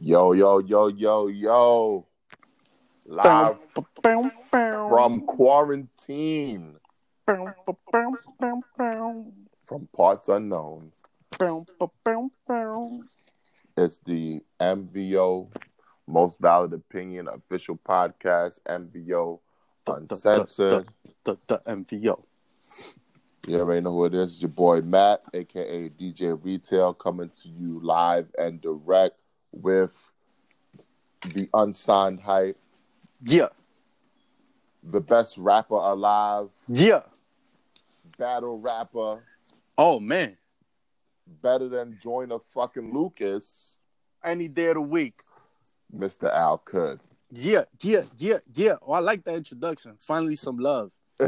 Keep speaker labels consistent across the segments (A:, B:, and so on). A: Yo, yo, yo, yo, yo. Live from quarantine, from parts unknown. It's the MVO, Most Valid Opinion official podcast, MVO Uncensored.
B: The, the MVO.
A: You already know who it is. It's your boy Matt, aka DJ Retail, coming to you live and direct with the unsigned hype,
B: Yeah.
A: the best rapper alive,
B: Yeah.
A: battle rapper,
B: Oh man.
A: better than Joyner fucking Lucas,
B: Any day of the week.
A: Mr. Al Kud.
B: Yeah, yeah, yeah, yeah. Oh, I like that introduction. Finally some love.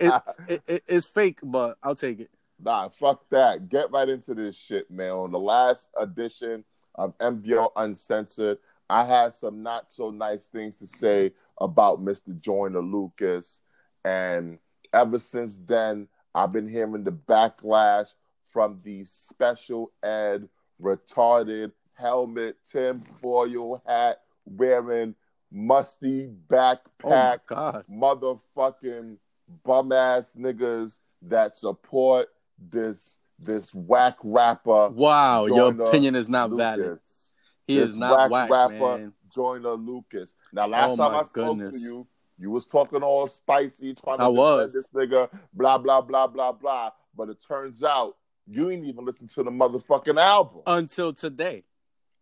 B: It, it, it it's fake, but I'll take it.
A: Nah, fuck that. Get right into this shit, man. On the last edition of MVO Uncensored, I had some not so nice things to say about Mr. Joyner Lucas. And ever since then, I've been hearing the backlash from the special ed, retarded, helmet, tinfoil hat wearing, musty
B: Oh my
A: backpack
B: god.
A: motherfucking bum ass niggas that support this this whack rapper.
B: Wow,
A: Joyner
B: your opinion is not valid.
A: Lucas.
B: He
A: This
B: is not
A: whack
B: whack,
A: rapper.
B: man.
A: Joyner Lucas. Now last
B: Oh,
A: time
B: my
A: I spoke
B: goodness.
A: to you, you was talking all spicy, trying to
B: I
A: defend
B: was.
A: this nigga, blah blah blah blah blah. But it turns out you ain't even listen to the motherfucking album.
B: Until today.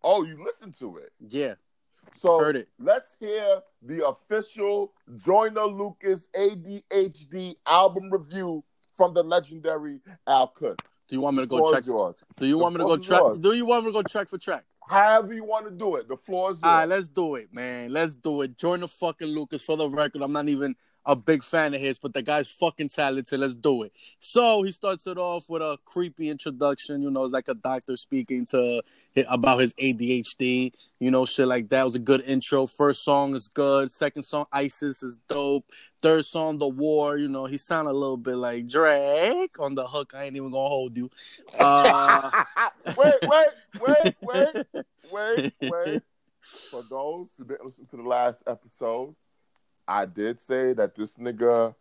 A: oh, you listened to it.
B: Yeah,
A: So
B: heard it.
A: Let's hear the official Joyner Lucas ADHD album review from the legendary Al Cook.
B: Do you want me to
A: Floor
B: go
A: is
B: track?
A: yours.
B: Do you
A: The
B: want me to
A: floor
B: go
A: is
B: track?
A: yours.
B: Do you want me to go track for track?
A: However you want to do it, the floor is yours.
B: All right, let's do it, man. Let's do it. Join the fucking Lucas. For the record, I'm not even a big fan of his, but the guy's fucking talented. Let's do it. So he starts it off with a creepy introduction. You know, it's like a doctor speaking to about his ADHD. You know, shit like that. It was a good intro. First song is good. Second song, ISIS, is dope. Third song, The War. You know, he sounded a little bit like Drake on the hook. I ain't even gonna hold you. Uh,
A: wait, wait, wait, wait, wait, wait. For those who didn't listen to the last episode, I did say that this nigga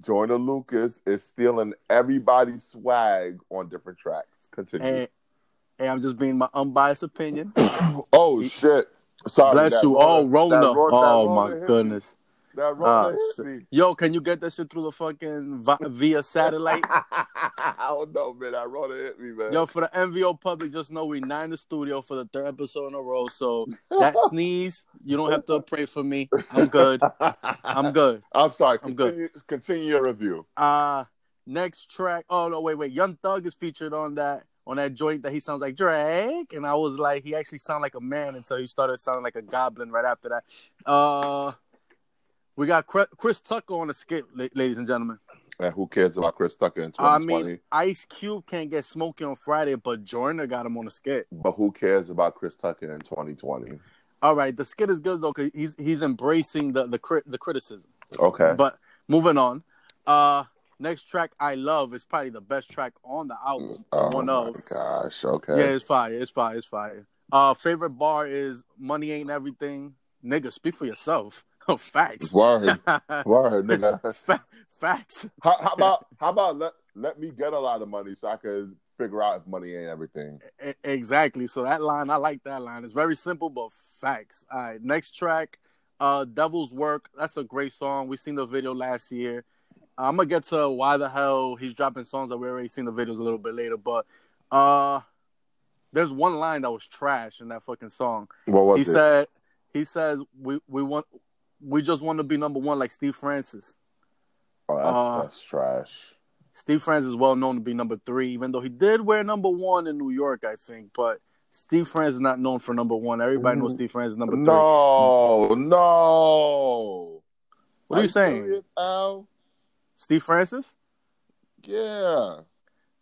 A: Joyner Lucas is stealing everybody's swag on different tracks. Continue.
B: and, and I'm just being my unbiased opinion.
A: oh shit! Sorry.
B: Bless
A: that
B: you.
A: roller-
B: Oh, Rona.
A: that ro- that
B: oh,
A: roller hit
B: my
A: me.
B: goodness.
A: That
B: Ah,
A: roller
B: shit.
A: hit me.
B: Yo, can you get that shit through the fucking vi- via satellite?
A: I don't know, man. That roller hit me, man.
B: Yo, for the MVO public, just know we nine in the studio for the third episode in a row. So that sneeze, you don't have to pray for me. I'm good. I'm good.
A: I'm sorry.
B: I'm good.
A: Continue, continue your review.
B: Uh next track. Oh no, wait, wait. Young Thug is featured on that on that joint that he sounds like Drake, and I was like, he actually sounded like a man until he started sounding like a goblin right after that. Uh, we got Cre- Chris Tucker on the skip, la- ladies and gentlemen.
A: And who cares about Chris Tucker in
B: I
A: 2020?
B: mean, Ice Cube can't get smoky on Friday, but Joyner got him on the skit.
A: but who cares about Chris Tucker in 2020?
B: All right, the skit is good though, cause he's he's embracing the the crit- the criticism.
A: Okay.
B: But moving on. Uh, next track I love is probably the best track on the album.
A: oh
B: one
A: my
B: of-
A: gosh. Okay.
B: Yeah, it's fire. It's fire. It's fire. Uh, favorite bar is money ain't everything. Nigga, speak for yourself. Oh, Facts.
A: Word. Word, nigga.
B: Fa- Facts.
A: How, how about how about let let me get a lot of money so I can figure out if money ain't everything.
B: E- exactly. So that line, I like that line. It's very simple, but facts. All right, next track, uh, Devil's Work. That's a great song. We seen the video last year. I'm gonna get to why the hell he's dropping songs that we already seen the videos a little bit later, but uh, there's one line that was trash in that fucking song.
A: What was
B: he
A: it?
B: said he says we we want we just want to be number one like Steve Francis.
A: oh, that's,
B: uh,
A: that's trash.
B: Steve Francis is well known to be number three, even though he did wear number one in New York, I think. But Steve Francis is not known for number one. Everybody knows Steve Francis is number three.
A: Mm.
B: Mm-hmm.
A: No, no.
B: What are you saying?
A: serious, Al?
B: Steve Francis,
A: Yeah.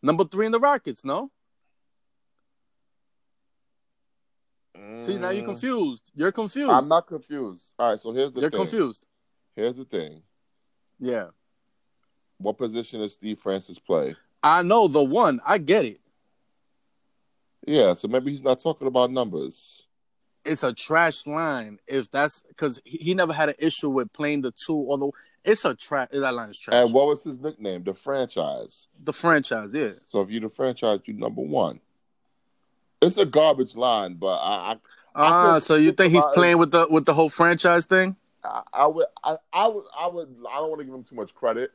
B: number three in the Rockets. No, see now you're
A: Mm.
B: confused. You're confused.
A: I'm not confused. All right, so here's the
B: you're
A: thing.
B: confused.
A: Here's the thing.
B: Yeah,
A: What position does Steve Francis play?
B: I know the one. I get it.
A: Yeah, so maybe he's not talking about numbers.
B: it's a trash line. If that's because he never had an issue with playing the two or the it's a trash. That line is trash.
A: And what was his nickname? The franchise.
B: the franchise, yeah.
A: So if you the franchise, you number one. It's a garbage line, but I
B: Ah,
A: couldn't
B: so you
A: think
B: think he's
A: about it.
B: playing with the with the whole franchise thing?
A: I, I would I, I would I would I don't want to give him too much credit.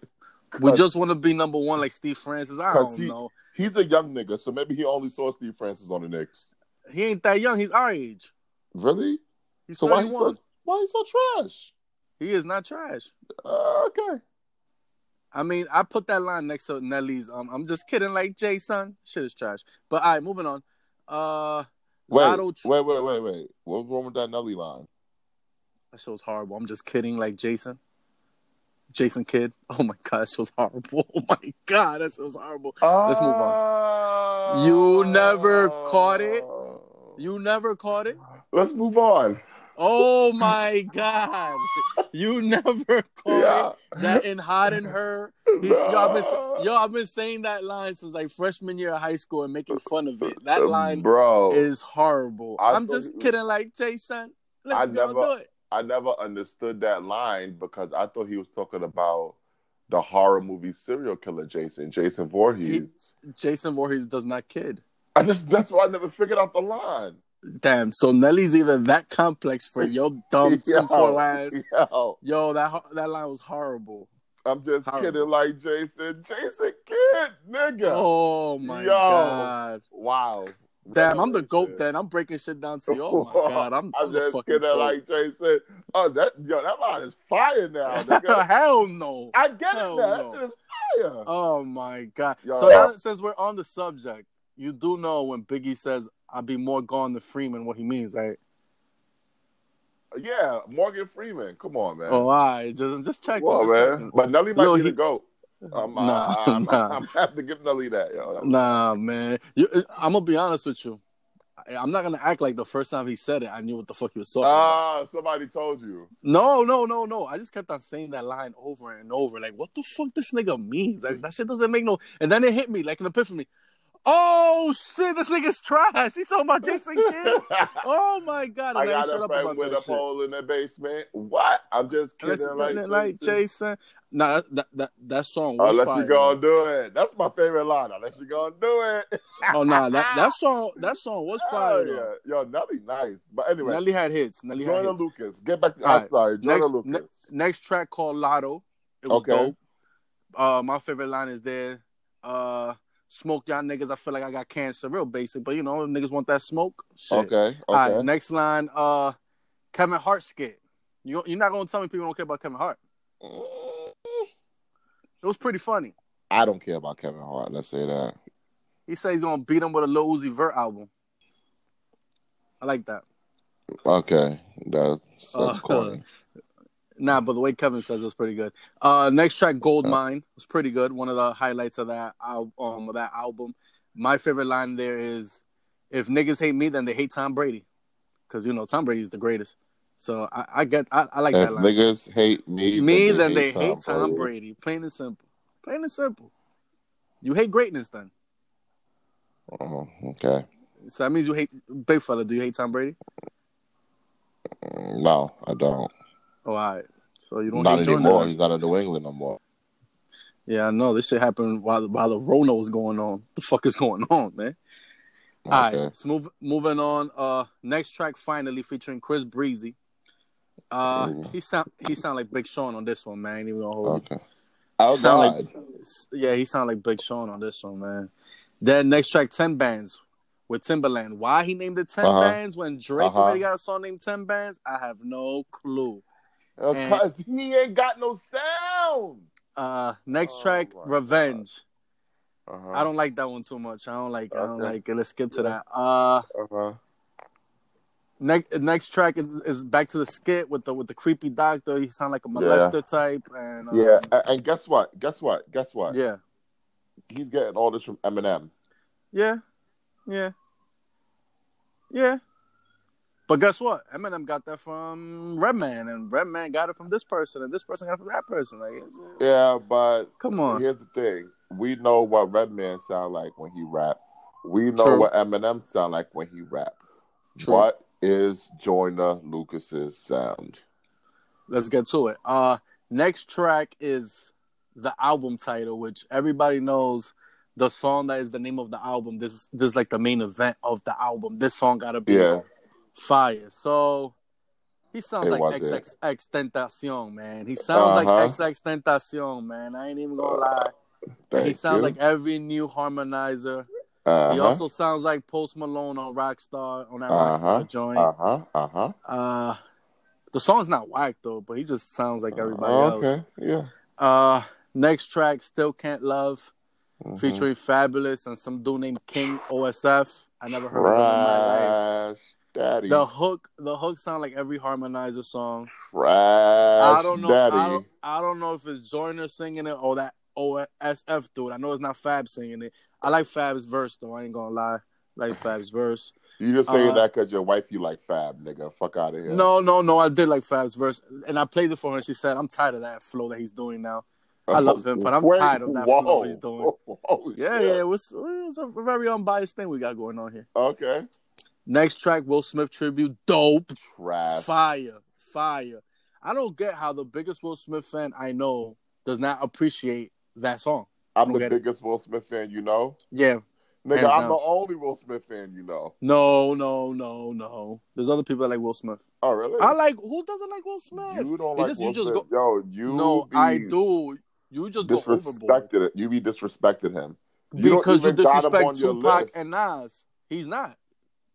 B: We
A: 'Cause
B: just want to be number one like Steve Francis. I
A: 'Cause
B: don't
A: he-
B: know.
A: he's a young nigga, so maybe he only saw Steve Francis on the Knicks.
B: He ain't that young. He's our age.
A: Really?
B: He's
A: so why he
B: 31.
A: so why he so trash?
B: He is not trash.
A: Uh, okay.
B: I mean, I put that line next to Nelly's. Um, I'm just kidding, like Jay son. Shit is trash. But all right, moving on. Uh,
A: Wait,
B: Lotto tr-
A: wait, wait, wait, wait. What's wrong with that Nelly line?
B: that show's horrible. I'm just kidding, like Jason. Jason Kidd. Oh my god, that show's horrible. Oh my god, that show's horrible. Let's move
A: on.
B: You never caught it? You never caught it.
A: Let's move on.
B: Oh my god, you never caught
A: Yeah.
B: it. That in hiding her. He's, yo, I've been, yo, I've been saying that line since like freshman year of high school and making fun of it. That line
A: bro.
B: is horrible.
A: I
B: I am
A: thought
B: just
A: it was-
B: kidding, like Jason. Let's
A: I
B: go
A: never-
B: do it.
A: I never understood that line because I thought he was talking about the horror movie serial killer Jason, Jason Voorhees.
B: Jason Voorhees does not kid.
A: I just that's why I never figured out the line.
B: Damn. So Nelly's either that complex for your dumb
A: Yo,
B: tinfoil ass.
A: yo,
B: Yo, that ho- that line was horrible.
A: I'm just
B: Horrible.
A: kidding, like Jason, Jason Kid, nigga.
B: Oh my
A: Yo.
B: god.
A: Wow.
B: Damn, I'm the goat.
A: Shit.
B: Then I'm breaking shit down to you. Oh my god, I'm, I'm
A: I'm
B: the
A: just
B: fucking
A: kidding,
B: goat.
A: like Jason. Oh, that yo, that line is fire now. nigga.
B: Hell no.
A: I get it now.
B: Hell
A: That
B: no.
A: shit is fire.
B: Oh my god.
A: Yo.
B: So now, that- since we're on the subject, you do know when Biggie says "I'll be more gone than Freeman," what he means, right?
A: yeah, Morgan Freeman. Come on, man.
B: Oh, I just just check.
A: Come on, man. But Nelly might
B: Yo,
A: be the
B: he-
A: goat. I'm,
B: Nah,
A: I, I'm,
B: nah.
A: I'm have to give Nelly that, yo. That was-
B: Nah, man. You, uh, I'm gonna be honest with you. I, I'm not gonna act like the first time he said it, I knew what the fuck he was talking about.
A: Ah, somebody told you.
B: No, no, no, no. I just kept on saying that line over and over. Like, what the fuck this nigga means? Like, that shit doesn't make no. And then it hit me like an epiphany. Oh shit, this nigga's trash. He's talking about Jason Kidd.
A: I
B: Oh my god, and then
A: got
B: he shut
A: a
B: up
A: friend
B: about
A: with a
B: that shit.
A: pole in the basement. What? I'm just
B: Unless-
A: kidding, like,
B: like
A: Jason.
B: Jason. Nah, that that that, that song.
A: I'll
B: Was
A: let
B: fire,
A: you go and do it. That's my favorite line. I'll let you go and do it.
B: Oh nah, that, that song that song was
A: Oh,
B: fire. though.
A: yeah. Yo, Nelly, nice. But anyway,
B: Nelly had hits. Nelly had
A: Jordan
B: hits.
A: Lucas. Get back to,
B: All
A: I'm
B: right.
A: sorry, Jordan
B: Next- ne-
A: Lucas.
B: Next track called Lotto. It was
A: Okay.
B: dope. Uh, my favorite line is there. Uh, smoke y'all niggas. I feel like I got cancer. Real basic, but you know if niggas want that smoke. Shit.
A: okay, okay.
B: All right. Next line. Uh, Kevin Hart skit. You you're not gonna tell me people don't care about Kevin Hart. It was pretty funny.
A: I don't care about Kevin Hart. Let's say that.
B: He said he's gonna beat him with a Lil Uzi Vert album. I like that.
A: Okay, that's that's
B: Uh,
A: corny.
B: Nah, but the way Kevin says it was pretty good. Uh, next track,
A: Oh.
B: Gold Mine, was pretty good. One of the highlights of that al- um of that album. My favorite line there is, "If niggas hate me, then they hate Tom Brady," because you know Tom Brady's the greatest. So I, I get I, I like
A: if
B: that line.
A: niggas hate me,
B: me, then they hate Tom Brady. Plain and simple. Plain and simple. You hate greatness, then.
A: Oh, okay,
B: So that means you hate big fella. Do you hate Tom Brady?
A: Mm, no, I don't.
B: Oh, all right. So you don't
A: Not
B: hate Jordan,
A: anymore.
B: then?
A: He's not in New England no more.
B: Yeah, I know this shit happened while while the Rona was going on. the fuck is going on, man? All
A: Okay.
B: right, so move, moving on. Uh, next track finally featuring Chris Breezy. Uh,
A: Mm.
B: he sound he sound like Big Sean on this one, man. Even gonna hold you.
A: Okay. Oh
B: Sound
A: God.
B: yeah, he sound like Big Sean on this one, man. Then next track, Ten Bands with Timberland. Why he named it 10
A: Uh-huh.
B: Bands when Drake
A: Uh-huh.
B: already got a song named Ten Bands? I have no clue. and-
A: Because Oh, he ain't got no sound.
B: Uh, next
A: Oh
B: track,
A: my God.
B: Revenge.
A: Uh-huh.
B: I don't like that one too much. I don't like. I don't
A: Okay.
B: like it. Let's skip to that. Uh,
A: Uh-huh.
B: next next track is, is back to the skit with the with the creepy doctor. He sound like a molester type, and uh,
A: Yeah, a- and guess what? Guess what? Guess what?
B: yeah,
A: He's getting all this from Eminem.
B: yeah, yeah, yeah. But guess what? Eminem got that from Redman, and Redman got it from this person, and this person got it from that person. Like, it's-
A: Yeah, but
B: come on,
A: here's the thing: we know what Redman sound like when he rap. We know
B: True.
A: what Eminem sound like when he rap.
B: True.
A: What is Joyner Lucas's sound?
B: Let's get to it. Uh, next track is the album title, which everybody knows. The song that is the name of the album. This this is like the main event of the album. This song gotta be
A: Yeah,
B: fire. So he sounds
A: It
B: like
A: was it.
B: XXX Tentacion, man. He sounds
A: Uh-huh. Uh,
B: like XX Tentacion, man. I ain't even gonna lie. And
A: thank
B: he sounds
A: you.
B: like every new harmonizer. He
A: uh-huh,
B: also sounds like Post Malone on Rockstar on that
A: Uh-huh.
B: Rockstar joint. Uh,
A: uh-huh, uh-huh.
B: the song's not whack though, but he just sounds like everybody
A: Oh, okay,
B: else.
A: yeah.
B: Uh, next track, Still Can't Love,
A: Mhm.
B: featuring Fabulous and some dude named King OSF. I never heard of him in my life.
A: Trash Daddy.
B: The hook, the hook sound like every harmonizer song.
A: Trash
B: I don't know.
A: Daddy.
B: I don't, I don't know if it's Joyner singing it or that OSF dude. I know it's not Fab singing it. I like Fab's verse though. I ain't gonna lie. like Fab's verse.
A: You just saying
B: uh,
A: that 'cause your wife you like Fab, nigga. Fuck out of here.
B: No, no, no. I did like Fab's verse, and I played it for her. And she said, "I'm tired of that flow that he's doing now." I love him, but I'm tired of that flow he's doing.
A: whoa,
B: Yeah,
A: shit.
B: yeah. It was, it was a very unbiased thing we got going on here.
A: Okay.
B: Next track, Will Smith tribute, dope,
A: Trash.
B: fire, fire. I don't get how the biggest Will Smith fan I know does not appreciate that song.
A: I'm
B: don't
A: the
B: get it.
A: biggest Will Smith fan you know.
B: Yeah,
A: Nigga,
B: Hands
A: I'm
B: down.
A: the only Will Smith fan you know.
B: no, no, no, no. There's other people that like Will Smith.
A: Oh, really?
B: I like who doesn't like Will Smith.
A: You don't
B: It's
A: like
B: just- you
A: Will
B: just
A: Smith. Yo, you
B: no,
A: be
B: I do. You just go overboard.
A: disrespected it. You be disrespecting him. You don't
B: because you
A: even got him
B: disrespect
A: on your
B: Tupac
A: list.
B: and Nas. He's not.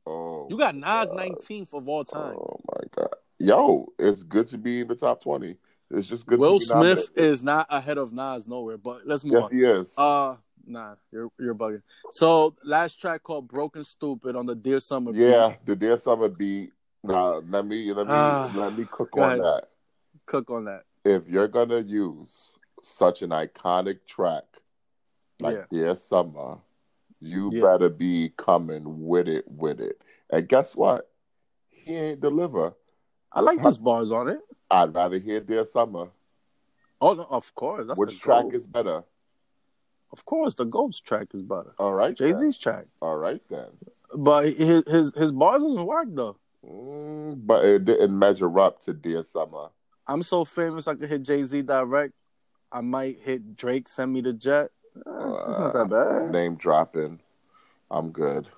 A: Oh,
B: You got Nas nineteenth of all time.
A: Oh my god. Yo, it's good to be in the top twenty. It's just good
B: Will
A: to be
B: Smith
A: nominated.
B: is not ahead of Nas nowhere. But let's move
A: Yes, he
B: on.
A: is.
B: Uh, nah, you're you're bugging. So last track called "Broken Stupid" on the Dear Summer. beat.
A: yeah, the Dear Summer beat. Nah, let me let me
B: Ah,
A: let me cook
B: go
A: on
B: ahead.
A: that.
B: cook on that.
A: If you're gonna use such an iconic track like
B: Yeah.
A: Dear Summer, you
B: Yeah.
A: better be coming with it, with it. And guess what? He ain't deliver.
B: I like these bars on it.
A: I'd rather hear Dear Summer.
B: Oh, no, of course. That's the
A: Which track
B: gold.
A: is better?
B: Of course, the Gold's track is better.
A: All right,
B: Jay
A: then.
B: Z's track,
A: All right then.
B: but his his his bars wasn't whack though.
A: Mm, but it didn't measure up to Dear Summer.
B: I'm so famous I could hit Jay Z direct. I might hit Drake. Send me the jet. Eh, it's not that bad.
A: Name dropping. I'm good.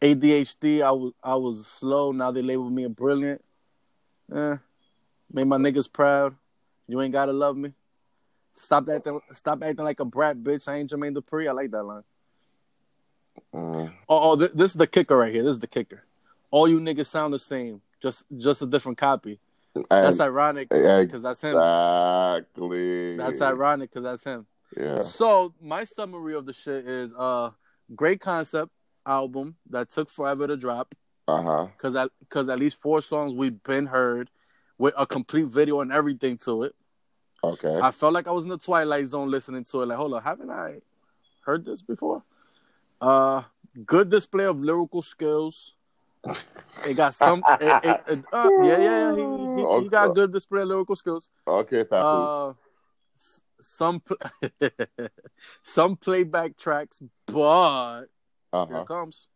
B: ADHD. I was I was slow. Now they label me a brilliant. Eh, made my niggas proud. You ain't gotta love me. Stop acting. Stop acting like a brat, bitch. I ain't Jermaine Dupri. I like that line.
A: Mm.
B: Oh, oh th- this is the kicker right here. This is the kicker. All you niggas sound the same, just just a different copy. That's
A: And-
B: ironic
A: and-
B: because that's him.
A: exactly.
B: That's ironic because that's him.
A: Yeah.
B: So my summary of the shit is uh, great concept album that took forever to drop
A: Uh huh.
B: because at because at least four songs we've been heard with a complete video and everything to it.
A: Okay.
B: I felt like I was in the twilight zone listening to it. Like, hold on, haven't I heard this before? Uh, good display of lyrical skills. It got some. it, it, it- uh, yeah, yeah, yeah. He, he, he got good display of lyrical skills.
A: okay, Papoose.
B: Uh, s- some pl- some playback tracks, but
A: Uh
B: here
A: huh.
B: it comes.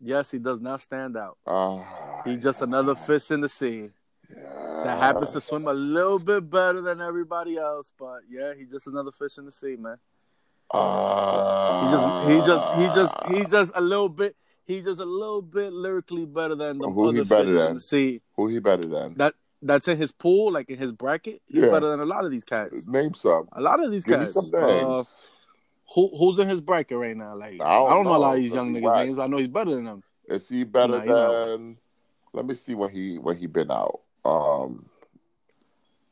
B: Yes, he does not stand out.
A: Uh,
B: He's just another fish in the sea that happens to swim a
A: Uh-huh.
B: little bit better than everybody else. But yeah, he's just another fish in the sea, man.
A: Ah.
B: He just he just he just
A: Uh-huh.
B: he's just a little bit he just a little bit lyrically better than the
A: Who he
B: other
A: better
B: fishes
A: than?
B: in the sea.
A: Who he better than?
B: That that's in his pool, like in his bracket. He's
A: Yeah.
B: better than a lot of these cats.
A: Name some.
B: A lot of these
A: Give me
B: cats.
A: some names.
B: Uh, who who's in his bracket right now? Like I don't, know. a lot of these young
A: Really
B: niggas'
A: whack.
B: names. I know he's better than them.
A: Is he better
B: Nah, he's not.
A: than? Let me see when he when he been out. Um,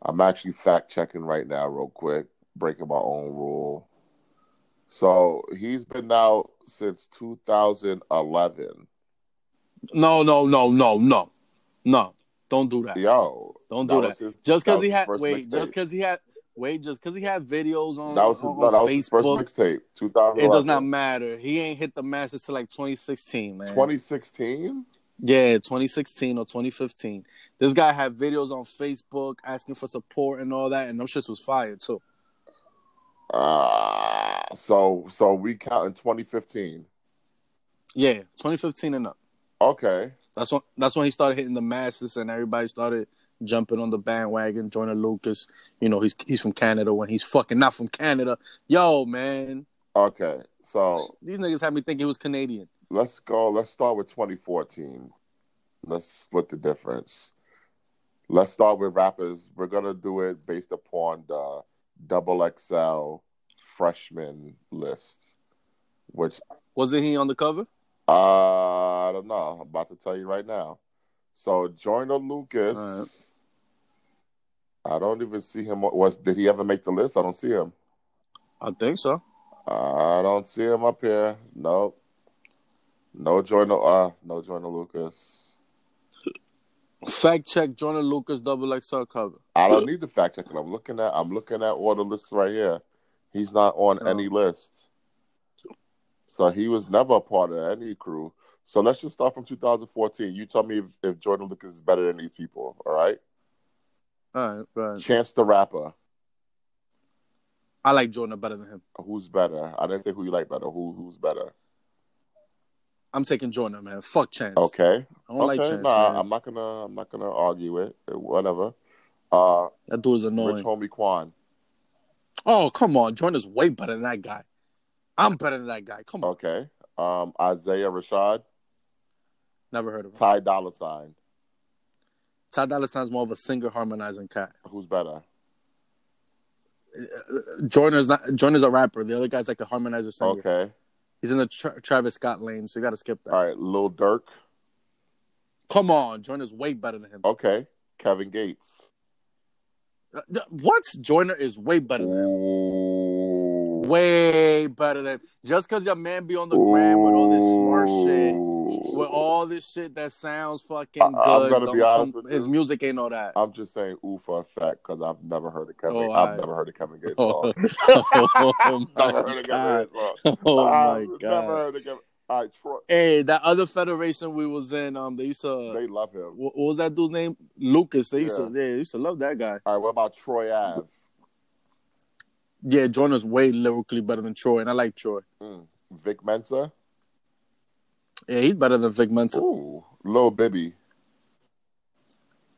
A: I'm actually fact checking right now, real quick, breaking my own rule. So he's been out since 2011.
B: No, no, no, no, no, no. Don't do that.
A: Yo,
B: Don't
A: that
B: do
A: was
B: that.
A: his-
B: Just
A: that
B: because
A: was
B: he
A: his
B: had
A: first
B: wait,
A: mixtape.
B: just because he had wait, just because he had videos on,
A: that was his,
B: on,
A: no, that
B: on
A: was his first
B: Facebook.
A: mixtape. 2011.
B: It does not matter. He ain't hit the masses till like 2016, man.
A: 2016.
B: Yeah, 2016 or 2015. This guy had videos on Facebook asking for support and all that, and them shits was fire too.
A: Ah, so so we count in 2015.
B: Yeah, 2015 and up.
A: Okay,
B: That's when that's when he started hitting the masses, and everybody started jumping on the bandwagon. Joiner Lucas, you know, he's he's from Canada. When he's fucking not from Canada, yo man,
A: Okay, so
B: these niggas had me think he was Canadian.
A: let's go. Let's start with 2014. Let's split the difference. Let's start with rappers. We're gonna do it based upon the double XL freshman list, which
B: Wasn't he on the cover?
A: uh, I don't know. I'm about to tell you right now. So Joyner Lucas.
B: All right.
A: I don't even see him. Was did he ever make the list? I don't see him.
B: I think so.
A: I don't see him up here. Nope. No Jordan. Uh, no Jordan Lucas.
B: Fact check Joiner Lucas double XL cover.
A: I don't need the fact checking. I'm looking at. I'm looking at all the lists right here. He's not on
B: No.
A: any list. So he was never a part of any crew. So let's just start from 2014. You tell me if, if Jordan Lucas is better than these people. All right.
B: All right, right.
A: Chance the Rapper.
B: I like Joiner better than him.
A: Who's better? I didn't say who you like better. Who who's better?
B: I'm taking Joiner, man. Fuck Chance.
A: Okay.
B: I don't like
A: okay.
B: Chance.
A: nah,
B: man.
A: I'm not gonna. I'm not gonna argue it. Whatever. Uh,
B: That dude is
A: Rich
B: annoying.
A: homie Quan.
B: Oh, come on. Joiner's way better than that guy. I'm better than that guy. Come on.
A: Okay. Um, Isaiah Rashad,
B: Never heard of him.
A: Ty Dolla Sign.
B: Ty Dolla Sign's more of a singer harmonizing cat.
A: Who's better?
B: Joiner's not Joiner's a rapper. The other guy's like a harmonizer singer.
A: Okay.
B: He's in the tra- Travis Scott lane, so you gotta skip that.
A: All right. Lil Durk.
B: Come on, Joiner's way better than him.
A: Okay. Kevin Gates.
B: Uh, th- What? Joiner is way better than him.
A: Ooh.
B: Way better than just because your man be on the gram with all this smart shit,
A: Ooh.
B: with all this shit that sounds fucking
A: I-
B: good.
A: I'm gonna
B: don't
A: be honest
B: come-
A: with
B: his
A: you.
B: music ain't all that.
A: I'm just saying ooh for a fact because I've never heard of Kevin.
B: Oh,
A: I've
B: I-
A: never heard of Kevin Gates.
B: Oh,
A: song.
B: oh
A: never heard
B: my
A: of
B: god!
A: Kevin Gates. song.
B: Oh my
A: I've Never
B: god!
A: heard of Kevin. All right, Troy.
B: Hey, that other federation we was in, um, they used to.
A: They love
B: wh-
A: him.
B: what was that dude's name? Lucas. They used
A: Yeah.
B: to, yeah, they used to love that guy.
A: All right, what about Troy Ave?
B: Yeah, Joyner's way lyrically better than Troy, and I like Troy.
A: Mm. Vic Mensa.
B: Yeah, he's better than Vic Mensa.
A: Ooh, Lil Bibby.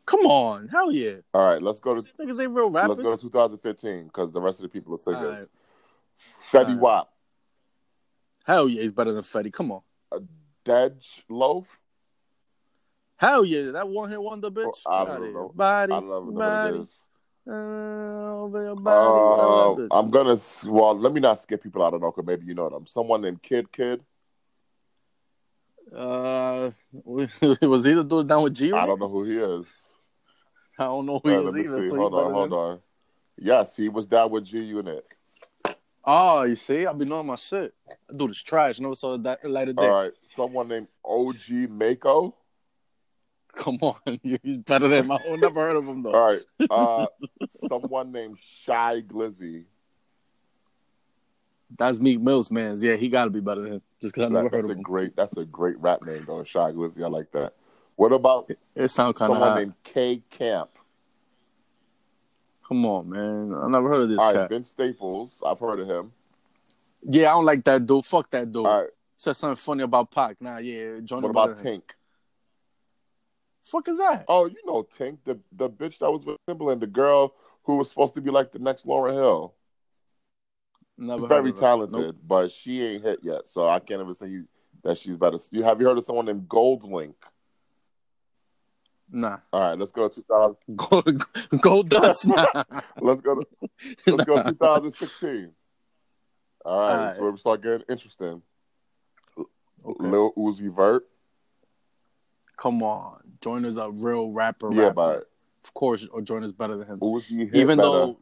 B: Come on, hell yeah!
A: All right, let's go to
B: These niggas ain't real rappers.
A: Let's go to 2015 because the rest of the people are
B: All
A: singers.
B: right.
A: Fetty
B: All right.
A: Wap,
B: Hell yeah, he's better than Fetty. Come on,
A: Dej Loaf.
B: hell yeah, that one hit wonder bitch.
A: Oh, I don't
B: Outta
A: know.
B: here. Body,
A: I don't know what
B: body,
A: it is.
B: uh, over your body. I love
A: Uh,
B: it.
A: I'm gonna s- well, let me not skip people I don't know because maybe you know them. Someone named Kid Kid.
B: Uh, was he the dude down with G?
A: I don't know who he is.
B: I don't know who he
A: Uh,
B: is
A: let me
B: either.
A: see.
B: So
A: hold on, hold on. Yes, he was down with G Unit.
B: Oh, you see, I be knowing my shit. That dude is trash. Never saw that light of day.
A: All right, someone named OG Mako.
B: Come on, he's better than my. I never heard of him though.
A: All right, uh, someone named Shy Glizzy.
B: That's Meek Mill's man's. Yeah, he got to be better than him. Just because I never
A: That- that's
B: heard of
A: a
B: him.
A: great. That's a great rap name though. Shy Glizzy. I like that. What about
B: It sounds kind of
A: someone
B: hot.
A: named K Camp.
B: Come on, man. I never heard of this
A: All right,
B: cat.
A: Vince Staples. I've heard of him.
B: Yeah, I don't like that dude. Fuck that dude.
A: All right,
B: Said something funny about Pac. Nah, yeah, Johnny.
A: what about
B: better than him.
A: Tink?
B: Fuck is that?
A: Oh, you know Tink, the the bitch that was with Timbaland, the girl who was supposed to be like the next Lauren Hill. She's
B: Never heard
A: very
B: of her. Nope.
A: talented, but she ain't hit yet, so I can't even say you- that she's better. You have you heard of someone named Gold Link?
B: Nah.
A: All right, let's go to 2000.
B: Gold, gold dust. Nah.
A: Let's go. To, let's go to 2016. All right,
B: All
A: this is
B: right.
A: where we start getting interesting.
B: Okay.
A: Lil Uzi Vert.
B: Come on. Joiner's a real rapper.
A: Yeah,
B: rapper.
A: but
B: Of course, or Joiner's better than him.
A: Uzi hit
B: Even
A: better.
B: though.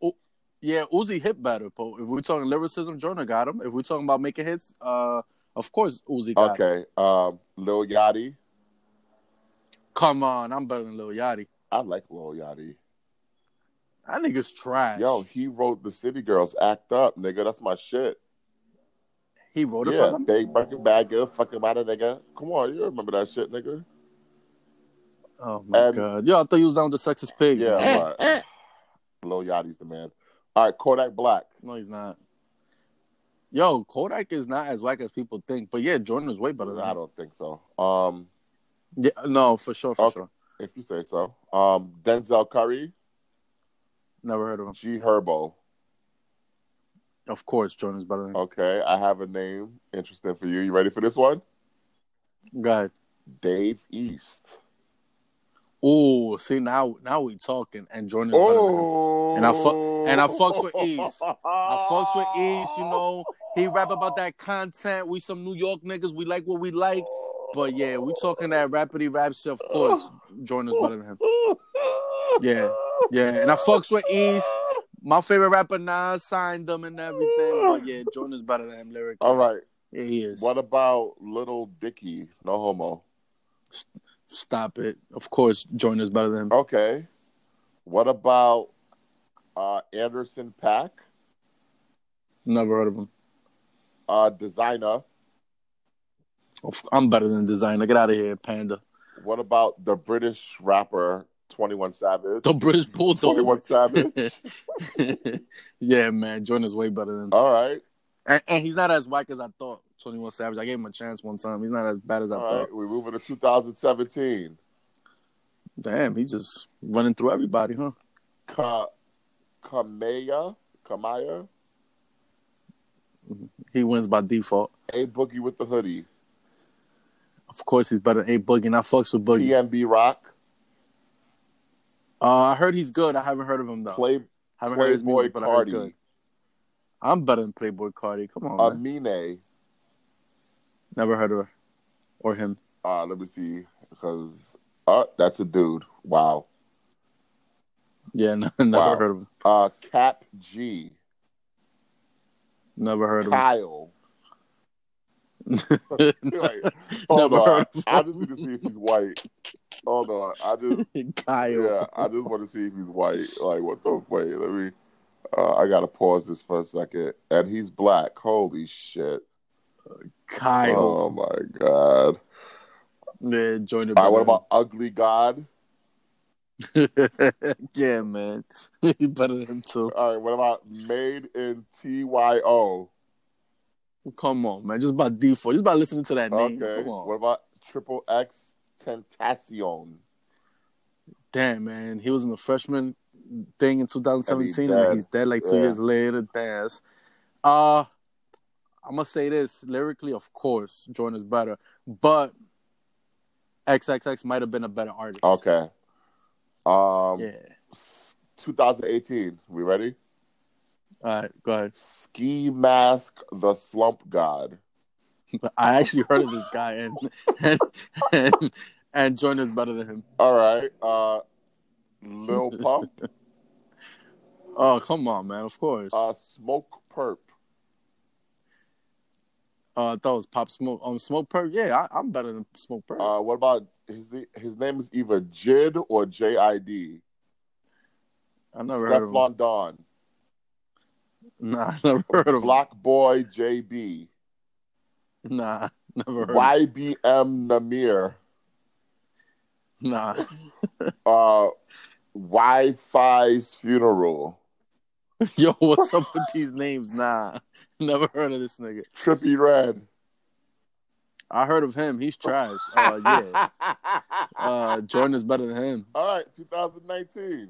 B: U- Yeah, Uzi hit better, but if we're talking lyricism, Joyner got him. If we're talking about making hits, uh, of course Uzi got him.
A: Okay, um, Lil Yachty.
B: Come on, I'm better than Lil Yachty.
A: I like Lil Yachty.
B: That nigga's trash.
A: Yo, he wrote the City Girls Act Up, nigga. That's my shit.
B: he wrote it
A: yeah,
B: for them.
A: big breaking bad girl, fucking about it, nigga. Come on, you remember that shit, nigga?
B: Oh my
A: And-
B: god, yo, I thought you was down with the sexist pigs.
A: Yeah,
B: man.
A: but Lil Yachty's the man. All right, Kodak Black.
B: no, he's not. Yo, Mm-hmm. Kodak is not as whack as people think, but yeah, Jordan is way better than
A: I
B: him.
A: don't think so. Um,
B: Yeah, no, for sure, for
A: Okay.
B: sure.
A: if you say so. Um, Denzel Curry,
B: Never heard of him.
A: G Herbo.
B: Of course, Jordan's better than him.
A: Okay, I have a name interesting for you. You ready for this one?
B: Go ahead.
A: Dave East.
B: Oh, see now, now we talking, and Jordan's better than him.
A: Oh,
B: And I fu- and I fucks with East. I fucks with East, you know. He rap about that content. We some New York niggas. We like what we like. But yeah, we talking that rapidy rap shit. Of course, Jordan's better than him. Yeah, yeah. And I fucks with East. My favorite rapper Nas signed them and everything. But yeah, Jordan's better than him lyrically.
A: All right.
B: Yeah, he is.
A: What about Little Dicky? No homo.
B: Stop it. Of course, Jordan's better than him.
A: Okay. What about uh, Anderson Pack,
B: Never heard of him.
A: uh, designer?
B: Of- I'm better than designer. Get out of here, Panda.
A: What about the British rapper Twenty One Savage?
B: The British
A: Twenty
B: Bulldog.
A: One Savage.
B: yeah, man, Jordan's way better than him.
A: All right.
B: And, and he's not as whack as I thought. 21 Savage. I gave him a chance one time. He's not as bad as I
A: All
B: thought.
A: right. We're moving to 2017.
B: Damn, he just running through everybody, huh?
A: Ka- Kamaya, Kamaya,
B: He wins by default.
A: A Boogie with the Hoodie,
B: Of course, he's better than A Boogie, and I fucks with Boogie.
A: PNB Rock,
B: Uh, I heard he's good. I haven't heard of him, though.
A: Play,
B: I haven't heard his
A: Playboy
B: music, but I heard
A: Cardi, Um,
B: he's good. I'm better than Playboy Cardi. Come on, man.
A: Amine.
B: Never heard of her or him.
A: Uh, let me see, because uh, that's a dude. Wow.
B: Yeah, no, never
A: Wow.
B: heard of him.
A: Uh, Cap G,
B: Never heard of him.
A: Kyle. Like, hold
B: Never
A: on.
B: heard
A: I just need to see if he's white. Hold on. I just
B: Kyle.
A: Yeah, I just want to see if he's white. Like, what the wait? Let me. Uh, I gotta pause this for a second. And he's black. Holy shit!
B: Kyle.
A: Oh my god!
B: Yeah, join the
A: All right, what about Ugly God?
B: yeah, man. He better than him too.
A: All right, what about Made in Tyo?
B: Come on, man. Just by default. Just by listening to that name.
A: Okay.
B: Come on.
A: What about Triple X Tentacion?
B: Damn, man. He was in the freshman thing in 2017 and,
A: dead.
B: he's dead like two
A: Yeah.
B: years later. Damn. Uh I'm gonna say this. Lyrically, of course, Jordan is better. But XXX might have been a better artist.
A: Okay. Um,
B: Yeah.
A: s- 2018. We ready?
B: All right, go ahead.
A: Ski Mask, the Slump God.
B: I actually heard of this guy and and and, and Jordan is better than him.
A: All right. Uh, Lil Pump.
B: Oh, come on, man. Of course.
A: Uh, smoke perp.
B: Uh, I thought it was Pop Smoke. Um, Smoke Perk. Yeah, I, I'm better than Smoke Perk.
A: Uh, what about his na- his name is either Jid or J I D.
B: I never heard of him.
A: Steflon Don.
B: Nah, I never heard of him.
A: Block Boy J B.
B: Nah, never heard.
A: Y B M Namir.
B: Of him. Nah.
A: Uh, Wi Fi's funeral.
B: Yo, what's up with these names? Nah, never heard of this nigga.
A: Trippy Red.
B: I heard of him. He's trash. Uh, yeah. Uh, Jordan is better than him.
A: All right, 2019.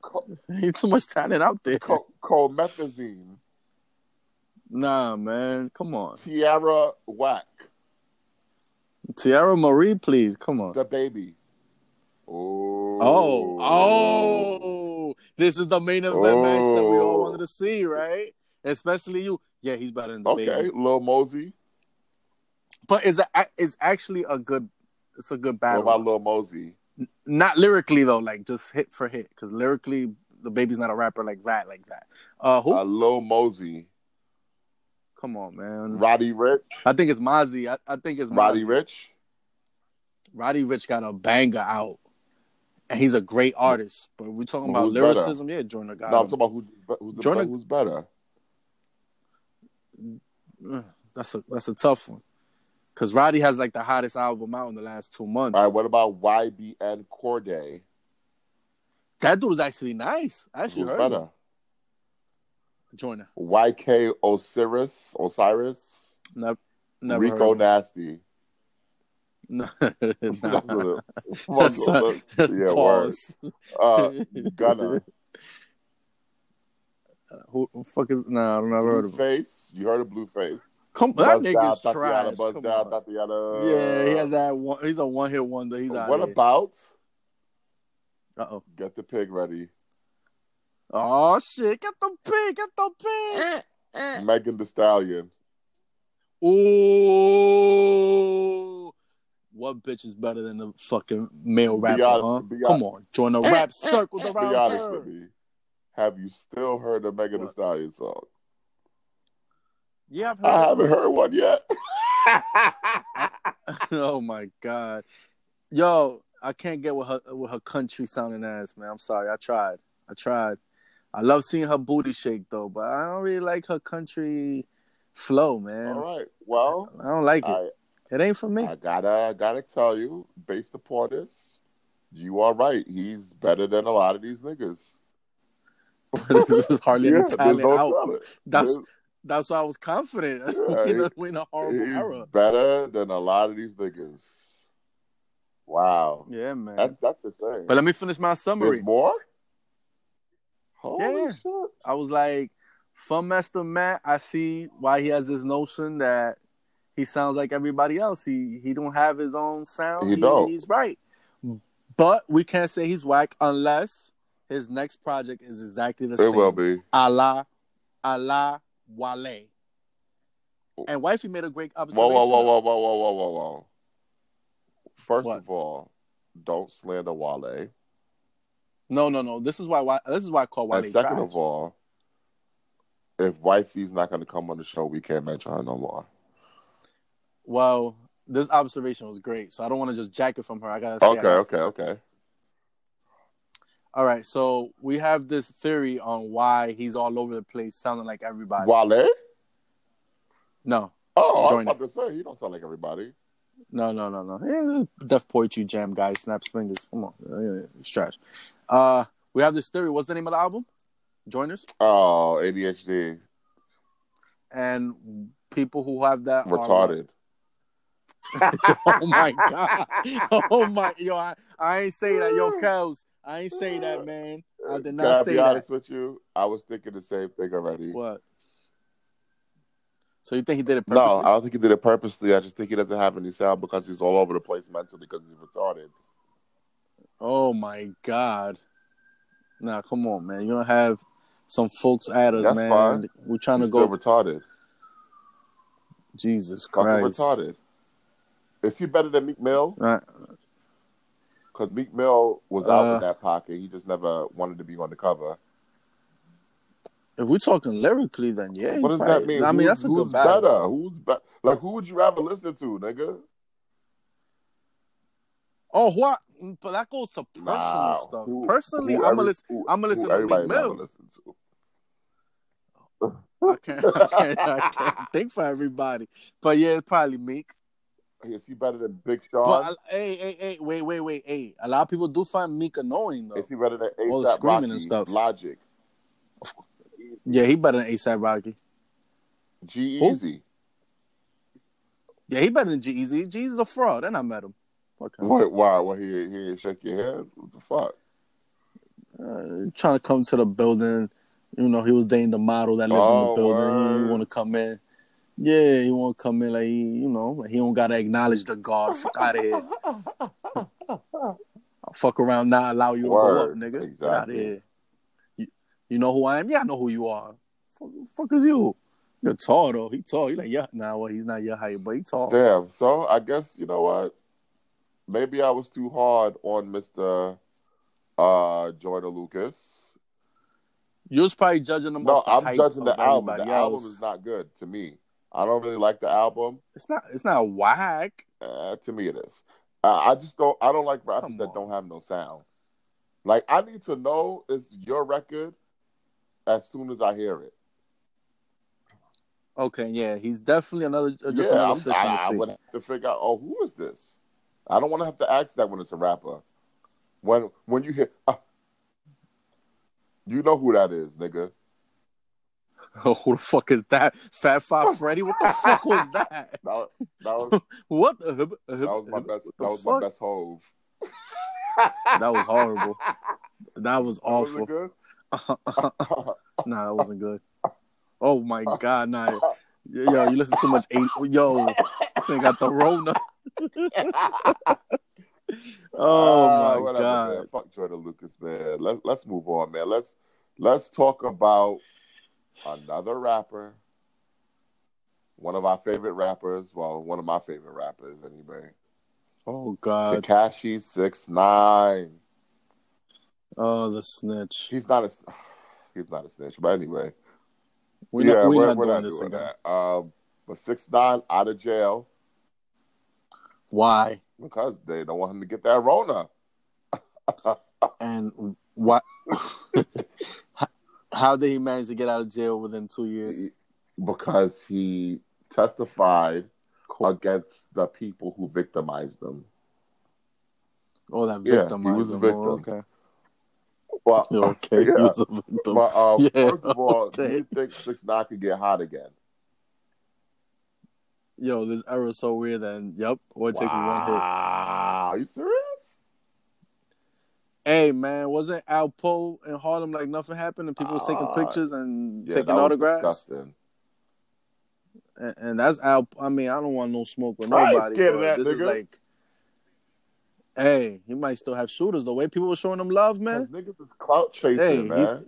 A: Co-
B: Ain't too much talent out there.
A: co- Comethazine.
B: Nah, man. Come on.
A: Tiara Whack.
B: Tiara Marie, please. Come on.
A: The baby. Oh.
B: Oh, oh, this is the main event match that we all
A: Oh.
B: wanted to see, right? Especially you. Yeah, he's better than the
A: Okay,
B: Oh. baby.
A: Lil Mosey.
B: But it's a, it's actually a good it's a good
A: What
B: battle.
A: about Lil Mosey?
B: not lyrically though, like just hit for hit, because lyrically the baby's not a rapper like that, like that. Uh, who?
A: Uh, Lil Mosey.
B: Come on, man.
A: Roddy Rich.
B: I think it's Mozzie. I, I think it's
A: Roddy
B: Roddy.
A: Rich.
B: Roddy Rich got a banger out, and he's a great artist. But we're talking about
A: Who's uh? better?
B: lyricism. Yeah, Jordan got
A: No, I'm
B: him.
A: talking about who's, be- who's, the
B: Jordan-
A: be- who's better.
B: Ugh, that's a that's a tough one. Cause Roddy has like the hottest album out in the last two months.
A: All right, what about YBN Corday?
B: That dude is actually nice. I actually
A: Who's uh?
B: heard him.
A: better?
B: Joyner.
A: YK Osiris. Osiris.
B: Never, never heard
A: Rico
B: of him.
A: Nasty.
B: nah.
A: That's what it-
B: That's a-
A: yeah, word.
B: Pause.
A: Uh, Gunner.
B: Who, who fuck is? Nah, I've never heard of him.
A: Blueface. You heard of Blueface.
B: Come, that
A: Bust down,
B: nigga's
A: Tatiana,
B: trash.
A: bust
B: Come
A: down,
B: on.
A: Tatiana.
B: Yeah, he had that one. He's a one hit wonder. He's out.
A: What about?
B: Uh oh.
A: Get the pig ready.
B: Oh shit! Get the pig. Get
A: Eh.
B: the pig.
A: Megan the Stallion.
B: Ooh. What bitch is better than the fucking male rapper? huh?
A: honest- be
B: Come on, join the rap circles
A: Be
B: around
A: honest
B: her.
A: with me. Have you still heard the Megan Thee
B: What?
A: Stallion song?
B: Yeah, I've heard.
A: I
B: of
A: haven't heard one yet.
B: oh my god, yo, I can't get with her with her country sounding ass, man. I'm sorry, I tried, I tried. I love seeing her booty shake though, but I don't really like her country flow, man.
A: All right. Well,
B: I don't like it.
A: I,
B: it ain't for me.
A: I gotta I gotta tell you, based upon this, you are right. He's better than a lot of these niggas.
B: this is hardly
A: Yeah,
B: an
A: there's
B: Italian
A: no
B: out.
A: telling.
B: That's
A: There's-
B: that's why I was confident. That's
A: Yeah,
B: we in a, we in a horrible
A: he's
B: era.
A: better than a lot of these niggas. Wow,
B: Yeah, man.
A: that, that's the thing.
B: but let me finish my summary.
A: there's more. Holy
B: Yeah.
A: shit!
B: I was like, Fun Master Matt, I see why he has this notion that he sounds like everybody else. He he don't have his own sound.
A: He don't.
B: He's right. But we can't say he's whack unless his next project is exactly the
A: It
B: same.
A: will be.
B: A la, a la Wale. And Wifey made a great
A: Whoa,
B: observation.
A: whoa, whoa, whoa, whoa, whoa, whoa, whoa, whoa. First
B: What?
A: of all, don't slander Wale.
B: No, no, no. This is why, why this is why I call Wale
A: and second
B: trash.
A: of all, if wifey's not going to come on the show, we can't mention her no more.
B: Well, this observation was great, so I don't want to just jack it from her. I gotta say, I
A: Okay, okay, okay.
B: All right, so we have this theory on why he's all over the place, sounding like everybody.
A: Wale?
B: No,
A: Oh,
B: Join
A: I was about to say, he don't sound like everybody.
B: no, no, no, no. Eh, Deaf poetry jam guy snaps fingers. Come on, eh, it's trash. Uh, we have this theory. What's the name of the album? Joiners.
A: Oh, ADHD.
B: And people who have that are-
A: Retarded.
B: oh my god. Oh my yo, I, I ain't say that, yo, Kels. I ain't say that, man. I did
A: Can I
B: not say
A: be
B: that.
A: honest with you? I was thinking the same thing already.
B: What? So you think he did it
A: No,
B: purposely?
A: I don't think he did it purposely. I just think he doesn't have any sound because he's all over the place mentally because he's retarded.
B: Oh my god. Nah, come on, man. You don't have some folks at us,
A: That's
B: man.
A: fine.
B: We're trying
A: He's
B: to
A: still
B: go.
A: retarded.
B: Jesus
A: Fucking
B: Christ.
A: retarded. Is he better than Meek Mill?
B: Nah,
A: Because Meek Mill was out
B: Uh,
A: with that pocket. He just never wanted to be on the cover.
B: if we're talking lyrically, then yeah.
A: what does
B: probably-
A: that mean?
B: I mean,
A: Who's-
B: that's a
A: who's
B: good battle.
A: better? Who's better? Like, who would you rather listen to, nigga?
B: Oh, what? But that goes to personal
A: Nah,
B: stuff.
A: who-
B: Personally,
A: who
B: I'm
A: every-
B: gonna listen.
A: who-
B: I'ma
A: who
B: listen to
A: everybody
B: Meek
A: rather
B: Mill.
A: listen to.
B: I can't, I can't, I can't think for everybody. But yeah, it's probably Meek.
A: Is he better than Big
B: But
A: Sean?
B: I- hey, hey, hey, wait, wait, wait, hey. A lot of people do find Meek annoying though.
A: Is he better than
B: All the
A: ASAP
B: screaming
A: Rocky?
B: and stuff.
A: Logic,
B: Yeah, he better than ASAP Rocky.
A: G
B: Who?
A: Easy.
B: Yeah, he better than Jeezy. Jeezy's a fraud, and I met him. Fuck him.
A: What? Why? What? He he didn't shake your head? What the fuck?
B: Uh, trying to come to the building. You know, he was dating the model that lived in
A: Oh,
B: the building.
A: word.
B: He want to come in. Yeah, he want to come in like he, you know, like he don't gotta acknowledge the guard. Fuck out of here. I'll fuck around, not allow you to
A: Word.
B: go up, nigga. Get out of
A: Exactly.
B: here. You, you know who I am? Yeah, I know who you are. Fuck, fuck is you? You're tall though. He tall. He like yeah. Nah, well, he's not your height, but he tall.
A: Damn. So I guess you know what? Maybe I was too hard on Mister uh Jordan Lucas.
B: You was probably judging him.
A: No,
B: off the
A: I'm
B: height
A: judging
B: of
A: the album. The
B: everybody
A: album
B: else.
A: is not good to me. I don't really like the album.
B: It's not. It's not whack.
A: Uh, to me, it is. Uh, I just don't. I don't like rappers
B: Come
A: that
B: on.
A: don't have no sound. Like I need to know it's your record as soon as I hear it.
B: Okay, yeah, he's definitely another uh, just
A: yeah,
B: another
A: I'm,
B: fish in
A: I,
B: the
A: I
B: sea.
A: would have to figure out. Oh, who is this? I don't want to have to ask that when it's a rapper. When when you hear, ah, you know who that is, nigga.
B: Oh, who the fuck is that? Fat Five Freddy? What the fuck was that?
A: That, that was
B: What? the- uh, That
A: that was my best
B: the
A: that was my
B: fuck?
A: best hove.
B: That was horrible. That was
A: Was it
B: awful.
A: good?
B: nah, that wasn't good. Oh my god, nah. Yo, you listen too much. Eight. Yo, this ain't got the Rona.
A: Ah,
B: Oh my
A: whatever,
B: god.
A: Man. Fuck Jordan Lucas, man. Let, let's move on, man. Let's let's talk about another rapper. One of our favorite rappers. Well, one of my favorite rappers, anyway.
B: Oh god.
A: Takashi Six Nine.
B: Oh, the snitch.
A: He's not a s- he's not a snitch, but anyway.
B: We're
A: yeah,
B: not, we're not
A: we're
B: doing this
A: doing
B: again.
A: that. Um, but Six Nine out of jail
B: Why?
A: because they don't want him to get that Rona.
B: And why? How- How did he manage to get out of jail within two years?
A: Because he testified
B: Cool.
A: against the people who victimized them.
B: Oh, that
A: yeah,
B: victim.
A: he was a
B: Oh,
A: victim.
B: okay.
A: But,
B: Yeah, Okay. He
A: Yeah.
B: was a victim.
A: but uh,
B: Yeah,
A: first of all, do
B: okay.
A: you think Six Nine could get hot again?
B: Yo, this era is so weird. And yep, all it takes is one hit.
A: wow. Are you serious?
B: Hey man, wasn't Alpo in Harlem like nothing happened and people was taking
A: Ah,
B: pictures and
A: Yeah,
B: taking
A: that was
B: autographs?
A: disgusting.
B: And, and that's Al. I mean, I don't want no smoke with
A: I ain't
B: nobody.
A: scared of
B: but
A: that
B: this is
A: nigga.
B: like, hey, he might still have shooters. The way people were showing him love,
A: Because
B: man.
A: niggas is clout chasing,
B: Hey, he-
A: man.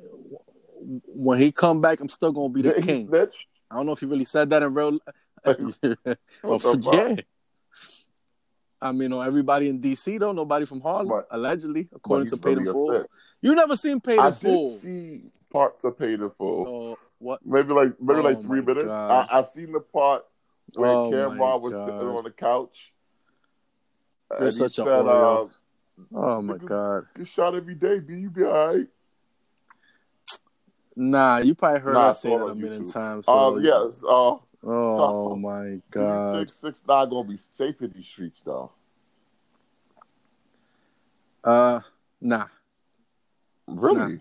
B: when he come back, I'm still gonna be the
A: Didn't he
B: king.
A: snitch?
B: I don't know if he really said that in real.
A: Like,
B: well,
A: what the fuck?
B: yeah. I mean, on everybody in DC though, nobody from Harlem,
A: But-
B: allegedly,
A: But
B: according
A: he's
B: to Paid in
A: really a
B: Full.
A: snitch.
B: You never seen Paid
A: I
B: in
A: did
B: Full.
A: see parts of Paid in Full.
B: Oh, what?
A: Maybe like maybe
B: Oh
A: like three
B: my
A: minutes. I,
B: God.
A: I seen the part where
B: Oh my
A: Cameron was
B: God.
A: sitting on the couch.
B: You're
A: And
B: such
A: he
B: a
A: said, uh,
B: Oreo. Oh my god.
A: get shot every day, B, you be alright.
B: Nah, you probably heard
A: Nah,
B: her
A: it's
B: say
A: all
B: that a
A: on
B: million
A: YouTube.
B: times. So
A: um yes, uh
B: Oh
A: So-
B: my
A: do you
B: god.
A: think six nine gonna be safe in these streets though?
B: Uh, nah,
A: Really?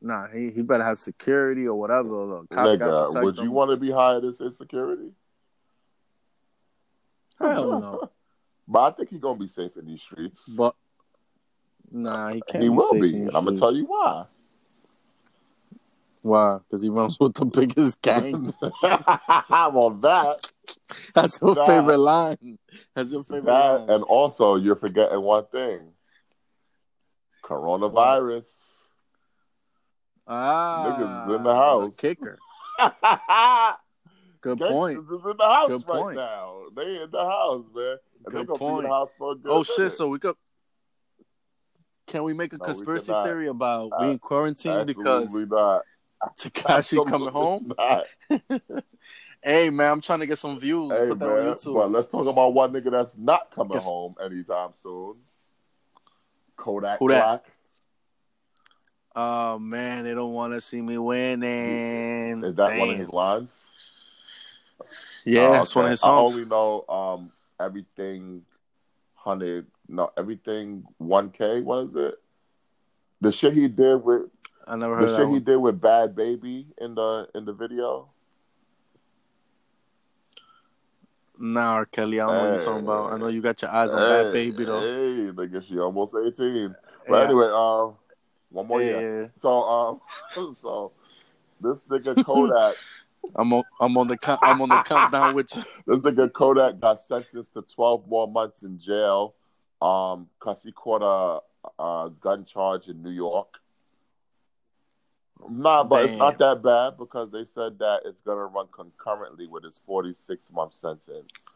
B: nah. He he better have security or whatever. The cops gotta
A: Nigga,
B: protect
A: would you
B: him.
A: wanna be hired as insecurity?
B: I don't know,
A: But I think he gonna be safe in these streets.
B: but nah, he can't.
A: he will
B: safe
A: be,
B: in
A: and
B: these
A: I'm gonna
B: streets.
A: tell you why.
B: why. Because he runs with the biggest gang.
A: well, that
B: That's your
A: That-
B: favorite line. That's your favorite
A: That
B: line.
A: and also you're forgetting one thing. Coronavirus.
B: Ah,
A: niggas in the house.
B: Kicker. Good
A: Gangsters
B: point.
A: is in the house
B: Good
A: right
B: point.
A: now. They in the house, man. And they
B: Good
A: gonna be in
B: point.
A: the house for a good
B: Oh shit!
A: minute.
B: So we could. Can we make a
A: No, we
B: conspiracy
A: cannot.
B: theory about
A: Uh,
B: being quarantined because
A: Absolutely not.
B: Takashi coming
A: Absolutely
B: home?
A: not.
B: Hey man, I'm trying to get some views.
A: Hey
B: Put that
A: man,
B: on
A: but
B: YouTube.
A: let's talk about one nigga that's not coming
B: Yes.
A: home anytime soon. Kodak,
B: Who that?
A: Black.
B: Oh man, they don't want to see me winning.
A: Is that one of
B: Damn.
A: his lines?
B: Yeah,
A: Oh,
B: that's one of
A: okay.
B: his songs.
A: I only know um everything hundred no everything one K, what is it? The shit he did with
B: I never heard
A: the
B: of
A: shit
B: that
A: he
B: one.
A: did with Bad Baby in the in the video.
B: Nah, R. Kelly, I don't know what you're talking about. I know you got your eyes on
A: hey,
B: that baby though.
A: Hey, nigga, she almost eighteen. But
B: Yeah.
A: anyway, um one more
B: yeah,
A: year.
B: yeah.
A: So um so this nigga Kodak
B: I'm on. I'm on the. count- I'm on the countdown with you.
A: this nigga Kodak got sentenced to 12 more months in jail um cuz he caught a, a gun charge in New York. Nah, but it's
B: Damn.
A: not that bad because they said that it's going to run concurrently with his 46 month sentence.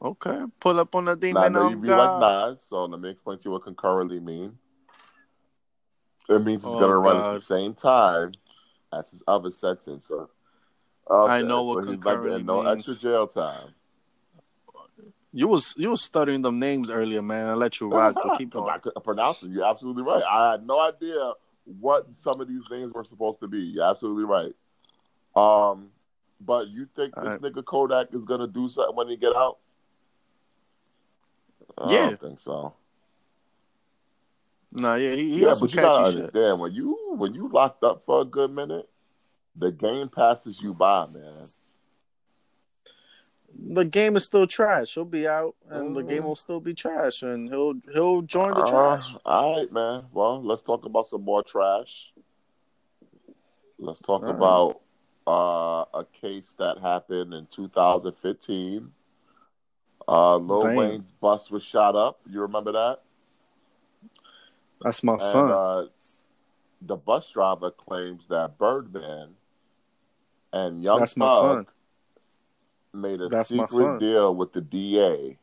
B: Okay, pull up on the
A: Now, I
B: demon.
A: know
B: on
A: you be
B: God.
A: like Nas, so let me explain to you what concurrently mean. It means it's
B: Oh,
A: going to run at
B: God.
A: the same time as his other sentence. So, okay,
B: I know what
A: so he's not
B: concurrently
A: getting no
B: means.
A: extra jail time.
B: You was you was stuttering them names earlier, man. I let you rock, but keep
A: I
B: going.
A: couldn't pronounce it. You're absolutely right. I had no idea what some of these names were supposed to be. You're absolutely right. Um, but you think
B: All
A: this
B: right.
A: nigga Kodak is gonna do something when he get out? I
B: Yeah.
A: don't think so.
B: Nah, yeah, he, he
A: yeah,
B: got some
A: but you gotta
B: catchy shit.
A: understand when you when you locked up for a good minute, the game passes you by, man.
B: The game is still trash. He'll be out, and the
A: Mhm.
B: game will still be trash, and he'll he'll join the
A: Uh,
B: trash.
A: all right, man. Well, let's talk about some more trash. Let's talk
B: All right.
A: about uh, a case that happened in 2015. Uh, Lil
B: Damn.
A: Wayne's bus was shot up. You remember that?
B: That's my
A: And
B: son.
A: uh, the bus driver claims that Birdman and Young
B: That's my
A: Thug
B: son.
A: made a
B: That's my
A: secret
B: son.
A: deal with the DA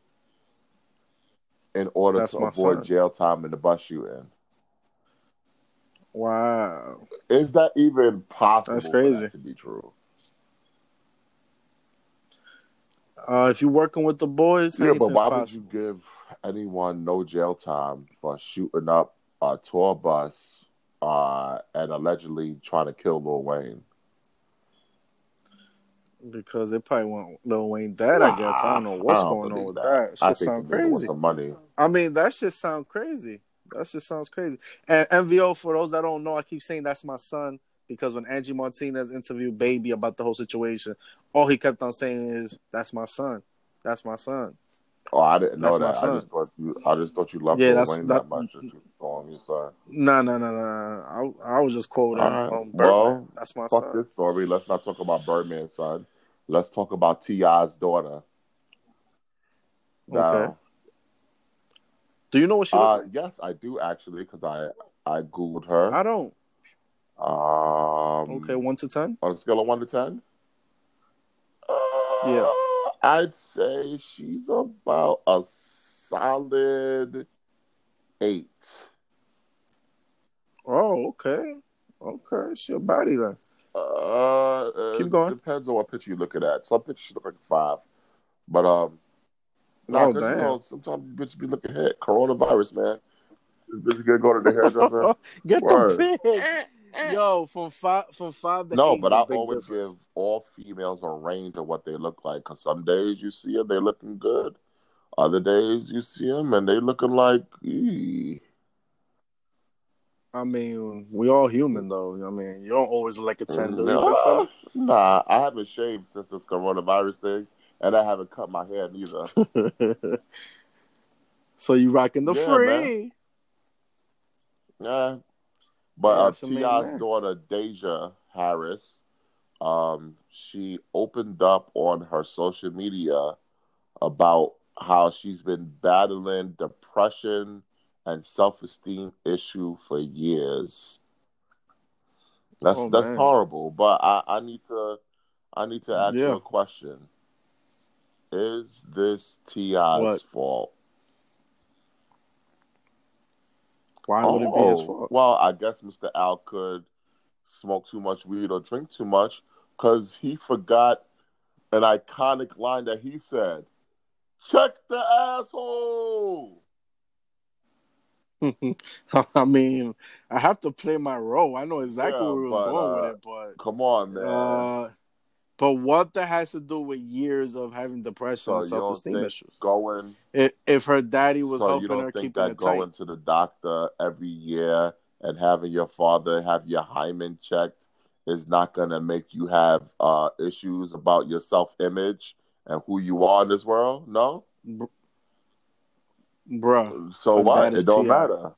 A: in order
B: That's
A: to
B: my
A: avoid
B: son.
A: jail time in the bus shooting.
B: Wow.
A: Is that even possible?
B: That's
A: for that
B: crazy.
A: to be true.
B: Uh, if you're working with the boys,
A: Yeah, but
B: anything's
A: why
B: possible.
A: would you give anyone no jail time for shooting up a tour bus uh, and allegedly trying to kill Lil Wayne?
B: Because they probably want Lil Wayne dead. I guess I don't know
A: Nah,
B: what's
A: I don't
B: going on
A: believe
B: with that.
A: I
B: Shit
A: think
B: sound
A: the nigga wants
B: crazy.
A: the money.
B: I mean, that shit sound crazy. That shit sounds crazy. And MVO, for those that don't know, I keep saying that's my son because when Angie Martinez interviewed Baby about the whole situation, all he kept on saying is, "That's my son. That's my son."
A: Oh, I didn't know
B: That's my
A: that. I just thought you. I just thought you loved
B: Yeah,
A: Lil
B: that's-
A: Wayne that,
B: that-
A: much that you call him your son.
B: No, no, no, no. no. I I was just quoting
A: All right.
B: um, Birdman.
A: Well,
B: that's my
A: Fuck
B: son.
A: this story. Let's not talk about Birdman's son. Let's talk about Ti's daughter. Now,
B: Okay. Do you know what she?
A: Uh,
B: look
A: yes, I do actually, because I I googled her.
B: like? I don't.
A: Um,
B: Okay, one to ten.
A: On a scale of one to ten. Uh,
B: Yeah.
A: I'd say she's about a solid eight.
B: Oh, okay. Okay, she a body then.
A: Uh, uh,
B: Keep going.
A: Depends on what picture you're looking at. Some pictures look like five, but um, nah,
B: Oh,
A: 'cause, you
B: damn.
A: know, sometimes these bitches be looking hit. Coronavirus, man. This bitch gonna go to the hairdresser.
B: Get
A: Word.
B: the
A: Eh.
B: pig. Yo, from five from five to
A: No,
B: eight.
A: but
B: is a
A: I
B: big
A: always
B: difference.
A: give all females a range of what they look like. Cause some days you see them, they looking good. Other days you see them and they looking like, "Ee."
B: I mean, we all human though. I mean, you don't always look like a ten, do you, big
A: nah,
B: fella?
A: nah. I haven't shaved since this coronavirus thing, and I haven't cut my hair neither.
B: so you rocking the
A: Yeah, man.
B: free?
A: Yeah, but
B: Yeah,
A: uh,
B: that's your main
A: Ti's
B: man.
A: daughter Deja Harris, um, she opened up on her social media about how she's been battling depression and self-esteem issue for years. That's
B: Oh,
A: that's
B: man.
A: horrible. But I, I need to I need to ask you
B: Yeah.
A: a question. Is this Ti's
B: What?
A: fault?
B: Why would it be his fault?
A: Oh, well, I guess Mr. Al could smoke too much weed or drink too much because he forgot an iconic line that he said. Check the asshole.
B: I mean, I have to play my role. I know exactly
A: Yeah,
B: where he was
A: but,
B: going
A: uh,
B: with it, but
A: Come on, man.
B: Uh, but what that has to do with years of having depression
A: So
B: and
A: you don't
B: self esteem
A: think-
B: issues.
A: going
B: If, if her daddy was
A: so you
B: helping
A: don't
B: her
A: think
B: keeping
A: that
B: it tight,
A: going to the doctor every year and having your father have your hymen checked is not going to make you have uh, issues about your self-image and who you are in this world no
B: bruh,
A: so
B: But
A: what
B: that is
A: it don't
B: T.I.
A: matter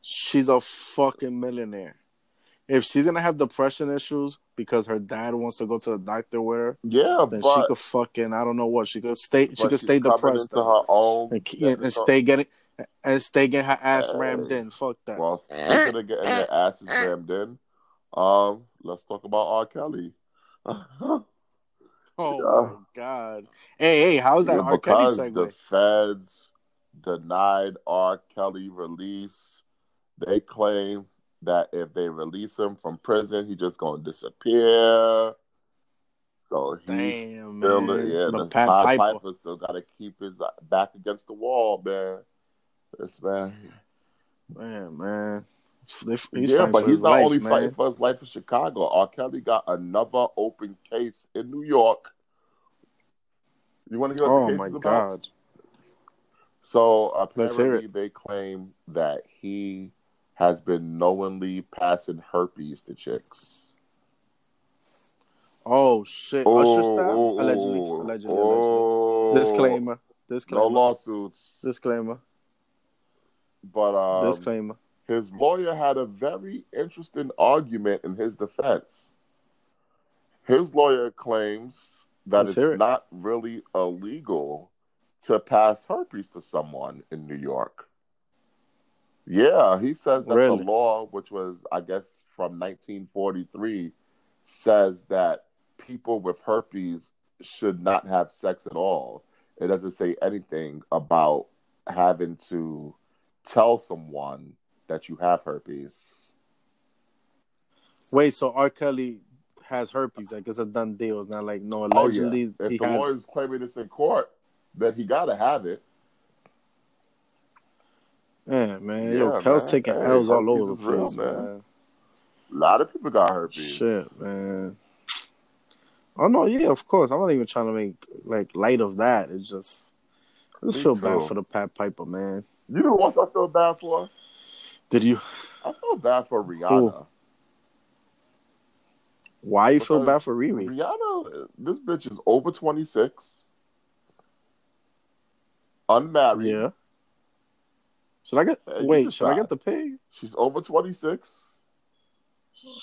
B: she's a fucking millionaire. If she's gonna have depression issues because her dad wants to go to the doctor with her,
A: yeah
B: then
A: but,
B: she could fucking I don't know what she could stay
A: but
B: she could
A: she's
B: stay
A: coming
B: depressed
A: into
B: then.
A: her own
B: and, ke- and stay getting and stay getting her ass rammed
A: Hey.
B: in. Fuck that.
A: well speaking of getting their asses rammed in um let's talk about r kelly
B: oh
A: yeah.
B: my god. Hey, hey, how's that
A: Yeah,
B: R. Kelly
A: because
B: segue?
A: the feds denied R. Kelly release. They claim that if they release him from prison, he just gonna disappear. So he's
B: Damn,
A: still
B: man.
A: yeah,
B: the
A: the
B: Pat
A: Pied
B: Piper.
A: Piper still gotta keep his uh, back against the wall, man. This man,
B: Man, man. They- He's
A: yeah,
B: fighting
A: but
B: for
A: he's
B: his
A: not
B: life,
A: only
B: man.
A: fighting for his life in Chicago. R. Kelly got another open case in New York. You want to hear what
B: Oh
A: the case
B: my
A: is about?
B: god.
A: So
B: Let's hear
A: apparently, they claim that he has been knowingly passing herpes to chicks.
B: Oh shit! Usher style? allegedly,
A: oh,
B: allegedly, allegedly.
A: oh.
B: Disclaimer. Disclaimer.
A: No lawsuits,
B: Disclaimer.
A: but um,
B: disclaimer.
A: his lawyer had a very interesting argument in his defense. His lawyer claims that
B: Let's
A: it's
B: hear it.
A: not really illegal to pass herpes to someone in New York. Yeah, he says that
B: Really?
A: the law, which was, I guess, from 1943, says that people with herpes should not have sex at all. It doesn't say anything about having to tell someone that you have herpes.
B: Wait, so R. Kelly has herpes? Like it's a done deal. It's not like no allegedly
A: oh, yeah.
B: he
A: If the
B: has.
A: lawyer's claiming this in court, then he got to have it.
B: Yeah, man.
A: Yeah,
B: Yo, Kel's
A: man.
B: taking
A: Hey,
B: L's all
A: herpes
B: over the
A: is real,
B: place,
A: man.
B: man.
A: A lot of people got herpes.
B: Shit, man. Oh no, yeah, of course. I'm not even trying to make like light of that. It's just I just
A: Me
B: feel
A: too.
B: bad for the Pat Piper, man.
A: You know what else I feel bad for?
B: Did you?
A: I feel bad for Rihanna.
B: Why you feel
A: Because
B: bad for Riri?
A: Rihanna, this bitch is over 26, unmarried.
B: Yeah. Should I get?
A: Hey, Uh, you
B: wait, should I
A: decide.
B: get the pig?
A: She's over 26.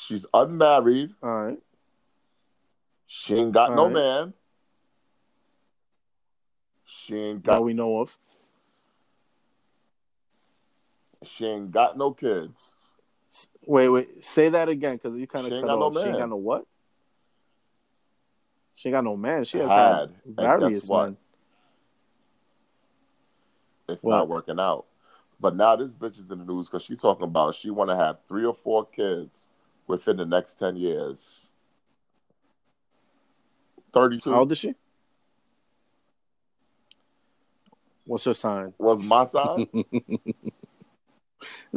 A: She's unmarried.
B: All right.
A: She ain't got no
B: Alright.
A: man. She ain't
B: That
A: got
B: we know of.
A: she ain't got no kids.
B: S- Wait, wait. Say that again, because you kind
A: She
B: of
A: ain't
B: cut
A: got no
B: off. she ain't
A: man.
B: got no what? She ain't got no man. She has had
A: Had. And guess
B: various
A: what?
B: men.
A: It's
B: What?
A: not working out. But now this bitch is in the news because she's talking about she want to have three or four kids within the next ten years.
B: How
A: Thirty-two
B: old is she? What's her sign?
A: was my sign.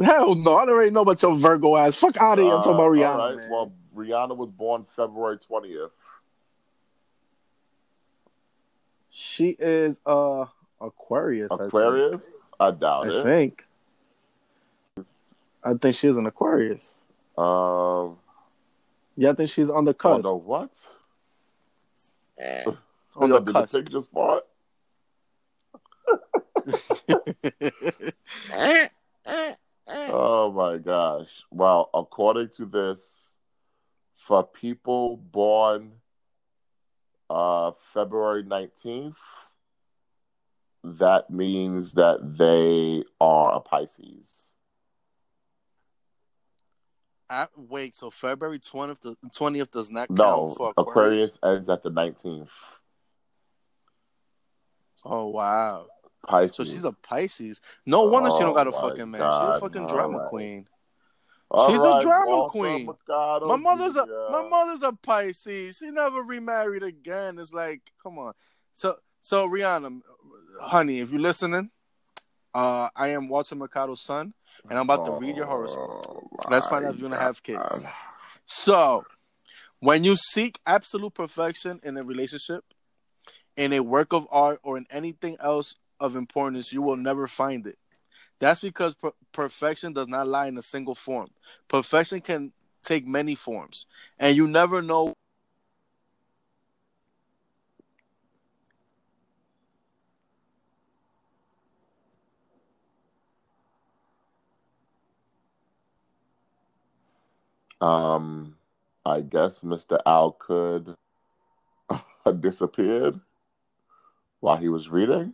B: Hell no, I already know about your Virgo ass. Fuck out of here. I'm talking about
A: Uh,
B: Rihanna.
A: alright,
B: man.
A: Well, Rihanna was born February twentieth.
B: she is uh Aquarius. I think.
A: Aquarius? I doubt
B: I
A: it.
B: think. I think she is an Aquarius.
A: Um,
B: Yeah, I think she's on the
A: oh
B: cusp.
A: no, what?
B: On
A: Yo,
B: the
A: did
B: cusp.
A: the pig just fart? Oh my gosh. Well, according to this, for people born uh, February 19th, that means that they are a Pisces.
B: I, wait, so February 20th, do- 20th does not count
A: No,
B: for Aquarius?
A: Aquarius ends at the 19th.
B: Oh, wow.
A: Pisces.
B: So she's a Pisces. No wonder she don't got a
A: Oh, my
B: fucking man. she's
A: God,
B: a fucking
A: no,
B: drama
A: right.
B: queen.
A: All
B: she's a drama
A: Walter
B: queen.
A: Mercado
B: my mother's a
A: Jr.
B: my mother's a Pisces. She never remarried again. It's like, come on. So so Rihanna, honey, if you're listening, uh, I am Walter Mercado's son, and I'm about to read your horoscope.
A: Oh,
B: Let's find
A: my
B: out if you're gonna have kids.
A: God.
B: So, when you seek absolute perfection in a relationship, in a work of art, or in anything else of importance, you will never find it. That's because per- perfection does not lie in a single form. Perfection can take many forms, and you never know.
A: Um, I guess Mr. Al could disappeared while he was reading.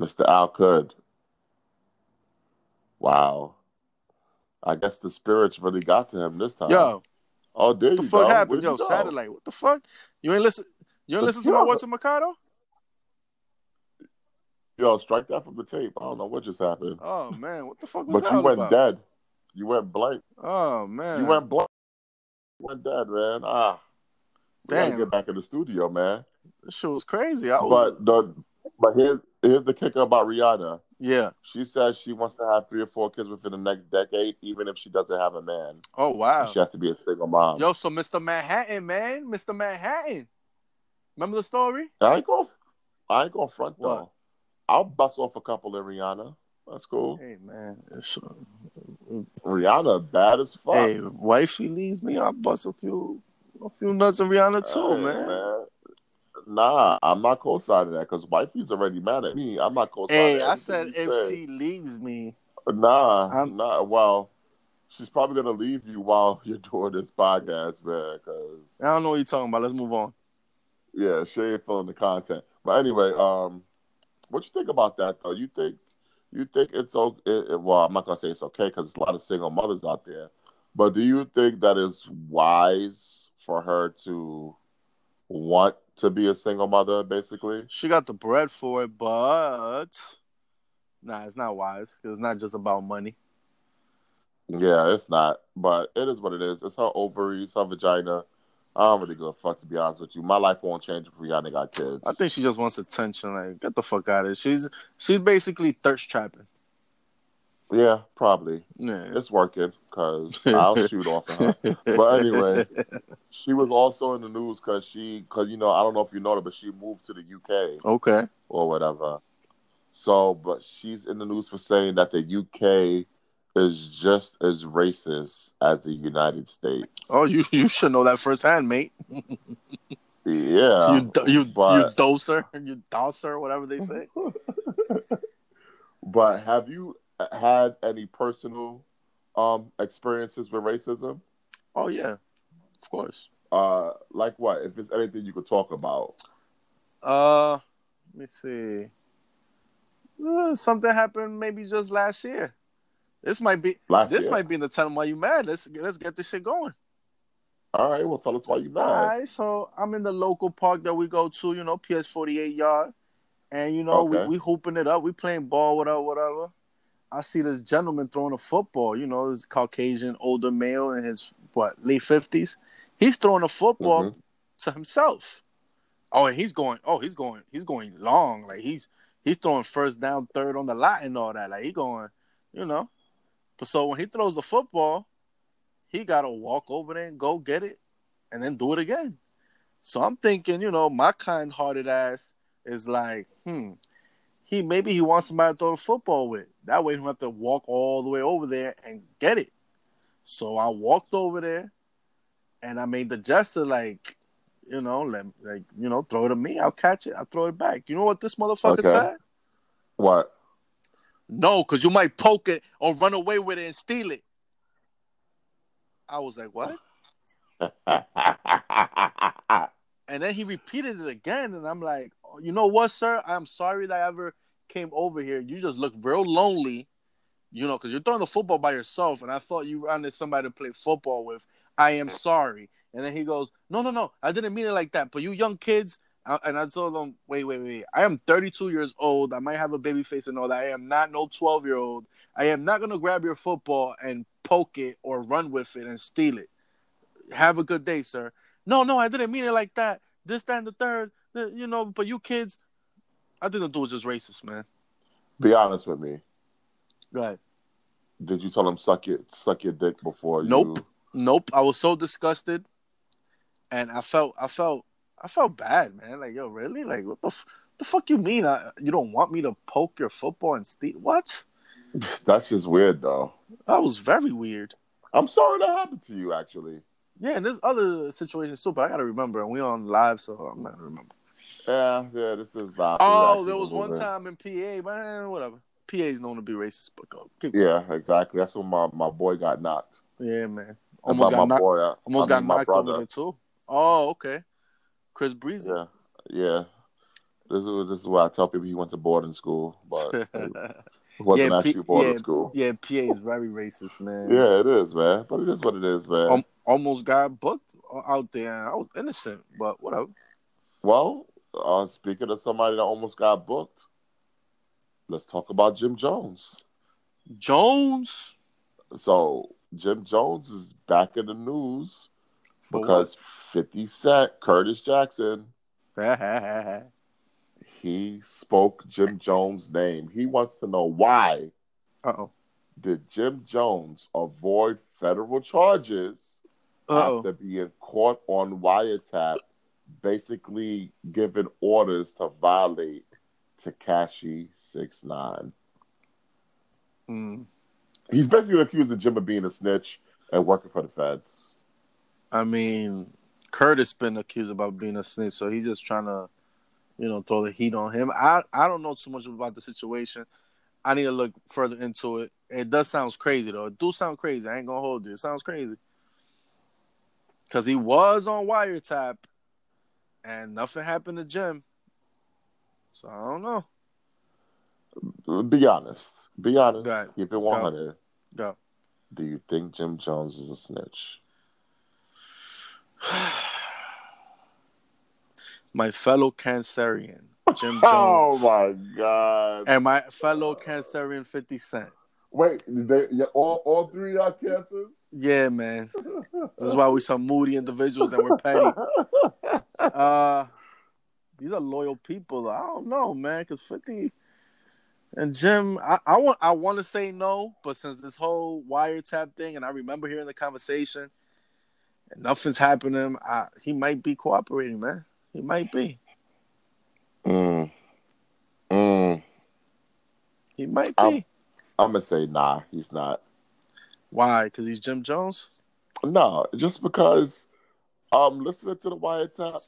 A: Mr. Al could. Wow. I guess the spirits really got to him this time.
B: Yo,
A: Oh, there
B: what the
A: Uh, you
B: fuck
A: go.
B: happened?
A: Where'd
B: Yo,
A: you go?
B: satellite. What the fuck? You ain't listen. You ain't listen to my Walter Mercado?
A: Yo, strike that from the tape. I don't know what just happened.
B: Oh man, what the fuck was
A: But
B: that
A: you
B: all
A: went
B: about?
A: dead. You went blank.
B: Oh man,
A: You went blank. You went dead, man. Ah. We gotta
B: Damn.
A: get back in the studio, man.
B: This shit was crazy. I was
A: But the but here's here's the kicker about Rihanna.
B: Yeah.
A: She says she wants to have three or four kids within the next decade, even if she doesn't have a man.
B: Oh wow.
A: She has to be a single mom.
B: Yo, so Mr. Manhattan, man, Mr. Manhattan. Remember the story?
A: I ain't going I ain't gonna front though.
B: What?
A: I'll bust off a couple of Rihanna. That's cool.
B: Hey man, it's, uh,
A: Rihanna bad as fuck.
B: hey, wifey leaves me, I bust a few, a few nuts in Rihanna too,
A: Hey,
B: man.
A: Nah, I'm not co-signing that because wifey's already mad at me. I'm not co-signing.
B: Hey, I
A: anything
B: said
A: you
B: if
A: say.
B: she leaves me,
A: Nah,
B: I'm-
A: nah. Well, she's probably gonna leave you while you're doing this podcast, man. Because
B: I don't know what you're talking about. Let's move on.
A: yeah, she ain't feeling the content. But anyway, um, what you think about that though? You think you think it's okay? It, it- well, I'm not gonna say it's okay because there's a lot of single mothers out there. But do you think that is wise for her to want to be a single mother, basically?
B: She got the bread for it, but nah, it's not wise. 'cause It's not just about money.
A: Yeah, it's not, but it is what it is. It's her ovaries, her vagina. I don't really give a fuck to be honest with you. My life won't change if Rihanna got kids.
B: I think she just wants attention. Like, get the fuck out of here. She's she's basically thirst trapping.
A: yeah, probably
B: Yeah.
A: it's working because I'll shoot off of her. But anyway, she was also in the news because she, because you know, I don't know if you know that, but she moved to the UK
B: Okay.
A: or whatever. So, but she's in the news for saying that the UK is just as racist as the United States.
B: Oh, you you should know that firsthand, mate.
A: yeah,
B: you do, you you
A: but-
B: doser, you doser, whatever they say.
A: But have you had any personal um experiences with racism?
B: Oh yeah, of course.
A: Uh like what? If it's anything you could talk about.
B: Uh, let me see. Uh, something happened maybe just last year. This might be
A: Last
B: this
A: year.
B: might be the time why you mad. Let's let's get this shit going.
A: All right, well tell us why you mad.
B: All right, so I'm in the local park that we go to, you know, PS48 yard, and you know
A: Okay.
B: we we hooping it up, we playing ball, whatever, whatever. I see this gentleman throwing a football. You know, this Caucasian older male in his what late fifties. He's throwing a football to himself. Oh, and he's going. Oh, he's going. He's going long. Like he's he's throwing first down, third on the lot, and all that. Like he going. You know. But so when he throws the football, he gotta walk over there and go get it, and then do it again. So I'm thinking, you know, my kind-hearted ass is like, hmm, he maybe he wants somebody to throw the football with. That way he don't have to walk all the way over there and get it. So I walked over there, and I made the gesture like, you know, let, like you know, throw it to me. I'll catch it. I'll throw it back. You know what this motherfucker
A: Okay.
B: said?
A: What?
B: No, because you might poke it or run away with it and steal it. I was like, what? And then he repeated it again, and I'm like, oh, you know what, sir? I'm sorry that I ever came over here. You just look real lonely, you know, because you're throwing the football by yourself, and I thought you wanted somebody to play football with. I am sorry. And then he goes, no, no, no, I didn't mean it like that. But you young kids, I- and I told him, wait, wait, wait. I am 32 years old. I might have a baby face and all that. I am not no 12 year old. I am not gonna grab your football and poke it or run with it and steal it. Have a good day, sir. No, no, I didn't mean it like that. This, that, and the third. The- you know, but you kids, I think the dude was just racist, man.
A: Be honest with me.
B: Right.
A: Did you tell him suck your suck your dick before
B: Nope.
A: you
B: Nope. I was so disgusted, and I felt, I felt, I felt bad, man. Like, yo, really? Like, what the, f- the fuck you mean? I, you don't want me to poke your football and steal? What?
A: that's just weird though.
B: That was very weird.
A: I'm sorry that happened to you actually.
B: Yeah, and there's other situations too, but I gotta remember, and we on live, so I'm not gonna remember.
A: Yeah, yeah, this is not
B: Oh,
A: actually
B: there was one
A: moving.
B: time in PA, but eh, whatever. PA's known to be racist, but go. keep-
A: Yeah, exactly. That's when my, my boy got knocked.
B: Yeah, man.
A: And
B: Almost
A: by
B: got
A: my
B: knocked,
A: boy, uh, I-
B: almost
A: I
B: got
A: mean my
B: knocked
A: brother.
B: over there too. Oh, okay. Chris Breezy.
A: Yeah, yeah. This is this is why I tell people he went to boarding school, but it wasn't
B: Yeah,
A: actually
B: P-
A: boarding
B: yeah.
A: school.
B: yeah, PA is very racist, man.
A: Yeah, it is, man. But it is what it is, man.
B: Um, almost got booked out there. I was innocent, but whatever.
A: well, uh, speaking of somebody that almost got booked, let's talk about Jim Jones.
B: Jones.
A: So Jim Jones is back in the news
B: For
A: because Fifty Cent, Curtis Jackson,
B: what?
A: He spoke Jim Jones' name. He wants to know why
B: Uh oh.
A: did Jim Jones avoid federal charges
B: Uh oh.
A: after being caught on wiretap, basically giving orders to violate Takashi Six Nine.
B: Mm.
A: He's basically accused of Jim of being a snitch and working for the feds.
B: I mean, Curtis been accused about being a snitch, so he's just trying to, you know, throw the heat on him. I I don't know too much about the situation. I need to look further into it. It does sounds crazy though. It do sound crazy. I ain't gonna hold you. It sounds crazy. Cause he was on wiretap, and nothing happened to Jim. So I don't know.
A: Be honest. Be honest.
B: Right.
A: Keep it 100.
B: Go.
A: Do you think Jim Jones is a snitch?
B: My fellow Cancerian, Jim Jones,
A: Oh my God!
B: and my fellow Cancerian, Fifty Cent.
A: Wait, they, yeah, all all three of y'all cancers.
B: Yeah, man. This is why we some moody individuals and we're petty. Uh, these are loyal people. I don't know, man, because Fifty and Jim. I, I want I want to say no, but since this whole wiretap thing, and I remember hearing the conversation, and nothing's happening. I, he might be cooperating, man. He might be.
A: Mm. Mm.
B: He might be.
A: I'm- I'm gonna say nah. He's not.
B: Why? Because he's Jim Jones.
A: No, just because. Um, listening to the wiretap,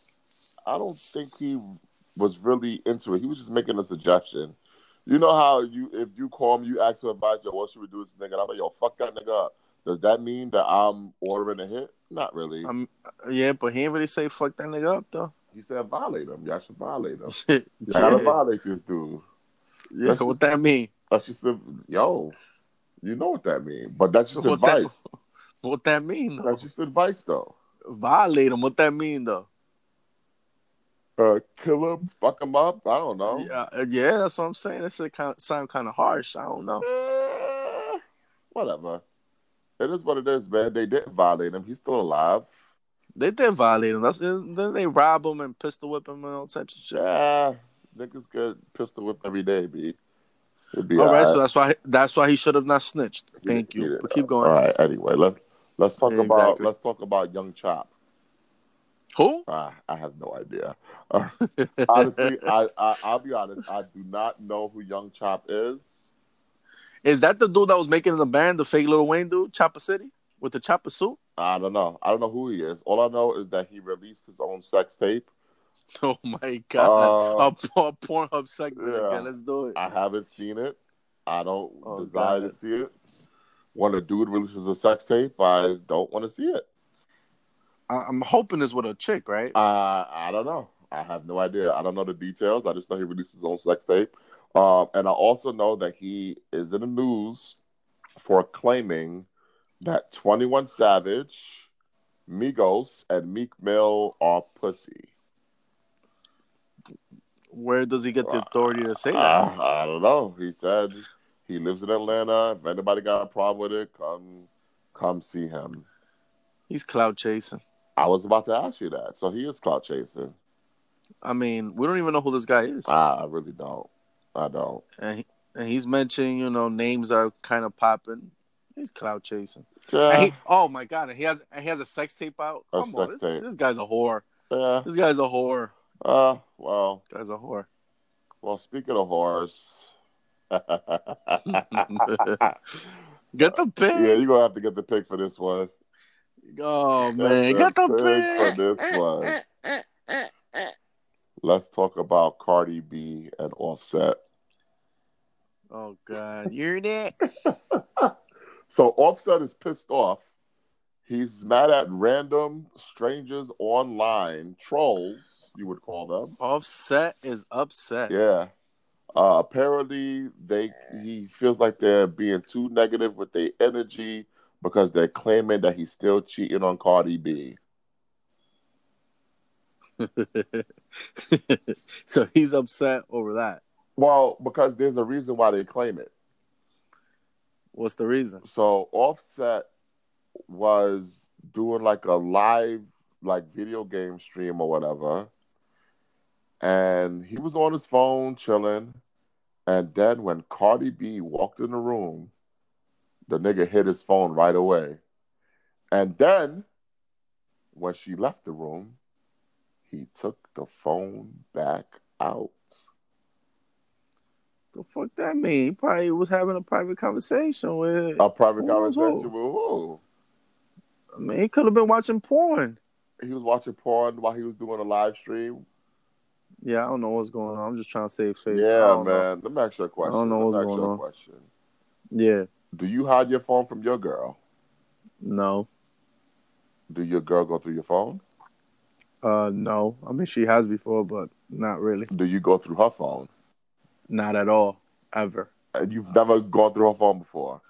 A: I don't think he was really into it. He was just making a suggestion. You know how you if you call me, you ask me about yo, what should we do with this nigga? And I'm like, yo, fuck that nigga up. Does that mean that I'm ordering a hit? Not really.
B: Um, yeah, but he ain't really say fuck that nigga up though.
A: He said violate him. Y'all should violate him.
B: yeah,
A: You gotta violate this dude.
B: yeah, what that mean?
A: That's just a, yo. You know what that means, but that's just
B: What that-
A: advice.
B: What that mean? though?
A: That's just advice, though.
B: Violate him. What that mean though?
A: Uh, kill him, fuck him up. I don't know.
B: Yeah, uh, yeah, that's what I'm saying. That shit kind of sound kind of harsh. I don't know.
A: Eh, whatever. It is what it is, man. They didn't violate him. He's still alive.
B: They did violate him. That's then they rob him and pistol whip him and all types of shit.
A: Yeah, niggas get pistol whipped every day, b. It'd be
B: All right, so
A: alright.
B: that's why that's why he should have not snitched. Thank you.
A: Yeah.
B: But keep
A: all
B: going.
A: right. Anyway, let's let's talk
B: Yeah,
A: about
B: exactly.
A: let's talk about Young Chop.
B: Who?
A: Ah, I have no idea. Honestly, I, I I'll be honest. I do not know who Young Chop is.
B: Is that the dude that was making the band, the fake Little Wayne dude, Chopper City, with the chopper suit?
A: I don't know. I don't know who he is. All I know is that he released his own sex tape.
B: Oh my god!
A: Uh,
B: a, por- a Pornhub segment
A: yeah.
B: again. Let's do it.
A: I haven't seen it. I don't
B: Oh,
A: desire
B: God.
A: to see it. When a dude releases a sex tape, I don't want to see it.
B: I, I'm hoping it's with a chick, right?
A: I I don't know. I have no idea. I don't know the details. I just know he released his own sex tape. Um, and I also know that he is in the news for claiming that 21 Savage, Migos, and Meek Mill are pussy.
B: Where does he get the authority to say that?
A: Uh, I don't know. He said he lives in Atlanta. If anybody got a problem with it, come come see him.
B: He's cloud chasing.
A: I was about to ask you that. So he is clout chasing.
B: I mean, we don't even know who this guy is,
A: I, I really don't. I don't.
B: and, he, and he's mentioning you know names that are kind of popping. He's cloud chasing. And
A: Yeah,
B: he, oh my god, and he has and he has a sex tape out.
A: Uh, A
B: Come on,
A: sex
B: this,
A: tape.
B: this guy's a whore.
A: yeah.
B: This guy's a whore.
A: Uh, well,
B: Guy's a whore.
A: well. Speaking of whores,
B: Get the
A: yeah,
B: pig.
A: you're gonna have to get the pick for this one.
B: Oh man,
A: Get
B: get
A: the
B: the
A: pig
B: pig.
A: for Let's talk about Cardi B and Offset.
B: Oh god, you're that.
A: So Offset is pissed off. He's mad at random strangers online, trolls, you would call them.
B: Offset is upset.
A: Yeah. Uh, apparently, they he feels like they're being too negative with their energy because they're claiming that he's still cheating on Cardi B.
B: so he's upset over that.
A: Well, because there's a reason why they claim it.
B: What's the reason?
A: So Offset was doing like a live like video game stream or whatever. and he was on his phone chilling. And then when Cardi B walked in the room, the nigga hit his phone right away. And then when she left the room, he took the phone back out.
B: The fuck that mean? He probably was having a private conversation with.
A: A private
B: Who was
A: conversation
B: who?
A: with who?
B: I mean, he could have been watching porn.
A: He was watching porn while he was doing a live stream.
B: Yeah, I don't know what's going on. I'm just trying to save face. I
A: yeah,
B: don't
A: man. Let me ask you a question.
B: know
A: Let me
B: what's
A: ask
B: going
A: you a
B: on.
A: question.
B: Know. Yeah.
A: Do you hide your phone from your girl?
B: No.
A: Do your girl go through your phone?
B: Uh, no. I mean, she has before, but not really.
A: Do you go through her phone?
B: Not at all. Ever.
A: And you've never gone through her phone before,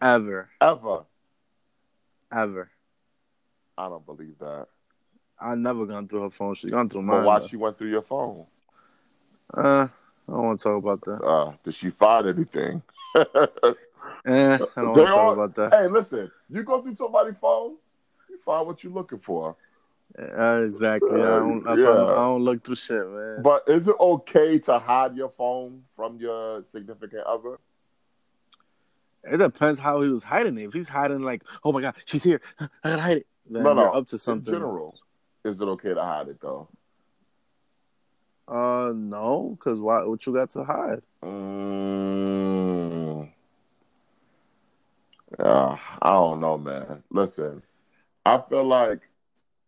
B: Ever.
A: ever.
B: Ever.
A: I don't believe that.
B: I never gone through her phone. She's gone through
A: But
B: mine.
A: why she went through your phone?
B: though. Uh, I don't want to talk about that.
A: Uh, did she find anything?
B: Eh, I don't want
A: They
B: to talk
A: are-
B: about that.
A: hey, listen. You go through somebody's phone, you find what you're looking for.
B: Uh, exactly. I don't, that's why I, don't, I don't look through shit, man.
A: But is it okay to hide your phone from your significant other?
B: It depends how he was hiding it. If he's hiding like, oh my god, she's here, I gotta hide it. Then
A: No, no.
B: you're up to something.
A: In general, is it okay to hide it though?
B: Uh, no, because why? What you got to hide?
A: Mm. Yeah, I don't know, man. Listen, I feel like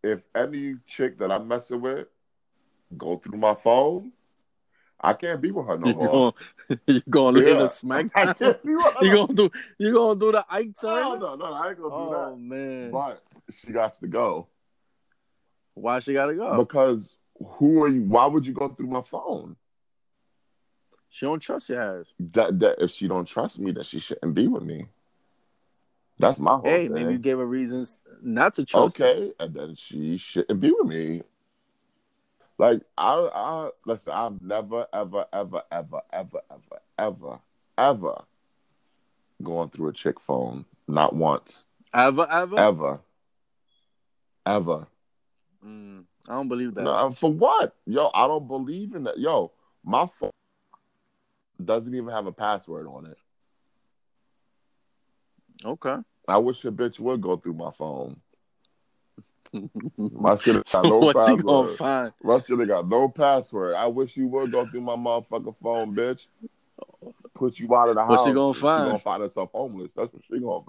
A: if any chick that I'm messing with go through my phone, I can't be with her no
B: you
A: more.
B: going you going to
A: Yeah.
B: hit a smack?
A: I can't be with her.
B: you gonna do? You gonna do the Ike
A: no,
B: Turner?
A: no, no, I ain't gonna do
B: Oh
A: that.
B: man,
A: But she got to go
B: why she gotta go?
A: because who are you? Why would you go through my phone?
B: She don't trust your ass.
A: That that if she don't trust me, that she shouldn't be with me. That's my whole
B: Hey,
A: thing.
B: maybe you gave her reasons not to trust. her.
A: okay, and then she shouldn't be with me. Like I, I listen. I've never, ever, ever, ever, ever, ever, ever, ever gone through a chick phone. Not once,
B: Ever, ever?
A: ever, ever.
B: Mm, I don't believe that.
A: No, for what, yo? I don't believe in that, yo. My phone doesn't even have a password on it.
B: Okay.
A: I wish a bitch would go through my phone. My shit got no
B: what you
A: password.
B: gonna find?
A: My shit ain't got no password. I wish you would go through my motherfucking phone, bitch. Put you out of the house.
B: What she gonna
A: She gonna
B: find?
A: find herself homeless. That's what she gonna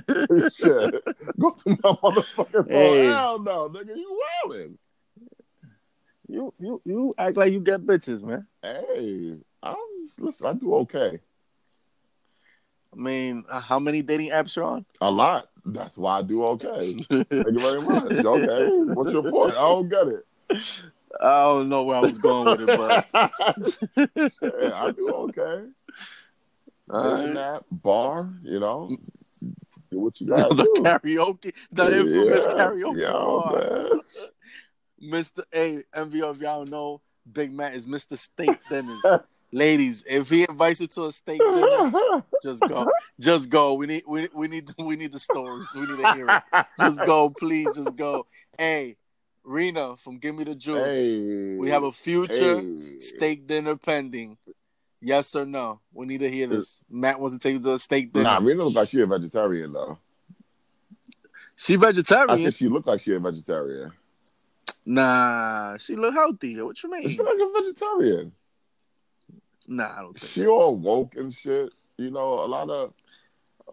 A: find. Shit. Go through my motherfucking phone.
B: Hey.
A: Hell no, nigga. You wildin'.
B: You you you act like you get bitches, man.
A: Hey, I'm listen. I do okay.
B: I mean, uh, how many dating apps are on?
A: A lot. That's why I do okay. Thank you very much. Okay. What's your point? I don't get it.
B: I don't know where I was going with it, but
A: Shit, I do okay.
B: Alright.
A: Dating app, bar, you know. Do what you gotta
B: the
A: do.
B: karaoke, the infamous karaoke
A: yeah,
B: bar.
A: man.
B: Mr. A, MVO, if y'all know, Big Matt is Mr. Steak Dinners. Ladies, if he invites you to a steak dinner, just go, just go. We need, we, we need, we need the stories. We need to hear it. Just go, please, just go. Hey, Rena from Give Me the Juice.
A: Hey,
B: We have a future
A: hey.
B: steak dinner pending. Yes or no? We need to hear this. Matt wants to take you to a steak dinner.
A: Nah, Rena looks like she a vegetarian though.
B: she
A: I
B: vegetarian.
A: said she looked like she a vegetarian.
B: Nah, she look healthy. What you
A: She
B: mean?
A: like a vegetarian.
B: Nah, I don't think
A: She
B: so.
A: all woke and shit. You know, a lot of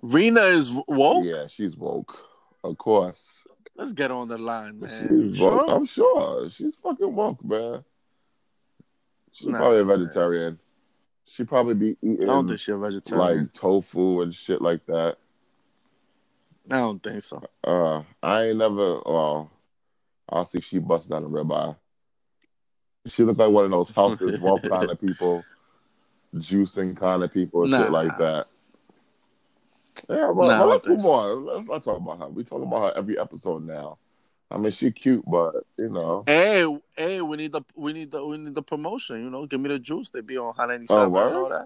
B: Rena is woke.
A: yeah, she's woke. Of course,
B: Let's get her on the line, man.
A: she's woke.
B: Sure?
A: I'm sure she's fucking woke, man. She's
B: Nah,
A: probably a vegetarian. She probably be
B: I don't
A: eating
B: think she a vegetarian.
A: like tofu and shit like that.
B: I don't think so.
A: Uh, I ain't never. Well, I'll see if she busts down a ribeye. She looked like one of those healthy, well kind of people, juicing kind of people, and shit
B: Nah.
A: like that. Yeah,
B: Nah,
A: but, but
B: I don't
A: let's
B: think
A: move
B: so.
A: on. Let's not talk about her. We talking about her every episode now. I mean, she cute, but you know.
B: Hey, hey, we need the we need the we need the promotion. You know, give me the juice. They be on Hot 97
A: Oh,
B: and
A: word?
B: all that.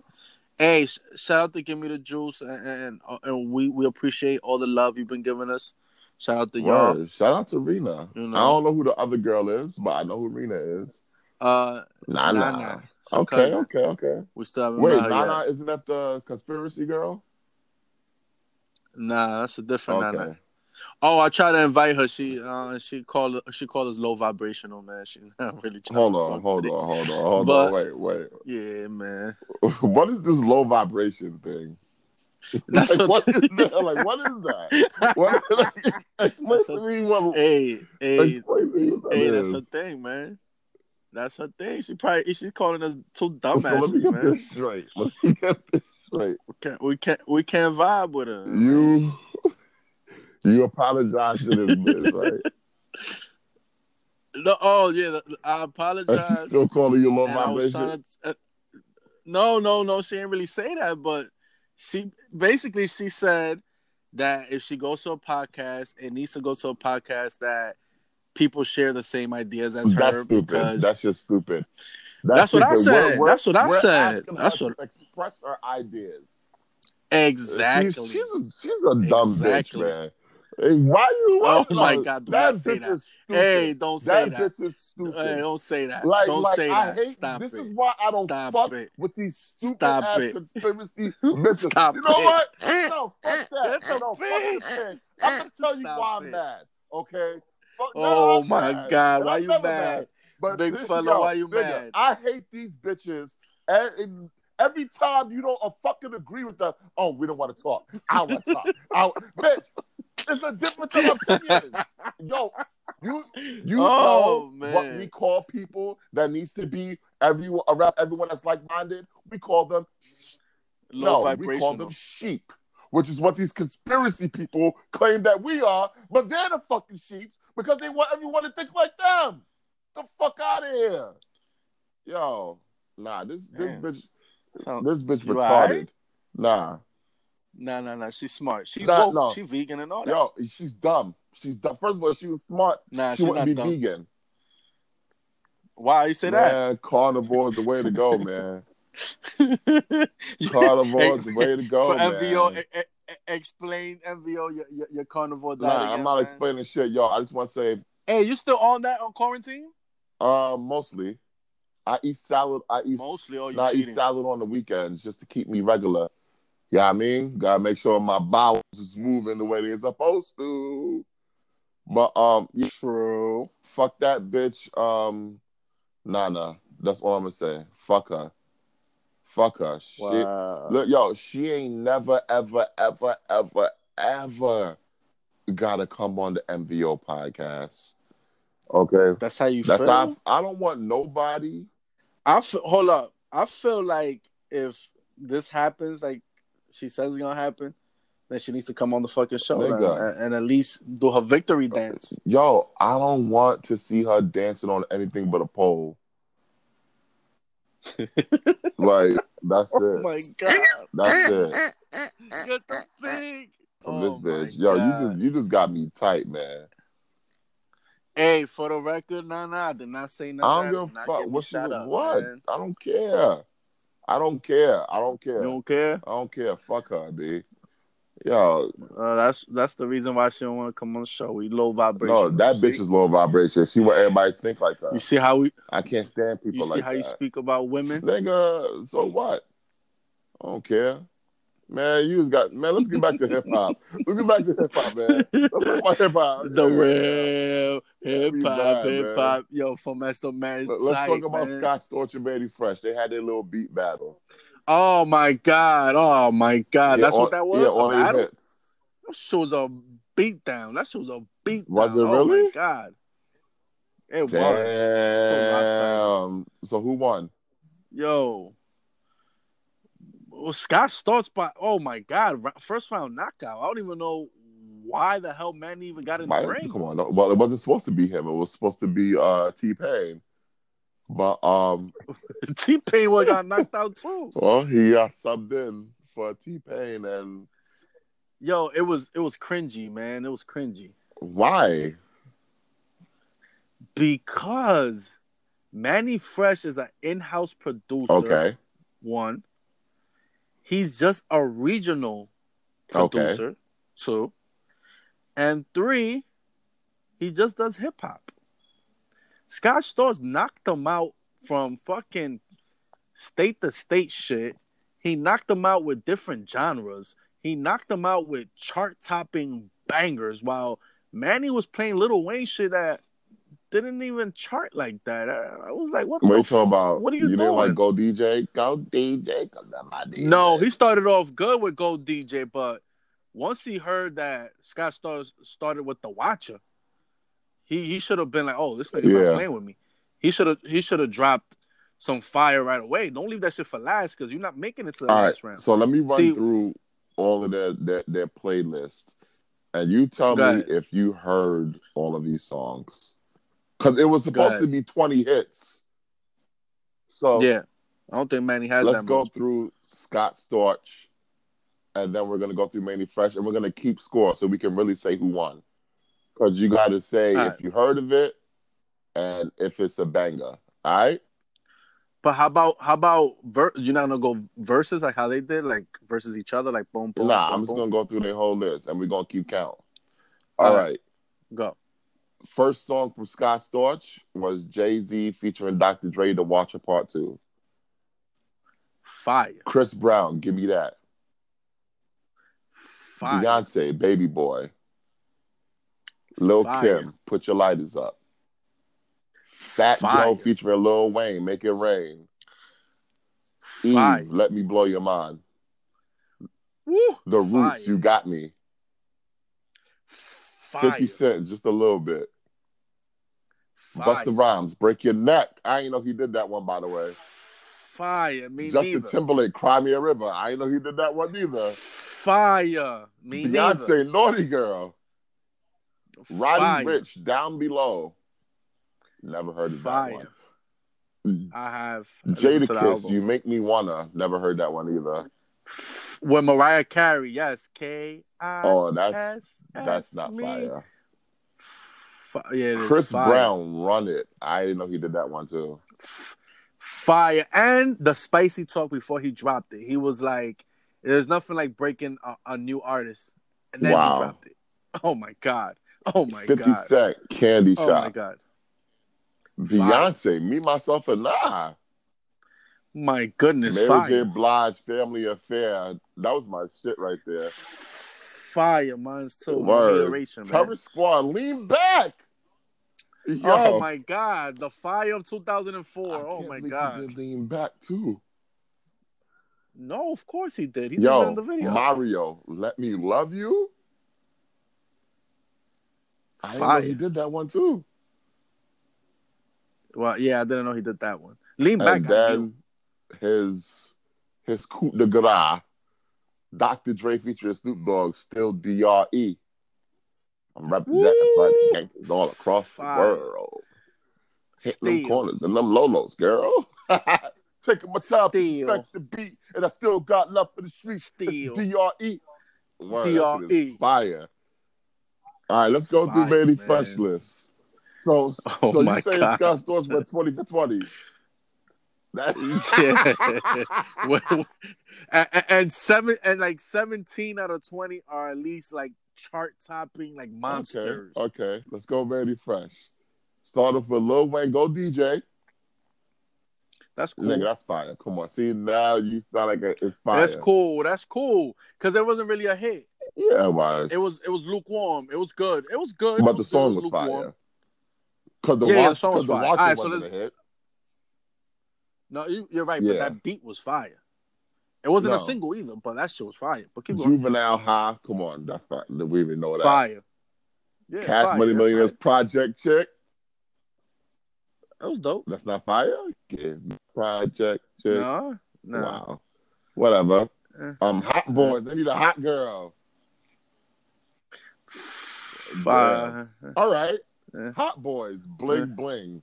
B: Hey, sh- shout out to give me the juice, and and, uh, and we we appreciate all the love you've been giving us. Shout out to y'all.
A: Word. Shout out to Rena.
B: You
A: I
B: know.
A: don't know who the other girl is, but I know who Rena is.
B: Uh,
A: Nah, nah.
B: Nana. It's her
A: Okay,
B: cousin.
A: okay, okay.
B: We still haven't
A: Wait,
B: met her yet.
A: Nana, isn't that the conspiracy girl?
B: Nah, that's a different Nana.
A: Okay.
B: Oh, I tried to invite her. She uh she called she called us low vibrational, man. She not really trying
A: Hold
B: to
A: on,
B: fuck
A: hold
B: with it.
A: on, hold on, hold
B: But-
A: on. Wait, wait.
B: Yeah, man.
A: What is this low vibration thing?
B: That's
A: like,
B: what
A: what is that? Like, what is that? What, like, explain
B: That's
A: to me what.
B: hey, hey,
A: explain to me what that
B: hey, that's
A: is.
B: her thing, man. That's her thing. She probably she's calling us two
A: So let me
B: dumbasses,
A: get
B: man.
A: this straight. Let me get this straight.
B: We can't we can't we can't vibe with her.
A: You, you apologize to this bitch, right?
B: No, oh yeah, I
A: And she's
B: apologize.
A: still calling you low
B: and I was
A: vibration.
B: trying to. uh, no, no, no. She didn't really say that, but she basically she said that if she goes to a podcast, it needs to go to a podcast that people share the same ideas as
A: That's
B: her
A: stupid.
B: because
A: That's just stupid.
B: That's what I
A: stupid.
B: said. That's what I
A: we're
B: said.
A: asking
B: That's
A: her
B: what-
A: to express her ideas.
B: exactly.
A: uh, She's, she's, a, she's a dumb
B: Exactly.
A: bitch, man. Hey, why you? why
B: Oh
A: you-
B: my God, do
A: That
B: not say
A: bitch
B: that.
A: is stupid.
B: hey, don't say
A: that
B: that.
A: bitch is stupid.
B: Hey, don't say that.
A: like,
B: don't
A: like
B: say
A: I
B: that.
A: hate.
B: Stop
A: this
B: it.
A: is why I don't
B: Stop
A: fuck
B: it.
A: with these stupid
B: Stop
A: ass
B: it.
A: conspiracy bitches.
B: Stop
A: you know
B: it.
A: what? No, fuck that.
B: That's a
A: no, fuck
B: bitch.
A: this thing. I'm gonna tell you
B: Stop
A: why I'm
B: it.
A: mad. Okay. Fuck, no,
B: Oh
A: I'm
B: my
A: mad.
B: God,
A: And
B: why
A: I'm
B: you
A: never
B: mad?
A: But
B: Big
A: thi-
B: fella,
A: yo,
B: why you
A: nigga,
B: mad?
A: I hate these bitches. And, and every time you don't uh, fucking agree with them, oh, we don't want to talk. I want to talk. I, bitch, it's a difference of opinions. Yo, you you
B: oh,
A: know
B: man.
A: what we call people that needs to be everyone around everyone that's like minded. We call them sh-
B: Low
A: no, we call them sheep, which is what these conspiracy people claim that we are. But they're the fucking sheeps because they want everyone to think like them. The fuck out of here, yo. Nah, this this
B: Damn.
A: bitch
B: So,
A: this bitch
B: You
A: retarded.
B: alright?
A: Nah,
B: no, no, no. She's smart. She's
A: Nah,
B: woke.
A: no.
B: She vegan and all that.
A: yo, she's dumb. She's dumb. First of all, she was smart.
B: nah,
A: she
B: she's
A: wouldn't
B: not
A: be
B: dumb.
A: vegan.
B: Why you say
A: Man, carnivore is the way to go, man.
B: that?
A: Carnivore is the way to go,
B: For
A: man.
B: MVO, e- e- e- explain MVO your, your, your carnivore diet.
A: nah, I'm
B: again,
A: not
B: man.
A: explaining shit, y'all. I just want to say,
B: Hey, you still on that on quarantine?
A: uh, mostly, I eat salad. I eat,
B: Mostly, or you
A: nah, I eat
B: cheating?
A: salad on the weekends just to keep me regular. Yeah, I mean, gotta make sure my bowels is moving the way they're supposed to. But um, yeah,
B: True.
A: fuck that bitch. Um, nah, nah. That's all I'm gonna say. Fuck her. Fuck her. Shit.
B: Wow.
A: Look, yo, she ain't never, ever, ever, ever, ever gotta come on the MVO podcast. Okay.
B: That's how you
A: That's
B: feel.
A: how I, I don't want nobody.
B: I f- hold up. I feel like if this happens, like she says it's gonna happen, then she needs to come on the fucking show
A: Nigga.
B: then, and, and at least do her victory dance.
A: Yo, I don't want to see her dancing on anything but a pole. like, that's
B: Oh
A: it.
B: my god,
A: That's it.
B: get the pig
A: From
B: Oh
A: this
B: my
A: bitch. Yo,
B: God.
A: you just you just got me tight, man.
B: Hey, for the record, nah, nah, I did not say nothing.
A: I don't give a fuck. What she what? I don't care. I don't care. I don't
B: You
A: care.
B: don't care?
A: I don't care. Fuck her, B. Yo,
B: Uh, that's that's the reason why she don't want to come on the show. We low vibration.
A: No, that bitch is low vibration. She want everybody to think like
B: You
A: that.
B: see how we?
A: I can't stand people
B: You see
A: like
B: how you
A: that.
B: speak about women?
A: Nigga, so what? I don't care. Man, you just got man, let's get back to hip hop. let's get back to hip hop, man. Let's talk about hip hop.
B: The
A: Yeah.
B: real hip
A: We
B: hop,
A: ride,
B: hip hop. Yo, from Master Mary's
A: Let- Let's
B: tight,
A: talk about
B: man.
A: Scott Storch and Betty Fresh. They had their little beat battle.
B: Oh my god, oh my god,
A: Yeah,
B: that's
A: on-
B: what that was.
A: Yeah,
B: A
A: on their
B: battle?
A: hits.
B: That shit was a beatdown. That shit was a beatdown.
A: Was it
B: Oh my
A: really?
B: god, it was.
A: Damn. So who won?
B: Yo, well, Scott Storch, but oh my god, ra- first round knockout. I don't even know why the hell man even got in
A: My,
B: the ring.
A: come on. No, well, it wasn't supposed to be him. It was supposed to be uh T Pain. But um
B: T Pain got knocked out too.
A: Well, he got subbed in for T Pain, and
B: Yo, it was it was cringy, man. It was cringy.
A: why?
B: Because Manny Fresh is an in-house producer.
A: Okay,
B: One. He's just a regional
A: Okay.
B: producer. Two. And three, he just does hip hop. Scott Storch knocked him out from fucking state to state shit. He knocked them out with different genres. He knocked them out with chart topping bangers while Manny was playing Little Wayne shit that didn't even chart like that. I, I was like, what
A: What
B: the
A: you talking about?
B: What are you
A: didn't like
B: doing?
A: go DJ? Go DJ, cause I'm my DJ.
B: No, he started off good with Gold DJ, but once he heard that Scott Star started with the Watcher, he he should have been like, "Oh, this nigga's
A: Yeah.
B: not playing with me." He should have he should have dropped some fire right away. Don't leave that shit for last because you're not making it to the
A: All right,
B: next round.
A: so let me run
B: See-
A: through all of their their, their playlist, and you tell
B: Go
A: me
B: ahead.
A: if you heard all of these songs, because it was supposed
B: ahead.
A: to be twenty hits. So
B: yeah, I don't think Manny has
A: let's
B: that.
A: go
B: much.
A: through Scott Storch, and then we're gonna go through Manny Fresh, and we're gonna keep score so we can really say who won. Because you got to say
B: All
A: if
B: right.
A: you heard of it, and if it's a banger. All right.
B: But how about how about ver- you're not gonna go versus like how they did like versus each other like boom boom.
A: Nah,
B: boom,
A: I'm just
B: boom?
A: gonna go through their whole list, and we're gonna keep count.
B: All
A: All
B: right.
A: right.
B: go.
A: first song from Scott Storch was Jay Z featuring Dr. Dre, The Watcher Part 2.
B: Fire,
A: Chris Brown, Give Me That.
B: fire,
A: Beyonce, Baby Boy. Lil
B: Fire.
A: Kim, Put Your Lighters Up. Fat
B: fire,
A: Joe featuring Lil Wayne, Make It Rain. Eve,
B: fire.
A: E, Let Me Blow Your Mind.
B: Woo,
A: The Roots,
B: fire.
A: You Got Me.
B: Fire.
A: 50 Cent, just a little bit.
B: Fire.
A: Busta Rhymes, Break Your Neck. I ain't know he did that one, by the way.
B: Fire. Me
A: Justin
B: neither.
A: Timberlake, Cry Me a River. I ain't know he did that one either.
B: Fire. Me
A: Beyonce,
B: neither.
A: Naughty Girl. Roddy
B: Fire.
A: Rich, Down Below. Never heard of
B: Fire.
A: that one.
B: I have listened to the
A: Jada Kiss,
B: album.
A: You Make Me Wanna. Never heard that one either.
B: with Mariah Carey. Yes, K I
A: Oh, that's
B: S.
A: that's not
B: me.
A: fire.
B: Fi- yeah, it is
A: Chris
B: fire.
A: Brown, Run It. I didn't know he did that one too.
B: F- Fire and the spicy talk before he dropped it. He was like, "There's nothing like breaking a, a new artist," and then
A: Wow.
B: he dropped it. Oh my god! Oh my
A: 50
B: god!
A: Cent, Candy
B: Oh my
A: Shop.
B: god!
A: Beyonce, Me, Myself, and I.
B: My goodness!
A: Mary
B: fire.
A: J. Blige, Family Affair. That was my shit right there.
B: Fire, mine's too.
A: Word.
B: Reiteration, man.
A: Terror Squad, Lean Back. Yo,
B: Oh my god, the fire of 2004.
A: I
B: oh
A: can't
B: my
A: believe he
B: god.
A: did Lean Back too.
B: No, of course he did. He's
A: Yo,
B: in the video.
A: Mario, let me love you. I didn't know
B: Fire.
A: he did that one too.
B: Well, yeah, I didn't know he did that one. Lean back.
A: and
B: I knew.
A: then his his coup de grace, Dr. Dre featuring Snoop Dogg, still DRE. I'm representing for the
B: Woo!
A: gangsters all across
B: Fire.
A: the world. Hit them
B: Still.
A: corners and them lolos, girl. Taking my time to
B: Still.
A: respect the beat, and I still got love for the streets. It's
B: Still.
A: DRE. E. Word, that shit is
B: DRE.
A: Fire. All right, let's go
B: Fire,
A: through Manny
B: man.
A: Fresh list. So,
B: Oh
A: so
B: my
A: you say
B: god.
A: Scott Storch went 20 for 20. That,
B: Yeah. Well, and, and- and seven and like 17 out of 20 are at least like chart topping like monsters.
A: Okay, okay, let's go Manny Fresh. Start off with Lil Wayne, go DJ.
B: That's cool.
A: Nigga, that's fire. Come on. See, now you sound like a, it's fire.
B: That's cool. That's cool. Cause there wasn't really a hit.
A: Yeah, it was.
B: It was it was lukewarm. It was good. It was good.
A: but
B: It
A: the
B: good. It
A: song was
B: lukewarm.
A: fire. Because the,
B: Yeah, yeah,
A: watch,
B: the song was
A: 'cause the
B: fire.
A: watch
B: Alright, so
A: wasn't
B: let's-
A: a hit.
B: No, you, you're right, but
A: Yeah.
B: that beat was fire. It wasn't a
A: No.
B: single either, but that shit was fire. But keep going.
A: Juvenile High. Come on. That's fire. We even know that.
B: Fire. Yeah,
A: Cash
B: fire.
A: Money
B: That's
A: Millionaires
B: fire.
A: Project Chick.
B: That was dope.
A: That's not fire. Yeah. Project Chick.
B: No, no.
A: Wow. Whatever.
B: Eh.
A: Um, hot boys. They need a hot girl.
B: Fire.
A: All right.
B: Eh.
A: Hot boys. Bling bling.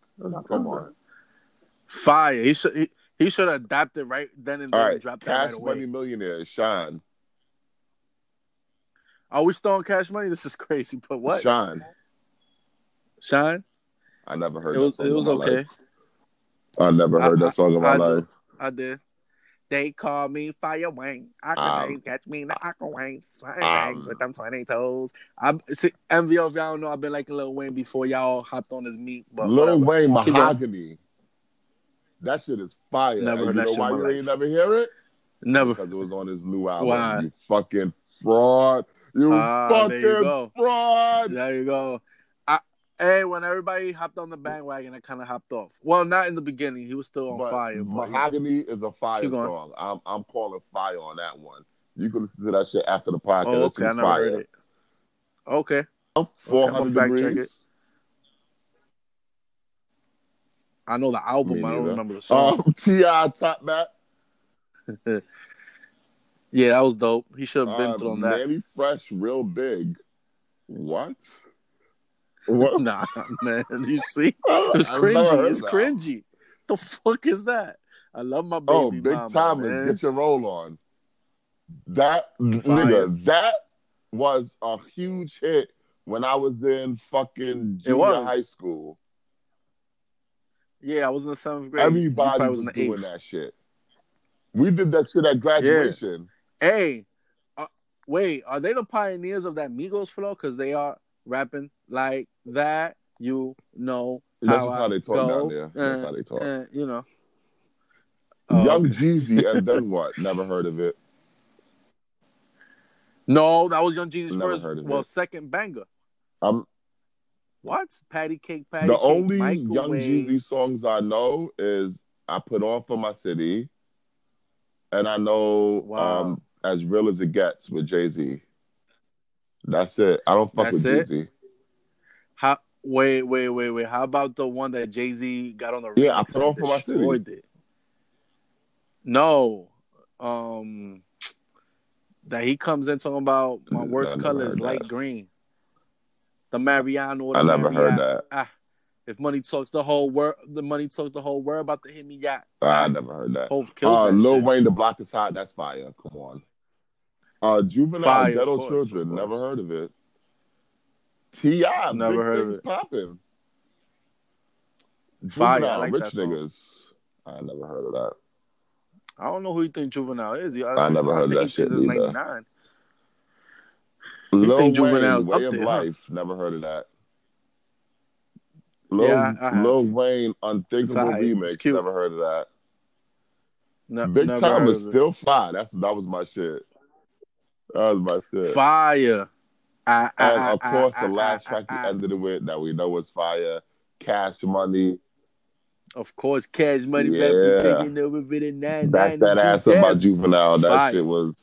A: Come on.
B: Fire. He should he, he should adapt it right then and
A: All
B: there
A: right.
B: and drop that
A: Cash
B: right away.
A: Money Millionaire. Shine.
B: Are we still on cash money? This is crazy. But what?
A: Shine.
B: Shine?
A: I never heard
B: It was
A: that song
B: it
A: in
B: was
A: my
B: okay.
A: life. I never heard
B: I-
A: that song in my
B: I know.
A: life.
B: I did. They call me Fire Wang. I
A: Um,
B: can um, catch me in the Aqua Wang.
A: um,
B: Swing things with them 20 toes. I'm see, MVO, if y'all don't know, I've been liking Lil Wayne before y'all hopped on his meat. But
A: Lil
B: whatever.
A: Wayne
B: Keep going.
A: Mahogany. That shit is fire.
B: Never
A: and
B: heard
A: you
B: that
A: know
B: shit
A: why
B: in my
A: you
B: life.
A: ain't never hear it?
B: Never.
A: Because it was on his new album.
B: Why?
A: You fucking fraud. You
B: Ah, there
A: fucking
B: you go.
A: fraud.
B: There you go. I, hey, when everybody hopped on the bandwagon, I kind of hopped off. Well, not in the beginning. He was still on
A: But
B: fire. But
A: Mahogany is a fire
B: Keep going.
A: song. I'm I'm calling fire on that one. You can listen to that shit after the podcast.
B: oh, okay. I
A: That shit's
B: never
A: fire. Um,
B: heard it. Okay.
A: Four
B: I'ma
A: hundred
B: fact check
A: degrees.
B: I know the album.
A: Me
B: I don't
A: neither.
B: remember the song.
A: Um, Ti top back.
B: yeah, that was dope. He should have been
A: Uh,
B: put on that.
A: Manny Fresh, real big. What? What?
B: Nah, man. You see?
A: It
B: It's cringy. It's cringy. The fuck is that? I love my baby.
A: Oh, Big
B: mama,
A: Thomas,
B: man.
A: get your roll on. That
B: Fire.
A: nigga, that was a huge hit when I was in fucking
B: It
A: junior
B: was.
A: high school.
B: Yeah, I was in the seventh grade. He
A: Everybody
B: probably
A: was,
B: in the
A: doing
B: eighth.
A: that shit. We did that shit at graduation.
B: Hey, uh, wait, are they the pioneers of that Migos flow? Because they are rapping like that. You know,
A: That's
B: How
A: just
B: I
A: how they talk
B: go,
A: down there. That's
B: uh,
A: how they talk.
B: eh, you know. Oh,
A: Young
B: okay.
A: Jeezy and then what? Never heard of it.
B: No, that was Young Jeezy's
A: Never
B: first,
A: heard of
B: well,
A: it.
B: second banger.
A: I'm
B: What? Patty cake, patty
A: the
B: cake,
A: only Young
B: microwave.
A: Jeezy songs I know is "I Put On for My City," and I know
B: Wow.
A: um, "As Real as It Gets" with Jay Z. That's it. I don't fuck
B: That's
A: with
B: it?
A: Jeezy.
B: How? Wait, wait, wait, wait. How about the one that Jay Z got on the
A: Yeah, I
B: remix
A: put
B: and
A: on for my city.
B: destroyed it? No, um, that he comes in talking about my
A: Mm, I
B: worst
A: never
B: color
A: heard
B: is
A: that.
B: light green. The Mariano. or
A: I
B: the
A: never heard
B: Marriott.
A: that.
B: Ah, if money talks the whole world, the money talks the whole world about to hit me. Yeah,
A: I never heard that.
B: Hove kills
A: Uh,
B: that
A: Lil
B: shit.
A: Wayne, "The Block Is Hot." That's fire. Come on. Uh, Juvenile,
B: Fire, of
A: Ghetto
B: course,
A: Children.
B: of course.
A: Never heard of it. Ti,
B: Never
A: big
B: heard of
A: things
B: it.
A: popping.
B: Fire, I
A: Juvenile,
B: like
A: rich
B: that song.
A: niggas. I never heard of that.
B: I don't know who you think Juvenile is. I,
A: never heard
B: think
A: that
B: he
A: shit
B: is
A: either.
B: 99.
A: Lil
B: think
A: Wayne,
B: Juvenile's
A: Way
B: up
A: of
B: there, huh?
A: Life. Never heard of that. Lil,
B: Yeah, I have.
A: Lil Wayne, Unthinkable
B: alright. It's
A: Remix.
B: cute.
A: Never heard of that.
B: No,
A: Big
B: never
A: Time
B: heard
A: is
B: of it.
A: still fly. That's that was my shit. That was my shit.
B: Fire. I, I,
A: And
B: I,
A: of course,
B: I,
A: the
B: I,
A: last
B: I,
A: track
B: I,
A: we ended it with that we know was fire. Cash Money.
B: Of course, Cash Money
A: Yeah.
B: Rappers taking over with a nine
A: Back that ass up by Juvenile. That
B: Fire.
A: shit was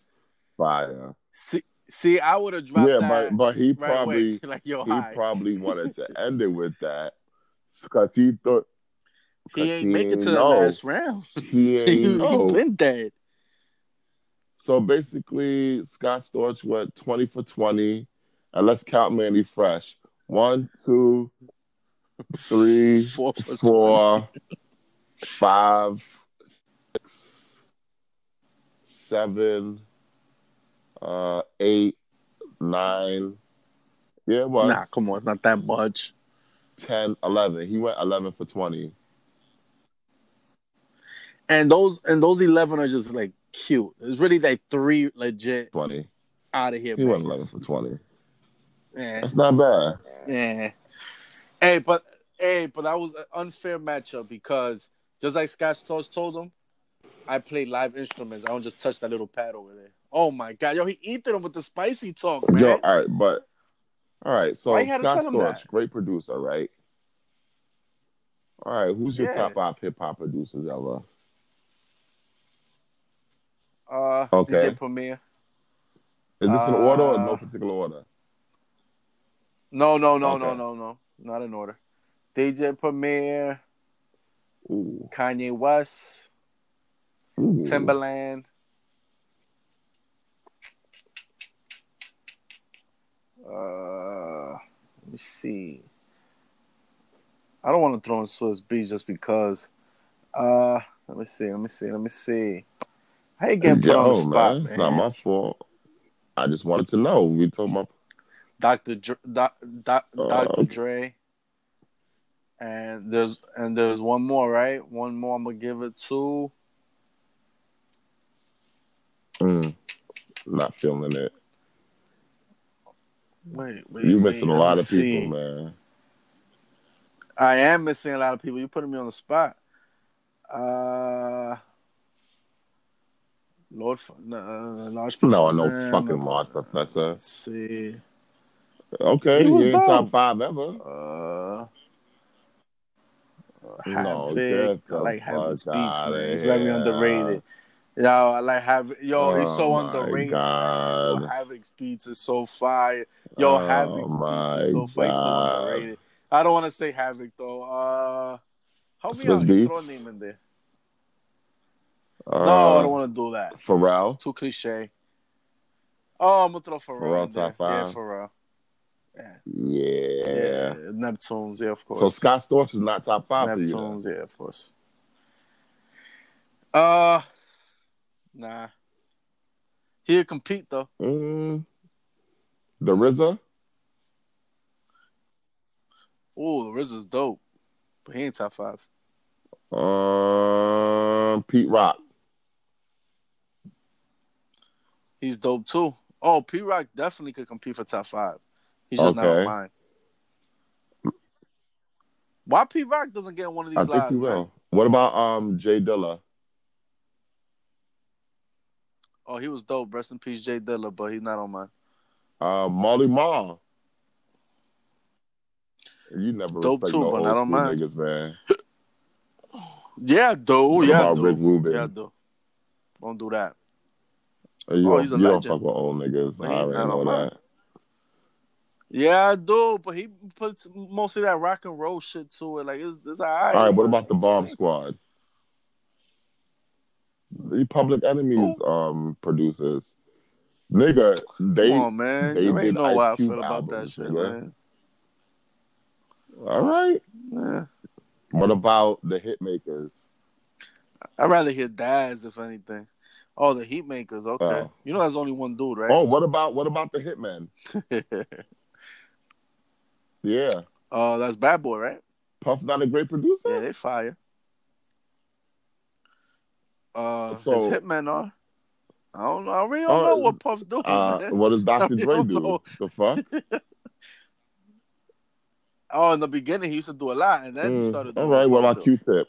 A: fire.
B: See, see, I would have dropped
A: yeah,
B: that
A: but but he
B: right
A: probably
B: away. Like, yo,
A: he
B: hi.
A: probably wanted to end it with that. Cause he thought
B: he ain't
A: he
B: make it to
A: ain't
B: the
A: know.
B: last round.
A: he
B: he,
A: ain't
B: he
A: know.
B: been dead.
A: So basically, Scott Storch went 20 for 20. And let's count Manny Fresh. One, two, Three,
B: four, for
A: four, five, six, seven, uh, eight, nine. Yeah, it
B: 20.
A: was
B: Nah, come on, it's not that much.
A: 10, 11. He went 11 for 20.
B: And those and those eleven are just like cute. It's really like three legit
A: 20.
B: out of here.
A: He went
B: bangers.
A: 11 for 20.
B: Yeah.
A: That's not bad.
B: Yeah. Hey, but hey, but that was an unfair matchup because just like Scott Storch told him, I play live instruments. I don't just touch that little pad over there. Oh my god, yo, he eating him with the spicy talk, man.
A: Yo, all right, but all right. So
B: Why you
A: Scott
B: gotta tell him
A: Storch,
B: that?
A: great producer, right? All right, who's your
B: Yeah.
A: top five hip hop producers ever?
B: uh,
A: Okay.
B: DJ Premier.
A: Is this in order or
B: Uh,
A: no particular order?
B: No, no, no, no,
A: Okay.
B: no, no, not in order. DJ Premier,
A: Ooh,
B: Kanye West,
A: ooh.
B: Timberland. Uh, let me see. I don't want to throw in Swiss B just because. Uh, let me see. Let me see. Let me see. How you getting put on the
A: Yo,
B: spot,
A: man,
B: man?
A: it's not my fault. I just wanted to know. We told my
B: Dr. Dr. Doc, Doc,
A: Oh,
B: Dr.
A: okay.
B: Dre. And there's and there's one more, right? One more. I'm gonna give it to.
A: mm, not feeling it.
B: Wait, wait.
A: You
B: wait,
A: missing a
B: let
A: lot
B: me
A: of
B: see.
A: people, man.
B: I am missing a lot of people. You're putting me on the spot. Uh, Lord, F- uh, large
A: No, no
B: Performer,
A: fucking Martha Professor.
B: Let's see.
A: Okay,
B: He
A: you
B: was
A: ain't
B: dope.
A: top five ever.
B: Uh,
A: No,
B: Havoc.
A: get
B: I
A: the
B: like Havoc's
A: fuck
B: beats,
A: outta
B: man. He's very
A: here.
B: underrated. Yo, I like Havoc. Yo, he's so
A: Oh my
B: underrated.
A: God.
B: Yo, Havoc's beats is so fire. Yo,
A: Oh
B: Havoc's
A: my
B: beats is so fire. He's so
A: God.
B: underrated. I don't want to say Havoc though. Uh, help me
A: Swiss
B: out. You
A: Beats?
B: Throw a name in there.
A: Uh,
B: no, I don't want to do that.
A: Pharrell.
B: It's too cliche. Oh, I'm gonna throw Pharrell.
A: Pharrell
B: in there.
A: top
B: Yeah,
A: five?
B: Pharrell.
A: Yeah.
B: Yeah. Neptunes. Yeah, of course.
A: So Scott Storch is not top five for you. then.
B: Neptunes, yeah, of course. Uh, nah. He'll compete though.
A: Mm. The RZA.
B: Ooh, the RZA's dope, but he ain't top five.
A: Um, Pete Rock.
B: He's dope too. Oh, P Rock definitely could compete for top five. He's just not on
A: Okay.
B: mine. Why P Rock doesn't get one of these
A: I think
B: lives?
A: he
B: man?
A: will. What about um Jay Dilla?
B: Oh, he was dope. Rest in peace, Jay Dilla, but he's not on mine.
A: Uh, Molly Mall. You never
B: Dope
A: respect
B: too,
A: no
B: but
A: old
B: I don't
A: school
B: mind.
A: niggas, man.
B: Yeah, dope.
A: What
B: Yeah,
A: about Rick
B: dope.
A: Rubin?
B: Yeah, dope. Don't do that.
A: You,
B: Oh,
A: don't,
B: he's a
A: you don't
B: legend.
A: fuck with old niggas.
B: But
A: I
B: he's
A: already
B: not
A: know
B: on mine.
A: that.
B: Yeah, I do, but he puts mostly that rock and roll shit to it. Like it's, it's all right.
A: All right, what about the
B: It's
A: Bomb
B: fine.
A: Squad? The Public Enemies
B: Who?
A: um producers, nigga, they.
B: Come on, man.
A: they
B: you
A: did
B: already know
A: Ice
B: why I
A: Cube
B: feel about that
A: albums,
B: shit,
A: nigga.
B: man.
A: All right.
B: Yeah.
A: What about the Hitmakers?
B: I'd rather hear Daz if anything. Oh, the Heat Makers. Okay,
A: Oh.
B: you know that's only one dude, right?
A: Oh, what about what about the Hitmen?
B: Oh,
A: Yeah,
B: Uh, that's Bad Boy, right?
A: Puff not a great producer.
B: Yeah, they fire. Uh,
A: So-
B: his hitmen are. I don't know. I really don't
A: Uh,
B: know what Puff's doing.
A: Uh,
B: man.
A: what does
B: I
A: Dr.
B: really
A: Dre
B: don't
A: do?
B: know.
A: The fuck?
B: Oh, in the beginning he used to do a lot, and then he
A: Mm,
B: started.
A: All
B: doing
A: right. What
B: little
A: about Q-Tip?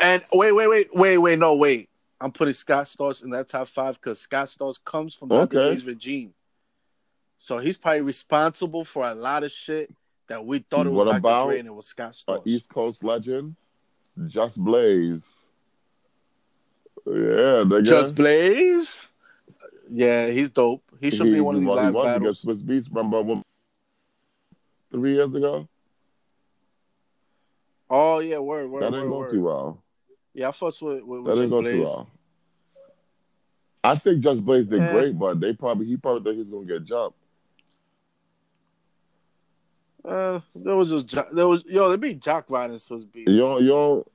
B: And wait, wait, wait, wait, wait, no, wait. I'm putting Scott Storch in that top five because Scott Storch comes from Dr.
A: Okay.
B: Dre's regime. So he's probably responsible for a lot of shit that we thought it was
A: What
B: Dr.
A: about,
B: Dre and it was Scott
A: Uh,
B: Storch.
A: East Coast legend, Just Blaze. Yeah, nigga.
B: Just Blaze. Yeah, he's dope. He should be one of these
A: well, he
B: live
A: was against
B: battles.
A: Swiss Beats. Remember when- three years ago?
B: Oh yeah, word, word,
A: that
B: word,
A: didn't go
B: word.
A: too well.
B: Yeah, I fucks with, with,
A: That didn't
B: with Just
A: go too
B: Blaze.
A: well. I think Just Blaze did
B: Yeah.
A: great, but they probably he probably thought he was gonna get jumped.
B: Uh, there was just jo- there was yo, there be jock riding Swiss beats.
A: You don't, you don't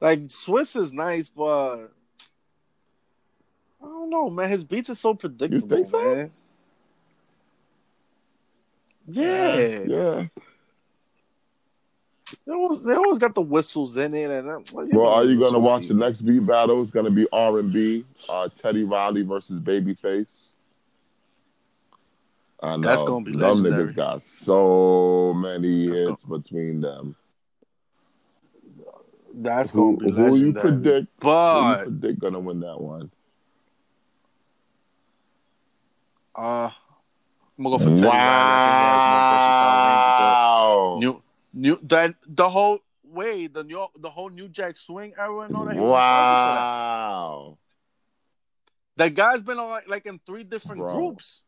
B: Like Swiss is nice, but I don't know, man. His beats are so predictable,
A: think so?
B: man. Yeah,
A: yeah.
B: They, always, they always got the whistles in it, and I'm, well,
A: Well, are you
B: know,
A: gonna
B: Swiss
A: watch
B: beat.
A: the next beat battle? It's gonna be R and B, uh, Teddy Riley versus Babyface. I know
B: That's gonna be
A: them
B: legendary.
A: niggas got so many
B: That's
A: hits between them.
B: That's
A: who
B: gonna be
A: who you
B: legendary.
A: predict? who
B: But
A: you predict gonna win that one?
B: uh, I'm gonna go for Teddy Riley. I think he has more versatile range, but
A: Wow!
B: New, new, that the whole way the new, the whole New Jack Swing era and all that. he was responsible for that.
A: Wow!
B: That guy's been on like, like in three different
A: Bro.
B: groups,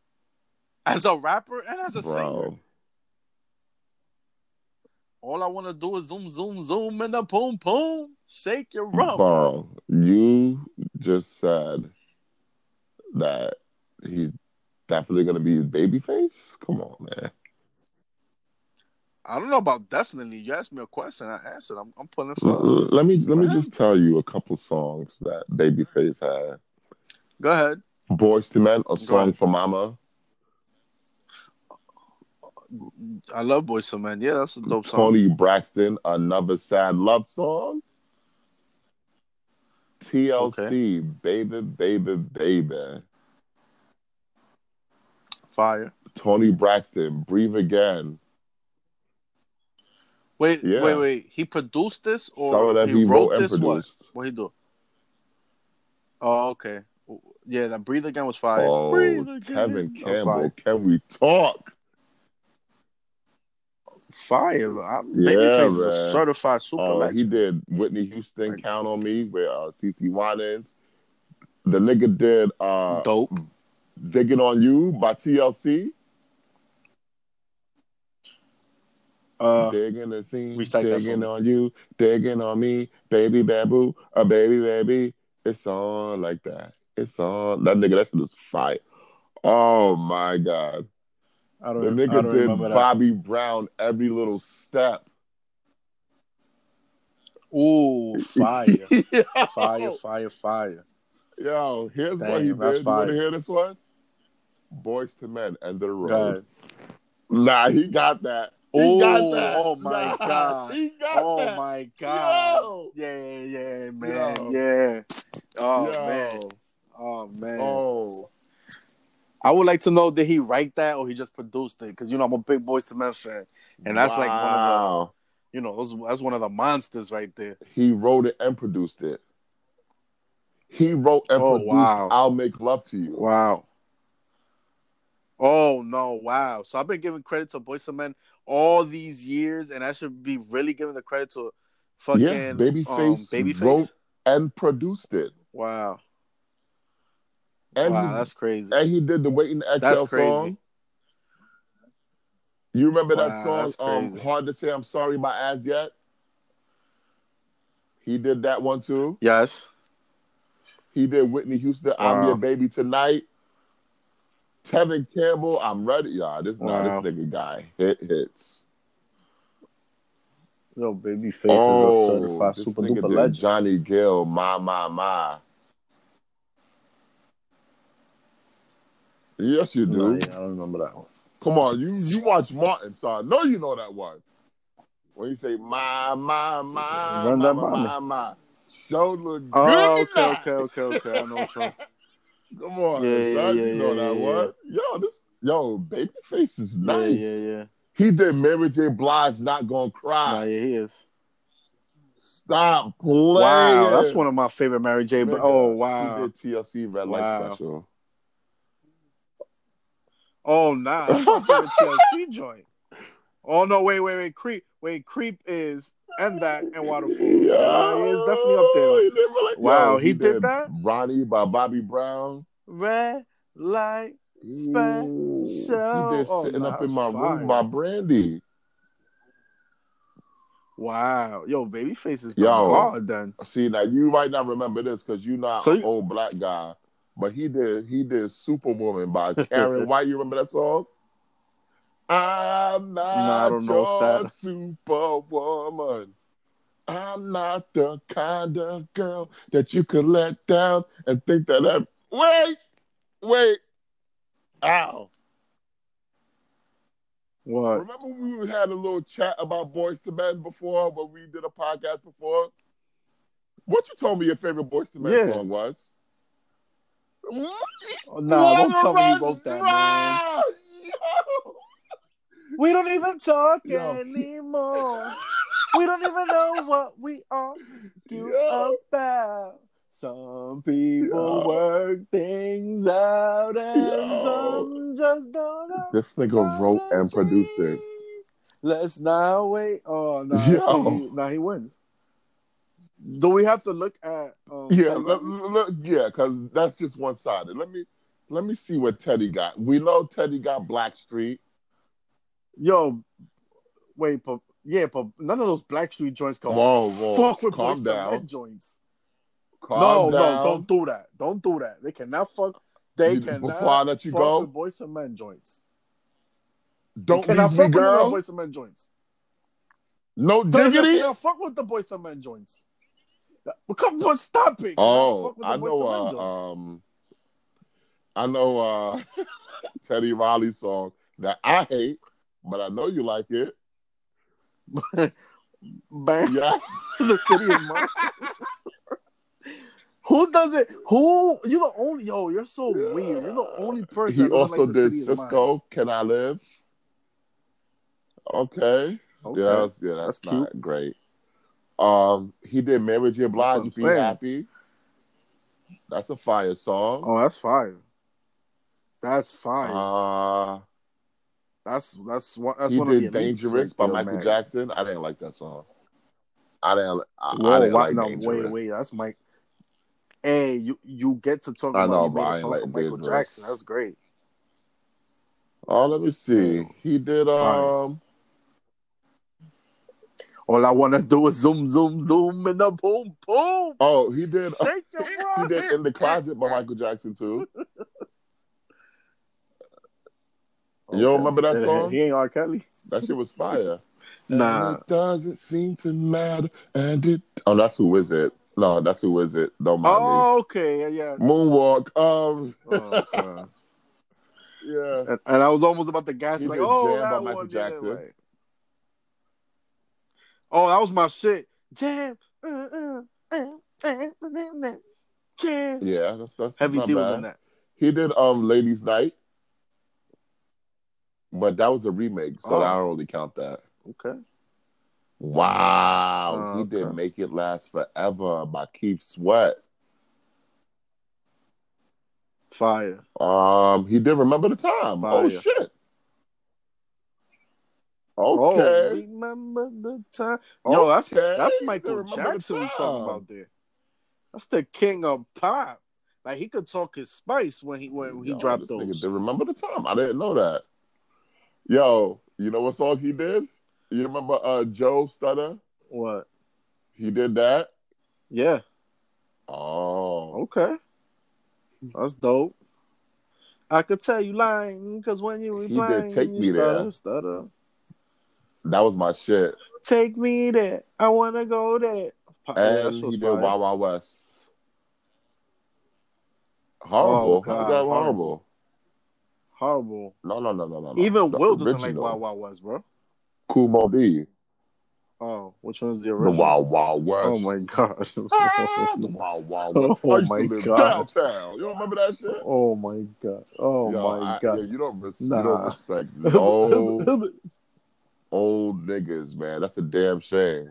B: as a rapper and as a singer.
A: Bro,
B: All I want to do is zoom, zoom, zoom, and a boom, boom. Shake your rump.
A: bro, you just said that he's definitely gonna be Babyface. Come on, man.
B: I don't know about definitely. You asked me a question. I answered. I'm, I'm pulling
A: L-
B: for.
A: l- let me let me
B: Wow.
A: just tell you a couple songs that Babyface had.
B: Go ahead.
A: Boys to Men, a song
B: ahead.
A: for Mama.
B: I love Boys to Men. Yeah, that's a dope song.
A: Tony Braxton, another sad love song. TLC, baby, baby, baby.
B: Fire.
A: Tony Braxton, breathe again.
B: Wait,
A: Yeah.
B: wait, wait. He produced this or
A: Some of that
B: he, wrote, this?
A: and
B: What?
A: produced.
B: What he do? Oh, okay. Yeah, that breathe again was fire.
A: Oh,
B: Breathe
A: Tevin
B: Again. Oh,
A: Campbell,
B: Fire.
A: can we talk?
B: Fire. I'm,
A: Yeah,
B: Babyface is a
A: man.
B: certified super
A: Uh, he
B: legend.
A: did Whitney Houston, Count on Me, with uh, CC Winans. The nigga did uh,
B: Dope.
A: Digging on You by TLC.
B: Uh,
A: digging the scene,
B: recite that for
A: digging
B: me.
A: on you, digging on me, baby babu, a baby baby. It's on like that. It's on that nigga. That shit is fire. Oh my god,
B: I
A: the
B: don't, I
A: nigga
B: don't
A: did
B: remember that.
A: Bobby Brown every little step.
B: Ooh, fire.
A: yo,
B: fire, fire, fire.
A: yo, here's what
B: Damn,
A: he
B: that's
A: did. You want
B: fire.
A: to hear this one? Boys to men, end of the road.
B: God.
A: Nah, he got that. He
B: Ooh,
A: got that.
B: oh my
A: Nah,
B: God.
A: He got
B: Oh
A: that.
B: my god.
A: Yo.
B: Yeah, yeah, man.
A: Yo.
B: Yeah. Oh
A: Yo.
B: man. Oh man.
A: Oh.
B: I would like to know did he write that or he just produced it? Because you know I'm a big Boys to Men fan. And that's like one of the-
A: Wow.
B: You know those, that's one of the monsters right there.
A: He wrote it and produced it. He wrote and
B: Oh,
A: produced
B: wow.
A: I'll Make Love to You.
B: Wow. Oh no! Wow. So I've been giving credit to Boys to Men all these years, and I should be really giving the credit to fucking
A: Yeah, Babyface
B: um, Babyface.
A: wrote- And produced it.
B: Wow.
A: And,
B: wow,
A: he,
B: that's crazy.
A: and he did the Waiting to
B: That's
A: Exhale
B: crazy.
A: song. You remember
B: Wow,
A: that song,
B: that's
A: um,
B: crazy.
A: Hard to Say I'm Sorry by As Yet? He did that one too.
B: Yes.
A: He did Whitney Houston, I'm
B: Wow.
A: Your Baby Tonight. Tevin Campbell, I'm ready. Y'all, this, nah,
B: Wow.
A: this nigga guy hit hits.
B: Yo, baby face
A: Oh,
B: is a certified
A: this
B: super
A: nigga
B: duper
A: did
B: legend.
A: Johnny Gill, my my my. Yes, you do.
B: Nah, yeah, I don't remember that one.
A: Come on, you you watch Martin, so I know you know that one. When you say my my my
B: Run
A: my
B: that
A: my,
B: by me.
A: my my, show look good.
B: Oh, okay,
A: tonight.
B: okay, okay, okay. I know what you're
A: Come on,
B: Yeah, yeah,
A: son,
B: yeah,
A: you know
B: yeah,
A: that
B: yeah,
A: one. Yo, this yo babyface is nice.
B: Yeah, yeah, yeah.
A: He did Mary J. Blige, not gonna cry.
B: Nah, yeah, he is.
A: Stop playing.
B: Wow, that's one of my favorite Mary J. But
A: Nigga,
B: oh
A: He
B: wow,
A: did TLC Red Light
B: Wow.
A: Special.
B: oh nah, that's my favorite TLC joint. Oh no, wait, wait, wait, creep, wait, creep is and that and waterfall. So, nah, yeah, it's definitely up there.
A: He did Red Light-
B: Wow, he did that?
A: Ronnie by Bobby Brown.
B: Red light. Special.
A: Ooh, He did
B: Oh,
A: sitting
B: nah,
A: up in
B: that's
A: my room by
B: fire.
A: Brandy.
B: Wow, yo, babyface is the
A: Yo.
B: god then.
A: See now, you might not remember this because you're not
B: So
A: an
B: you-
A: old black guy, but he did he did Superwoman by Karen White. You remember that song? I'm not
B: Nah, I don't know
A: your
B: what's that.
A: superwoman. I'm not the kind of girl that you could let down and think that I'm. Wait, wait. Ow.
B: What?
A: Remember when we had a little chat about Boys to Men before when we did a podcast before? What you told me your favorite Boys to Men
B: Yeah.
A: song was? What?
B: Oh, nah, don't
A: Wanna
B: tell me you
A: run
B: wrote that, man.
A: dry! Yo!
B: We don't even talk
A: Yo.
B: anymore. we don't even know what we argue
A: Yo.
B: about. Some people
A: Yo.
B: work things out and
A: Yo.
B: some just don't know.
A: This nigga wrote and produced it.
B: Let's not wait. Oh no!
A: Yo.
B: Nah, now he wins. Do we have to look at? Um,
A: Yeah,
B: Teddy
A: let,
B: Riley?
A: let- yeah, because that's just one sided. Let me let me see what Teddy got. We know Teddy got Blackstreet.
B: Yo, wait, but yeah, but none of those Blackstreet joints go
A: Whoa, whoa,
B: fuck with
A: calm
B: Boyz II
A: down.
B: Men joints.
A: Calm
B: no,
A: down.
B: no, don't do that. Don't do that. They cannot fuck. They
A: You-
B: cannot
A: before I let you
B: fuck
A: go?
B: with Boyz II Men joints. They
A: Don't
B: cannot
A: leave me,
B: fuck
A: girl.
B: with the Boyz II Men joints.
A: No
B: They
A: diggity.
B: cannot fuck with the Boyz II Men joints. But come on, stop it.
A: Oh,
B: Cannot fuck with the
A: I
B: Boyz
A: know.
B: II Men
A: Uh,
B: joints.
A: um, I know uh, Teddy Riley's song that I hate, but I know you like it.
B: Bang.
A: Yeah,
B: the city is mine. Who does it? Who you're the only yo? You're so
A: Yeah.
B: weird. You're the only person.
A: he
B: that doesn't
A: also
B: like the
A: did
B: city is mine.
A: Cisco. Can I live? Okay, Yeah, that's, yeah, that's,
B: That's
A: not great. Um, he did Mary J.
B: what I'm
A: Blige, Be
B: saying.
A: Happy. That's a fire song.
B: Oh, that's fire. That's Oh, fire.
A: Uh,
B: that's that's one. That's
A: he
B: one of the
A: did
B: elites
A: Dangerous
B: right
A: by
B: there,
A: Michael
B: man.
A: Jackson. I didn't like that song. I didn't. I,
B: Whoa,
A: I didn't
B: why-
A: like
B: no,
A: Dangerous.
B: wait, wait. That's Mike. Hey, you you get to talk
A: I
B: about
A: know,
B: you
A: but
B: made
A: I
B: a
A: ain't
B: song
A: like
B: for Michael
A: Dangerous.
B: Jackson. That's great.
A: Oh, let me see. He did.
B: Fire.
A: Um,
B: All I wanna do is zoom, zoom, zoom, and a boom, boom.
A: oh, he did.
B: Shake your
A: he
B: rock.
A: did in the closet by Michael Jackson too. You don't remember that song?
B: He ain't R. Kelly.
A: That shit was fire.
B: Nah.
A: And it doesn't seem to matter. And it. Oh, that's who is it? No, that's who is it? Don't mind
B: Oh, okay. Yeah, yeah.
A: me. Moonwalk. Um,
B: Oh, God.
A: yeah.
B: and, and I was almost about to gas
A: He
B: like,
A: did
B: oh,
A: Jam by
B: that
A: Michael
B: one,
A: Jackson.
B: Yeah, like- oh, that was my shit. Jam, uh, uh, uh, uh, uh, jam.
A: Yeah, that's that's
B: Heavy
A: not
B: D was
A: bad.
B: in that.
A: He did um Ladies Night, but that was a remake, so
B: Oh.
A: I don't really count that.
B: Okay.
A: Wow,
B: Oh,
A: he did
B: okay.
A: Make It Last Forever by Keith Sweat.
B: Fire.
A: Um, he did Remember the Time. Oh
B: Fire.
A: shit.
B: Oh,
A: Okay.
B: remember the time. Yo, that's
A: Okay.
B: that's
A: He did
B: Michael
A: Remember the
B: Jackson we talking
A: Time.
B: about there. That's the king of pop. Like he could talk his spice when he when he
A: Yo,
B: dropped
A: this nigga
B: those.
A: did Remember the Time. I didn't know that. Yo, you know what song he did? You remember uh Joe Stutter?
B: What?
A: He did that.
B: Yeah.
A: Oh,
B: Okay.
A: Hmm.
B: That's dope. I could tell you lying because when you
A: He did
B: reply,
A: Take
B: you
A: Me
B: stutter,
A: There.
B: stutter.
A: that was my shit.
B: Take me there. I wanna go there. Pa- Oh, yeah, that
A: And
B: shit
A: he
B: was
A: did
B: fire.
A: Wild Wild West. Horrible.
B: Oh,
A: How is
B: God,
A: that horrible?
B: Horrible.
A: No, no, no, no, no. no.
B: Even
A: The
B: Will doesn't like
A: original.
B: Wild Wild West, bro.
A: Kumo D.
B: Oh, which one's the
A: The
B: original?
A: Wild Wild West.
B: Oh my god.
A: Ah, the Wild Wild West.
B: Oh,
A: I used to
B: my
A: live
B: God.
A: downtown. You don't remember that shit?
B: Oh my god. Oh
A: Yo,
B: my
A: I-
B: god.
A: yo, you don't res- you don't
B: Nah.
A: respect no old niggas, man. That's a damn shame.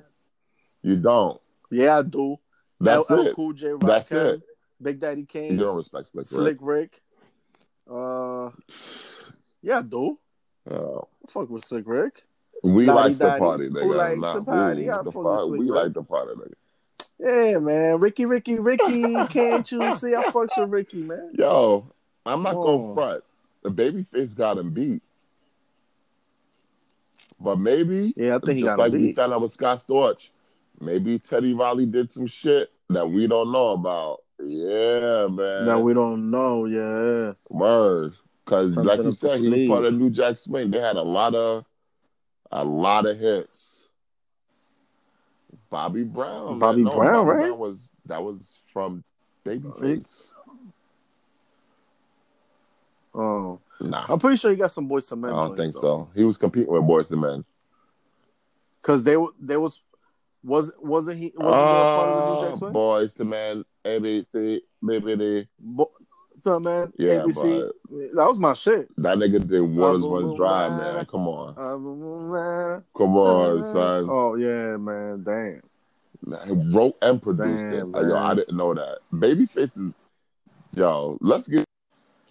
A: You don't.
B: yeah, I do.
A: That's
B: LL
A: it.
B: Cool J, Rock
A: That's
B: Khan,
A: it.
B: Big Daddy
A: You
B: Kane,
A: don't respect Slick. Slick.
B: Slick Rick. Uh, yeah, I do.
A: Oh.
B: I fuck with Slick Rick.
A: We
B: Lottie
A: like the
B: Dottie.
A: party,
B: Who
A: nigga.
B: likes
A: Nah,
B: the party?
A: who
B: I
A: the
B: fuck with
A: fuck?
B: Slick
A: We
B: Rick.
A: like the party, nigga.
B: Yeah, man. Ricky, Ricky, Ricky. Can't you see? I fucks with Ricky, man.
A: Yo, I'm not
B: Oh.
A: gonna front. The babyface got him beat, but maybe
B: Yeah, I think he
A: just
B: got
A: like
B: him
A: we
B: beat.
A: found out with Scott Storch, maybe Teddy Riley did some shit that we don't know about. Yeah, man.
B: Now we don't know. Yeah.
A: Word. Because
B: Something
A: like you
B: up the
A: said, he was part of
B: sleeve.
A: New Jack Swing. They had a lot of a lot of hits. Bobby Brown. man.
B: Bobby Brown, right?
A: Brown was that was from Babyface.
B: Oh,
A: Nah.
B: I'm pretty sure he got some boys to
A: I
B: men.
A: don't
B: joints,
A: think
B: though.
A: so. He was competing with Boys and Men.
B: Cause they were they was was wasn't he wasn't there a part of the New Jack
A: Oh,
B: Swing?
A: Boys to Men, ABC, BBD.
B: Bo- so man,
A: Yeah,
B: ABC, that was my shit.
A: That nigga did Waters
B: Bubble
A: One Drive, man.
B: Water.
A: Come on.
B: Um,
A: Come on, son.
B: Oh yeah, man, damn.
A: He wrote and produced
B: Damn,
A: it. Yo,
B: Oh, man.
A: I didn't know that. Babyface is. Yo, let's get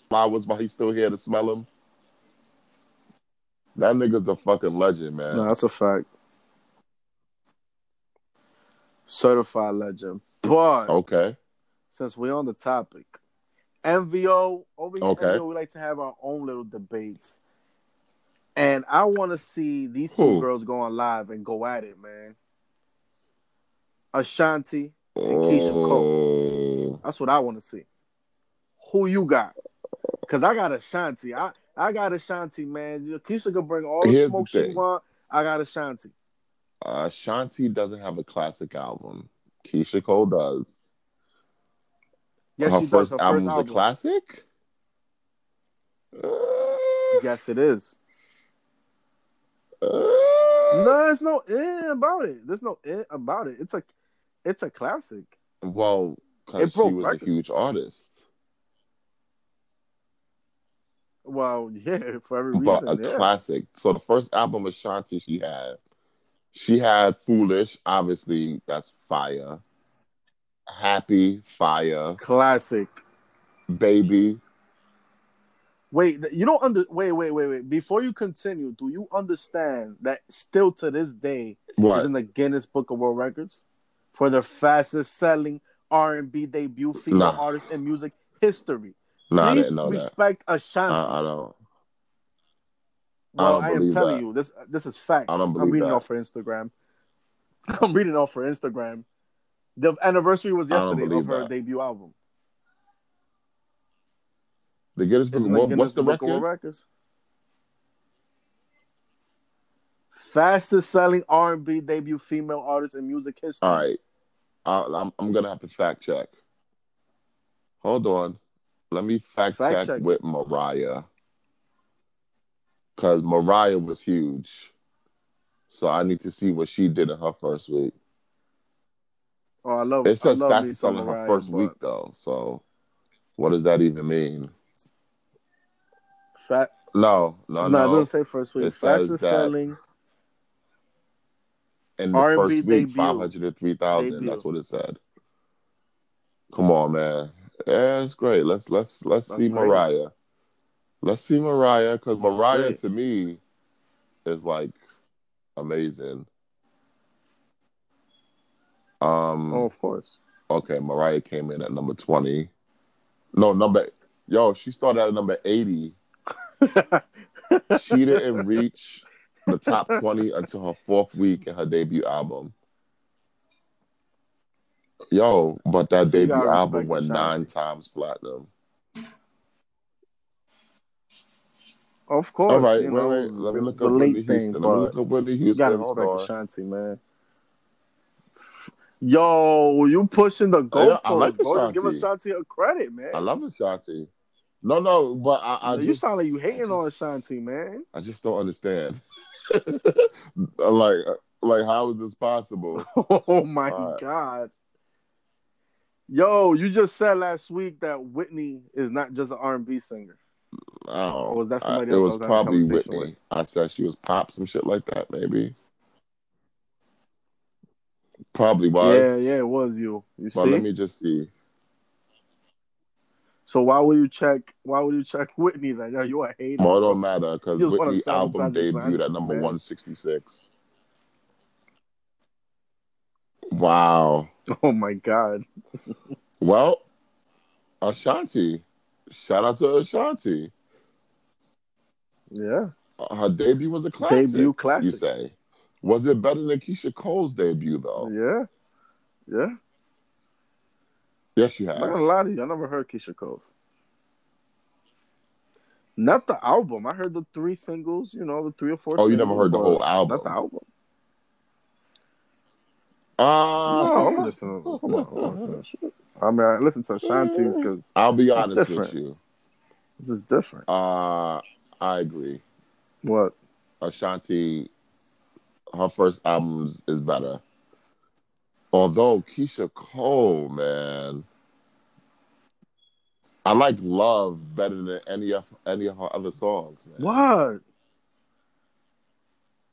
A: flowers while he's still here to smell him. That nigga's a fucking legend, man.
B: No, that's a fact. Certified legend. But
A: Okay.
B: since we're on the topic, MVO over here,
A: Okay.
B: MVO, we like to have our own little debates. And I want to see these two
A: Who?
B: girls go on live and go at it, man. Ashanti, And Keisha
A: Oh,
B: that's what I want to see. Who you got? Cause I got Ashanti. I I got Ashanti, man. You- Keisha could bring all the
A: Here's the
B: smoke she
A: thing.
B: want. I got Ashanti.
A: uh, Shanti doesn't have a classic album. Keisha Cole does.
B: Yes,
A: her
B: she does.
A: first
B: Her
A: album's
B: first
A: a
B: album.
A: classic. Uh,
B: Yes, it is.
A: uh,
B: No, there's no eh about it. There's no eh about it. It's a, it's a classic.
A: Well, because
B: It
A: she
B: broke
A: was a
B: records.
A: huge artist.
B: Well, yeah, for every
A: But
B: reason.
A: a
B: yeah.
A: classic. So the first album of Shanti she had She had Foolish, obviously, that's fire. Happy, fire.
B: Classic.
A: Baby,
B: Wait, th- you don't under. Wait, wait, wait, wait. Before you continue, do you understand that still to this day is
A: what?
B: in the Guinness Book of World Records for the fastest selling R and B debut female
A: Nah.
B: artist in music history?
A: Nah, I
B: Please
A: didn't know that. Uh-uh. Uh,
B: respect Ashanti.
A: I, I don't. I
B: well,
A: don't
B: I, am
A: believe
B: telling
A: that.
B: you, this uh, this is facts.
A: I don't
B: I'm
A: believe
B: reading
A: that.
B: off for Instagram. I'm reading off for Instagram. The anniversary was
A: I don't
B: yesterday of
A: believe
B: her
A: that.
B: debut album.
A: The Guinness Book.
B: It's in
A: What,
B: Guinness
A: what's the
B: Book of World
A: record?
B: Records. Fastest selling R and B debut female artist in music history.
A: All right. I, I'm, I'm going to have to fact check. Hold on. Let me fact,
B: Fact
A: check,
B: check.
A: with Mariah. Because Mariah was huge. So I need to see what she did in her first week.
B: Oh, I love
A: It
B: I
A: says
B: love me
A: fastest
B: some
A: selling her
B: Mariah,
A: first
B: but
A: week, though. So what does that even mean?
B: Fat,
A: No, no,
B: no,
A: no.
B: it doesn't say first week.
A: It says
B: Fastest
A: that
B: selling.
A: in the
B: R&B
A: first week,
B: debut.
A: 503,000.
B: Debut.
A: That's what it said. Come on, man. Yeah, it's great. Let's let's let's
B: That's
A: see
B: great.
A: Mariah. Let's see Mariah because Mariah
B: great.
A: to me is like amazing. Um.
B: Oh, of course.
A: Okay, Mariah came in at number twenty. No number. Yo, she started at number eighty. She didn't reach the top twenty until her fourth week in her debut album. Yo, but that
B: So you
A: debut
B: gotta respect
A: album went
B: Ashanti.
A: nine times platinum.
B: of course.
A: All right,
B: you
A: wait,
B: know,
A: wait. Let me look
B: the
A: up
B: late
A: Whitney
B: thing,
A: Houston. Let
B: but
A: me look up Whitney
B: you
A: Houston.
B: gotta
A: Hold
B: respect
A: on.
B: Ashanti, man. Yo, you pushing the
A: Yeah,
B: goalposts,
A: I like
B: bro? Just give
A: Ashanti.
B: Ashanti a credit, man.
A: I love Ashanti. No, no, but I, I
B: you
A: just,
B: sound like you hating
A: I just-
B: on Ashanti, man.
A: I just don't understand. like, like, how is this possible?
B: Oh my
A: All right.
B: god. Yo, you just said last week that Whitney is not just an R and B singer.
A: Oh,
B: Or was that somebody
A: I, it
B: else
A: was
B: I was having a
A: probably
B: conversation
A: Whitney. I said she was pop, some shit like that, maybe. Probably was.
B: Yeah, yeah, it was you. You
A: But
B: see?
A: let me just see.
B: So why would you check? Why would you check Whitney then? Yo, you a hater.
A: Well, it don't matter because
B: You just wanna
A: Whitney album
B: sabotage
A: debuted
B: Ashanti,
A: at number
B: man.
A: one sixty six. Wow.
B: Oh my god.
A: Well, Ashanti. Shout out to Ashanti.
B: Yeah.
A: Her debut was a classic.
B: Debut
A: You
B: classic.
A: say. Was it better than Keisha Cole's debut though?
B: Yeah. Yeah.
A: Yes, you
B: I'm not
A: have.
B: gonna lie to you. I never heard Keisha Cole. Not the album. I heard the three singles. You know, the three or four.
A: Oh, you never
B: singles,
A: heard the
B: but
A: whole album.
B: Not the album. No, I'm
A: Uh,
B: listening. No, I'm listening. I mean, I listen to Ashanti's because
A: I'll be honest with
B: different.
A: you.
B: this is different.
A: Uh, I agree.
B: What?
A: Ashanti, her first albums is better. Although Keisha Cole, man, I like Love better than any of any of her other songs, man.
B: What?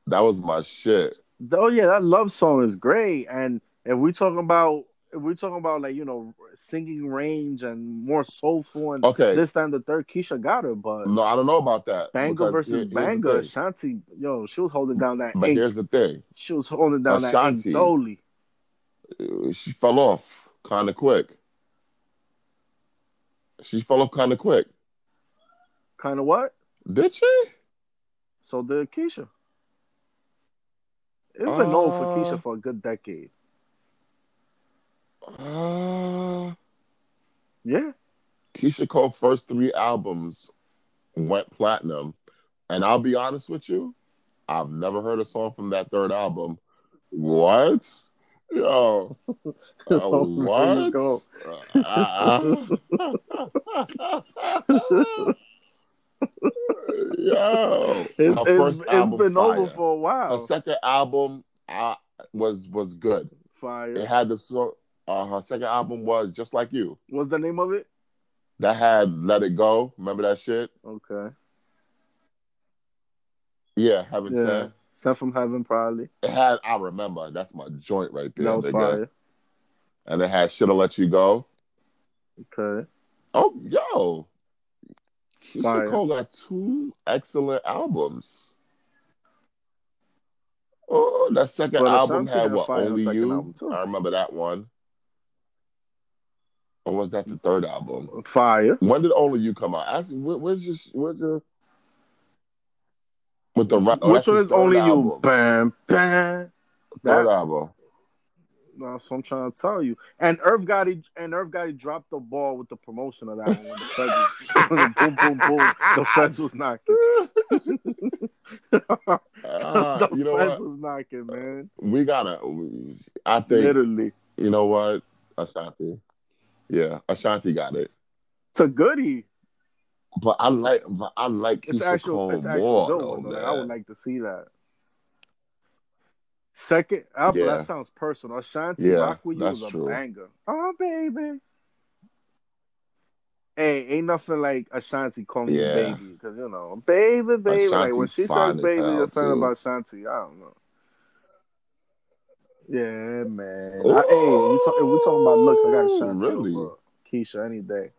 A: That was my shit.
B: Oh yeah, that love song is great. And if we talking about if we talking about like you know singing range and more soulful and
A: Okay,
B: this than the third, Keisha got her. But
A: no, I don't know about that.
B: Banger
A: because
B: versus
A: here- here's the
B: Banger,
A: thing.
B: Ashanti, yo, she was holding down that
A: But
B: ink.
A: here's the thing:
B: She was holding down that
A: Ashanti.
B: ink solely.
A: Uh, she fell off kind of quick. She fell off kind of quick,
B: Kind of what?
A: did she?
B: So did Keisha. It's been known for
A: Uh,
B: Keisha for a good decade.
A: Uh,
B: Yeah.
A: Keisha Cole's first three albums went platinum, and I'll be honest with you, I've never heard a song from that third album. What? Yo, uh,
B: Oh, there you
A: what?
B: go.
A: Uh, Yo,
B: It's,
A: her
B: it's,
A: first
B: it's
A: album
B: been over
A: fire.
B: for a
A: Her
B: while.
A: second album uh, was was good. It
B: Fire.
A: had the song. Uh, her second album was just like you.
B: What's the name of it?
A: that had Let It Go. Remember that shit?
B: Okay.
A: Yeah, Heaven
B: Yeah.
A: Sent.
B: Sent from Heaven, probably.
A: It had I remember. That's my joint right there.
B: that was
A: nigga.
B: fire.
A: And it had Shoulda Let You Go.
B: Okay.
A: Oh, yo.
B: Fire.
A: Keisha Cole got two excellent albums. Oh, that second
B: But
A: album
B: Ashanti
A: had
B: had
A: what?
B: fire
A: Only
B: second
A: You?
B: album, too.
A: I remember that one. Or was that the third album?
B: Fire.
A: When did Only You come out? Ask, where, where's your where's your with the rap? oh,
B: Which one is only you? Bam, bam.
A: Third
B: That-
A: album.
B: That's what I'm trying to tell you. And Irv Gotti and Irv Gotti dropped the ball with the promotion of that one. When the feds was, boom, boom, boom. The feds was knocking.
A: Ah, Uh,
B: the
A: you know
B: feds
A: what?
B: was knocking, man.
A: We gotta. we- I think
B: Literally,
A: you know what Ashanti. Yeah, Ashanti got it.
B: it's a goodie.
A: But I like, but I like
B: It's
A: Keisha
B: actual.
A: Cole
B: it's actual
A: more.
B: good
A: though,
B: one. Though. Like,
A: man.
B: I would like to see that. Second album.
A: Yeah.
B: That sounds personal. Ashanti
A: Yeah,
B: Rock with You
A: that's
B: was a
A: true.
B: banger. Oh baby. Hey, ain't nothing like Ashanti call me
A: Yeah.
B: baby because you know baby baby. like when
A: Ashanti's
B: she
A: fine
B: says
A: as
B: baby,
A: hell,
B: there's something
A: too.
B: about Ashanti. I don't know. Yeah, man.
A: Ooh.
B: I, hey, we talk, if we talking about looks, I got Ashanti
A: Really?
B: over Keisha any day.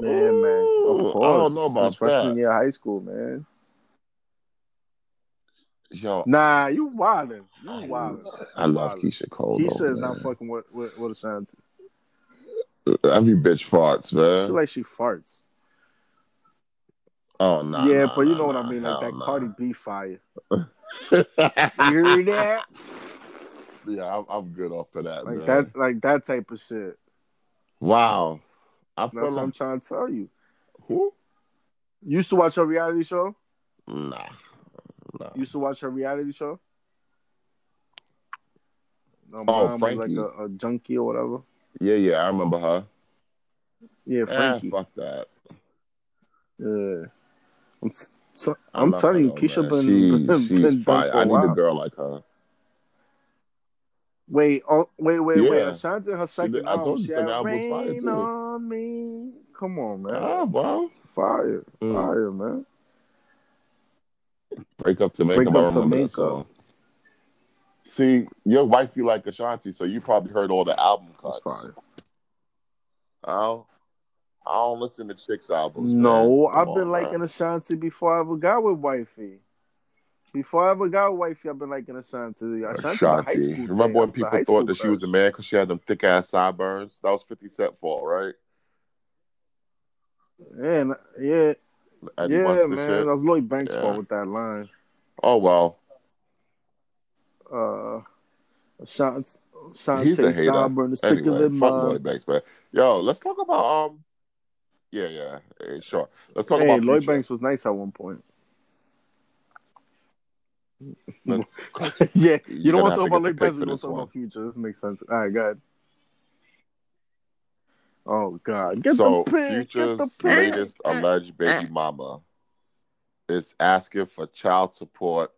B: Yeah, man.
A: Ooh,
B: Of course.
A: I don't know about
B: Since freshman
A: that.
B: year of high school, man.
A: Yo,
B: Nah, you wildin'. You
A: I,
B: wildin'.
A: I love Keisha Cole.
B: Keisha
A: though,
B: is not
A: man.
B: fucking with with, with Ashanti.
A: Every bitch farts,
B: She
A: man.
B: like she farts.
A: oh no.
B: yeah, but you know what I mean, like that Cardi B fire. You hear that?
A: yeah, I'm, I'm good off of that,
B: like
A: man.
B: that, like that type of shit.
A: Wow. I
B: That's
A: feel
B: what I'm
A: like
B: trying to tell you.
A: who?
B: You used to watch her reality show.
A: Nah. nah.
B: You used to watch her reality show. No,
A: Oh,
B: mom was like
A: Frankie.
B: a, a junkie or whatever.
A: Yeah, yeah, I remember her.
B: Yeah,
A: Ah,
B: Frankie.
A: fuck that.
B: Yeah. I'm, s- so,
A: I
B: I'm
A: love
B: telling
A: her,
B: you,
A: though,
B: Keisha
A: man.
B: been,
A: She-
B: been,
A: she's
B: been
A: fire.
B: done for
A: I
B: a
A: need a
B: while.
A: girl like her.
B: Wait, oh, wait, wait, wait.
A: Yeah.
B: Ashanti, her
A: did-
B: second
A: I
B: album.
A: told you
B: She
A: second
B: had
A: album was fire,
B: Rain
A: too.
B: on me. Come on, man.
A: Ah, wow.
B: Fire,
A: Mm.
B: fire, man.
A: Break up Jamaica.
B: Break
A: I
B: Up
A: remember that
B: Jamaica.
A: song. See, your wife you like Ashanti, so you probably heard all the album
B: It's
A: cuts.
B: fire.
A: I don't, I don't listen to chicks albums.
B: No,
A: man. Come
B: I've
A: on,
B: been
A: man.
B: liking Ashanti before I ever got with wifey. Before I ever got with wifey, I've been liking Ashanti. Ashanti's a high
A: Ashanti.
B: school.
A: Remember
B: thing.
A: when
B: That's the
A: people
B: high
A: thought
B: school
A: that she was a
B: crush.
A: man because she had them thick ass sideburns? That was 50 Cent fault, right?
B: Yeah, and- yeah,
A: Eddie
B: yeah,
A: Munster
B: man.
A: shit.
B: That was Lloyd Banks'
A: Yeah.
B: fault with that line.
A: Oh well.
B: uh Shant Shante
A: He's a hater.
B: Sauber is thicker
A: Anyway,
B: than
A: fuck
B: mine.
A: Lloyd Banks, man. Yo, let's talk about um. Yeah, yeah, eh, sure. Let's talk
B: Hey,
A: about
B: Lloyd
A: Future.
B: Banks was nice at one point.
A: Let's-
B: yeah,
A: You're
B: you,
A: gonna
B: don't want
A: have
B: to
A: to get
B: talk about
A: the
B: Lloyd
A: pick
B: Banks,
A: for
B: but you want
A: this
B: to talk
A: one.
B: about future. This makes sense. All right, go ahead. Oh God, get
A: so
B: the pick, get the
A: Future's
B: pick.
A: latest alleged baby mama is asking for child support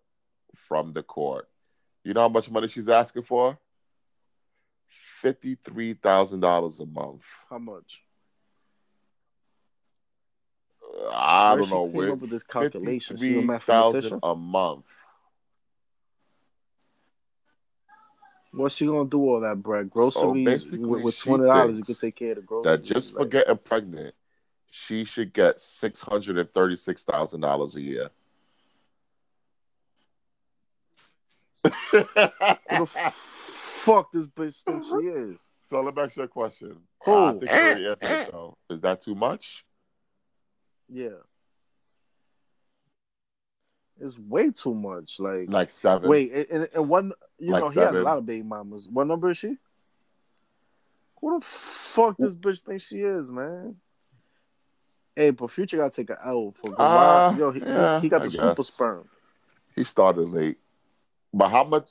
A: from the court. You know how much money she's asking for? Fifty-three thousand dollars a month.
B: How much?
A: I
B: Where
A: don't
B: she
A: know
B: came
A: where.
B: up with this calculation? She a
A: Fifty-three thousand
B: mathematician?
A: a month.
B: What's she gonna do all that, Brad? Groceries
A: basically,
B: with, with
A: she
B: twenty dollars, you
A: thinks
B: could take care of the groceries.
A: That just for
B: like-
A: getting pregnant, she should get six hundred and thirty-six thousand dollars a year.
B: Who the fuck this bitch thinks she is?
A: So let me ask you a question.
B: Who?
A: I think you already answered it, though. Is that too much?
B: Yeah, it's way too much. Like,
A: Like seven.
B: Wait, and- and, and one, you
A: Like
B: know, he has
A: seven.
B: a lot of baby mamas. What number is she? Who the fuck this bitch think she is, man? Hey, but Future gotta take an L for 'cause
A: Ah,
B: why- yo, he,
A: yeah,
B: he got
A: I
B: the super
A: guess.
B: sperm.
A: He started late. But how much?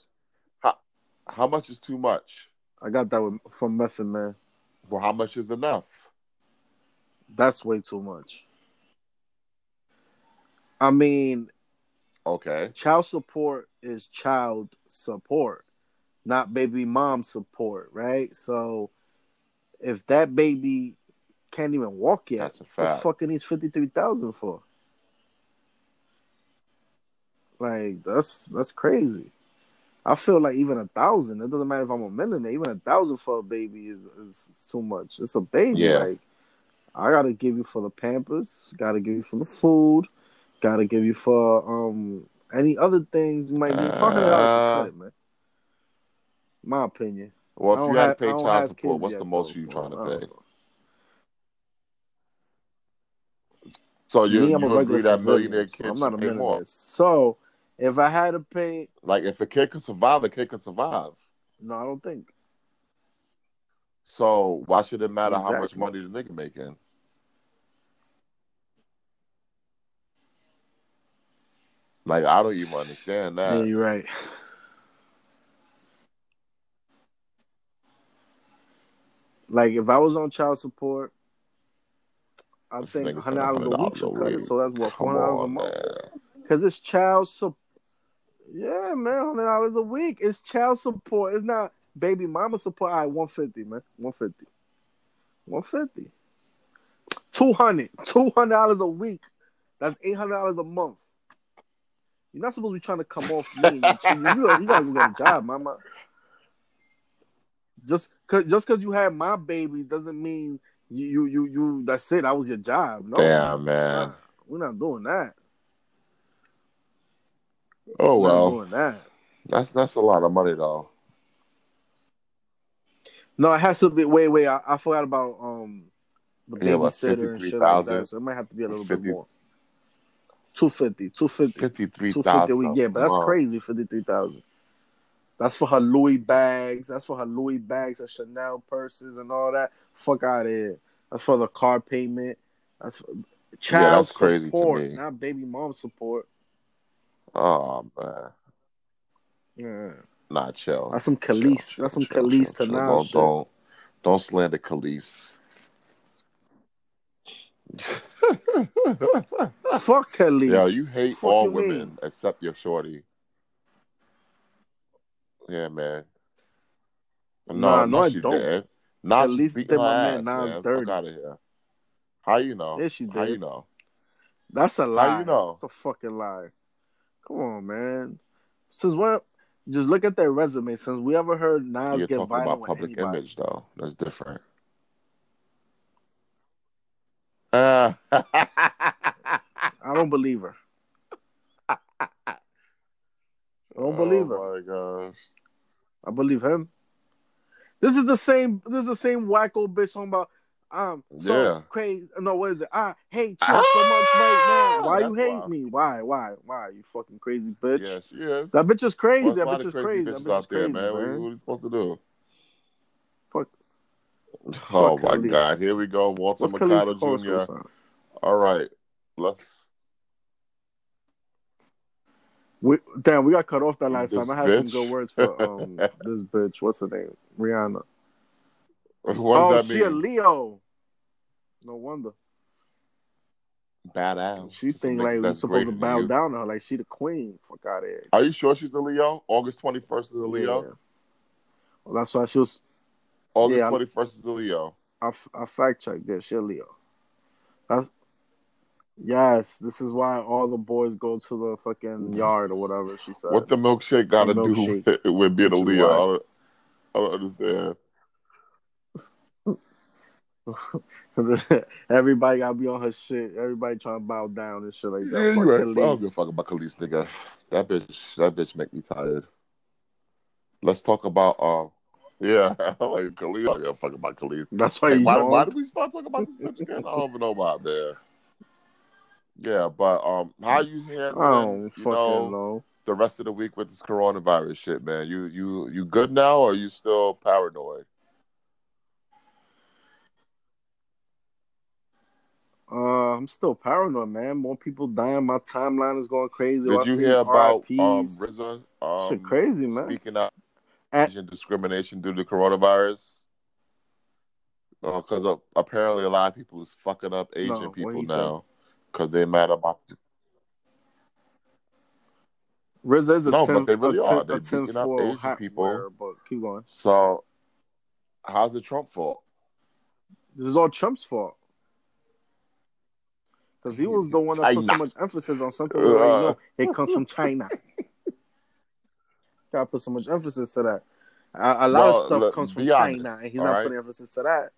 A: How, how much is too much?
B: I got that with, from Method Man.
A: Well, how much is enough?
B: That's way too much. I mean,
A: Okay.
B: child support is child support, not baby mom support, right? So, if that baby can't even walk yet,
A: That's a
B: what the
A: fact.
B: fucking needs fifty three thousand for? Like that's that's crazy. I feel like even a thousand. It doesn't matter if I'm a millionaire. Even a thousand for a baby is is, is too much. It's a baby.
A: Yeah.
B: Like I gotta give you for the Pampers. Gotta give you for the food. Gotta give you for um any other things you might be fucking it out.
A: Uh,
B: should cut it, man. My opinion. I
A: Well, if
B: don't
A: you had to
B: have- I
A: pay
B: don't
A: child
B: have
A: support,
B: kids
A: what's
B: yet,
A: the most
B: though,
A: you
B: so
A: trying
B: I
A: to
B: don't
A: pay?
B: know.
A: So Oh, you,
B: Me, I'm a
A: you
B: regular
A: agree that
B: civilian,
A: millionaire
B: so
A: kids
B: I'm not a
A: should pay
B: millionaire.
A: more?
B: So if I had to pay,
A: Like if the kid could survive, the kid could survive.
B: no, I don't think.
A: So why should it matter how much
B: Exactly.
A: money the nigga making? Like I don't even understand that.
B: yeah, you're right. Like if I was on child support, I
A: This
B: think
A: nigga
B: hundred dollars a week
A: $100
B: should
A: a
B: cut it.
A: week.
B: So that's what
A: Come
B: four hundred dollars a
A: on,
B: month.
A: man.
B: Because it's child support. Yeah, man, hundred dollars a week. It's child support. It's not baby mama support. I one fifty, man, one fifty, one fifty. Two hundred, two hundred dollars a week. That's eight hundred dollars a month. You're not supposed to be trying to come off me. and your children. You, you gotta go get a job, mama. Just cause just cause you had my baby doesn't mean you you you, you that's it. That was your job. No,
A: Damn,
B: nah,
A: man.
B: we're not doing that.
A: Oh
B: We're not
A: well,
B: doing that.
A: that's that's a lot of money though.
B: No, it has to be. Wait, wait. I, I forgot about um the
A: Yeah, what,
B: babysitter and shit like
A: 53,000?
B: that. So it might have to be a little
A: 50
B: bit more. 250, 250,
A: Fifty three
B: 250 a
A: thousand.
B: week. Yeah, but that's crazy. Fifty three thousand. That's for her Louis bags. That's for her Louis bags, her Chanel purses, and all that. Fuck out of here. That's for the car payment. That's for child
A: that's crazy to
B: support,
A: me.
B: not baby mom support.
A: Oh man,
B: Yeah.
A: nah, chill.
B: That's some
A: Chill,
B: Khalees.
A: chill,
B: That's some
A: chill,
B: Khalees
A: chill,
B: to
A: chill.
B: now.
A: Don't,
B: shit.
A: don't don't slander Khalees.
B: Ah, Fuck Khalees.
A: Yeah, you hate
B: Fuck
A: all
B: you mean?
A: women except your shorty. Yeah, man. No,
B: Nah, no,
A: no,
B: I
A: she
B: don't.
A: did. Nas
B: At least
A: beat her
B: did my man
A: ass,
B: Nas
A: man.
B: dirty.
A: Fuck out of here. How you know?
B: Yeah, she
A: How you
B: did.
A: know?
B: That's a lie.
A: you know?
B: That's a fucking lie. Come on, man. Since when? Just look at their resume. Since we ever heard Nas
A: You're
B: get
A: talking
B: violent
A: about
B: with
A: public
B: anybody.
A: image, though. That's different. Uh,
B: I don't believe her. I don't believe her.
A: Oh my gosh.
B: I believe him. This is the same. This is the same wacko bitch talking about. Um, so
A: Yeah.
B: crazy. No, what is it? I hate you so much
A: Ah!
B: right now. Why you
A: That's
B: hate
A: why.
B: me? Why? Why? Why? You fucking crazy bitch.
A: Yeah, she is.
B: That bitch is crazy.
A: Well, it's
B: that
A: a lot
B: bitch
A: of
B: is
A: crazy
B: crazy.
A: bitches
B: That bitch is
A: out there,
B: crazy,
A: man. What,
B: man.
A: what are you supposed to do?
B: Fuck.
A: Oh
B: Fuck
A: my
B: Khalees.
A: God! Here we go, Walter
B: What's
A: Mercado
B: Khalees'
A: Jr.
B: horoscope sign?
A: All right, let's.
B: We, damn, we got cut off that last
A: This
B: time. I had some
A: bitch.
B: good words for um this bitch. What's her name? Rihanna.
A: What does
B: oh,
A: that
B: she a
A: mean?
B: Leo. No wonder
A: Badass.
B: she
A: Just a
B: think
A: nigga
B: like we
A: that's
B: supposed
A: greater
B: to
A: than
B: bow
A: you.
B: down to her, like she the queen. Fuck out of here.
A: Are you sure she's a Leo? August twenty first is a Leo.
B: Yeah. Well, that's why she was.
A: August
B: Yeah, I'm-
A: twenty first is a Leo.
B: I, f- I fact checked that she a Leo. That's yes. This is why all the boys go to the fucking yard or whatever she said.
A: What the milkshake got to
B: The
A: do with, with being a
B: Which is
A: Leo?
B: why.
A: I don't, I don't understand.
B: Everybody gotta be on her shit. Everybody trying to bow down and shit like that.
A: Yeah,
B: Fuck
A: you right. I don't
B: Khalees.
A: give a fuck about Khalees, nigga. That bitch, that bitch make me tired. Let's talk about um, yeah, like Khalees. I don't give a fuck about Khalees.
B: That's why
A: Like,
B: you
A: why,
B: don't.
A: why did we start talking about this bitch again? I don't even know about that. Yeah, but um, how you handling
B: I don't
A: you
B: fucking
A: know,
B: know.
A: the rest of the week with this coronavirus shit, man? You you you good now, or you still paranoid?
B: Uh, I'm still paranoid, man. More people dying. My timeline is going crazy.
A: Did
B: All I
A: you
B: see
A: hear
B: is
A: about
B: RIPs.
A: um RZA um
B: shit crazy, man.
A: speaking out
B: At-
A: Asian discrimination due to coronavirus? Because apparently a lot of people is fucking up Asian
B: what
A: people
B: he said?
A: now because they're mad about
B: RZA is a
A: No,
B: 10,
A: but they really
B: a 10,
A: are. They
B: a 10
A: beating up
B: for
A: Asian
B: hot
A: people.
B: wear, but keep going.
A: so. How's it Trump fault?
B: This is all Trump's fault. Because he was the one that put so
A: China.
B: much emphasis on something. We already know it comes from China. Gotta put so much emphasis to that. A, a lot
A: Well,
B: of stuff
A: look,
B: comes from
A: be honest,
B: China, and he's
A: all
B: not
A: right?
B: putting emphasis to that.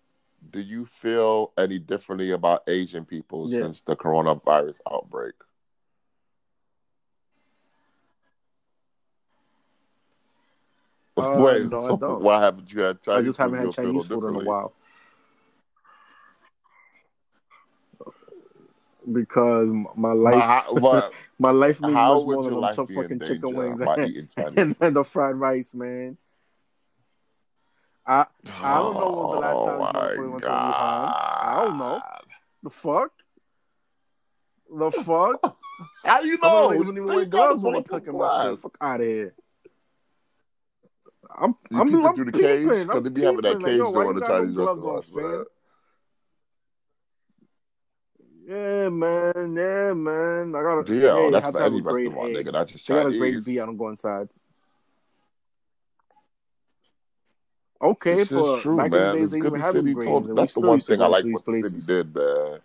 A: Do you feel any differently about Asian people
B: Yeah.
A: since the coronavirus outbreak?
B: Uh,
A: Wait,
B: no, I
A: so
B: don't.
A: why haven't you had Chinese
B: I just haven't
A: food?
B: had
A: You'll feel
B: Chinese food in a
A: differently.
B: while. Because m- my life,
A: Uh, How, what,
B: my life means
A: how
B: much
A: would
B: more
A: your
B: than them
A: life
B: ch-
A: be
B: fucking
A: in danger
B: chicken wings
A: by
B: and,
A: eating Chinese?
B: and the fried rice, man. I I don't know when the last time
A: Oh,
B: this motherfucker
A: my
B: went to Wuhan. I don't know.
A: God.
B: the fuck, the fuck.
A: How you
B: Some
A: know?
B: of them niggas don't even
A: How
B: wear
A: you got a
B: gloves when they
A: bulletproof
B: cooking my shit.
A: glass?
B: Fuck out of here. I'm
A: You
B: I'm,
A: peeping
B: I'm
A: through the cage?
B: peeping. I'm
A: 'Cause they be having that
B: peeping, like,
A: cage
B: yo, why
A: door
B: you
A: in the
B: got no
A: Chinese
B: gloves on,
A: restaurants,
B: fam?
A: man.
B: Yeah, man. Yeah, man. I gotta.
A: Yeah,
B: hey,
A: that's
B: have
A: for
B: to have
A: any
B: a grade
A: restaurant,
B: A.
A: nigga. Not just
B: They got a grade
A: Chinese.
B: B. I don't go inside. Okay,
A: This
B: but
A: is true,
B: back in
A: man.
B: the days
A: It's
B: they
A: good
B: didn't
A: the
B: have them
A: city
B: grades.
A: told.
B: and we
A: That's the
B: still
A: one
B: used to
A: thing I
B: go
A: like
B: to these
A: what the city
B: places.
A: did, man.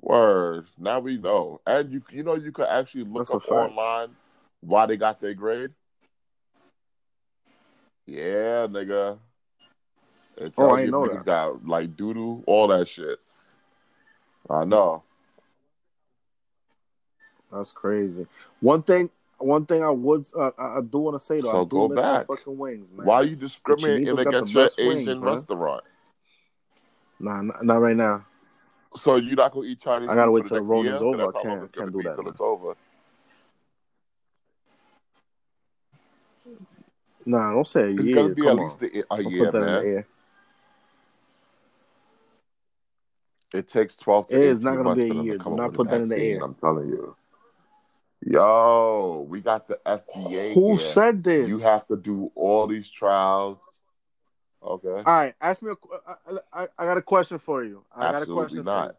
A: Word. Now we know, and you you know you could actually look
B: That's a
A: up
B: fact.
A: online why they got their grade. Yeah, nigga. It
B: Oh, I
A: tells you if
B: know
A: niggas
B: that.
A: got like doodoo, all that shit. I know.
B: That's crazy. One thing, one thing I would, uh, I I do want to say though,
A: So
B: I do
A: go
B: miss
A: back.
B: the fucking wings, man.
A: Why are you discriminating
B: Chinitos got
A: against
B: the
A: your
B: best wings,
A: Asian
B: man.
A: restaurant?
B: Nah, not, not right now.
A: So you're not gonna eat Chinese?
B: I gotta
A: food
B: wait
A: for
B: till the
A: next
B: road
A: year?
B: is over.
A: That's
B: I
A: how long
B: can't-
A: it's gonna
B: can't do
A: be
B: that,
A: till
B: man.
A: it's over.
B: Nah, don't say a
A: It's
B: year.
A: gonna be
B: Come
A: at
B: on.
A: least a, a
B: Don't
A: year,
B: put that in
A: man.
B: the air.
A: It takes twelve to
B: It is
A: eighteen
B: not gonna
A: months
B: be a
A: for them
B: year.
A: to
B: Do
A: come
B: not
A: up with
B: put
A: a
B: that in the
A: vaccine.
B: air.
A: I'm telling you. Yo, we got the FDA.
B: Who
A: here.
B: said this?
A: You have to do all these trials. Okay.
B: All right, ask me. A, qu- I, I, I got a question for you. I got a
A: Absolutely
B: question
A: not.
B: for you.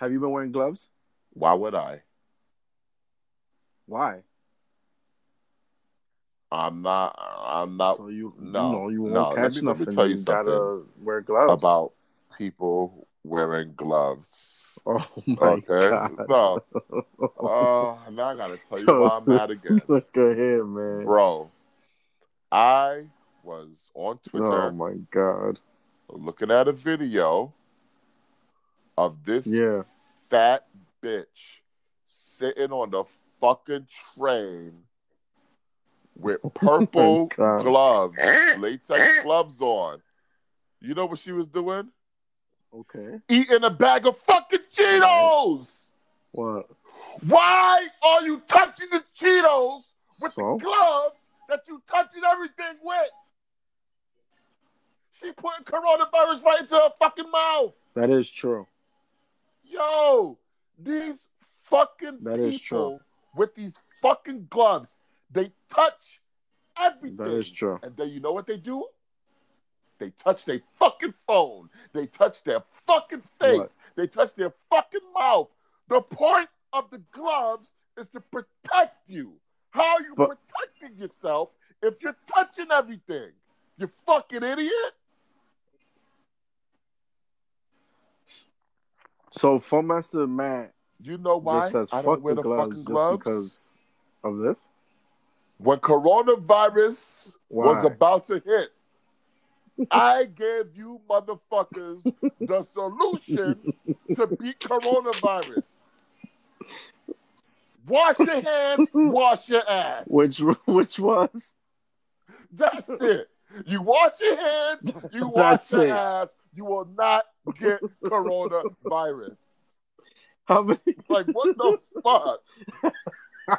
B: Have you been wearing gloves?
A: Why would I?
B: Why?
A: I'm not. I'm not
B: so you,
A: Uh, no,
B: you know, you won't
A: no, let
B: catch
A: me- let me
B: nothing.
A: tell you
B: you gotta wear gloves.
A: about people wearing gloves.
B: Oh my
A: Okay.
B: god.
A: No. Oh, now I gotta tell you
B: Yo,
A: why I'm mad
B: this-
A: again,
B: Look at here, man.
A: bro. I was on
B: oh
A: Twitter
B: my god.
A: looking at a video of this
B: Yeah.
A: fat bitch sitting on the fucking train with purple
B: Oh God.
A: gloves, latex gloves on. You know what she was doing?
B: Okay.
A: Eating a bag of fucking Cheetos.
B: What?
A: Why are you touching the Cheetos with
B: So?
A: the gloves that you touching everything with? She putting coronavirus right into her fucking mouth.
B: That is true.
A: Yo, these fucking
B: That
A: people
B: is true.
A: with these fucking gloves, they touch everything.
B: That is true.
A: And then you know what they do? They touch their fucking phone. They touch their fucking face.
B: What?
A: They touch their fucking mouth. The point of the gloves is to protect you. How are you
B: But-
A: protecting yourself if you're touching everything? You fucking idiot.
B: So, Fun Master Matt
A: You know why
B: just says
A: I
B: fuck
A: don't
B: the
A: wear the
B: gloves,
A: fucking
B: just
A: gloves?
B: because of this.
A: when coronavirus
B: Why?
A: was about to hit, I gave you motherfuckers the solution to beat coronavirus. Wash your hands, wash your ass.
B: Which which was
A: That's it. You wash your hands, you wash
B: That's
A: your
B: it.
A: ass, you will not get coronavirus.
B: how many
A: Like, what the fuck?
B: how,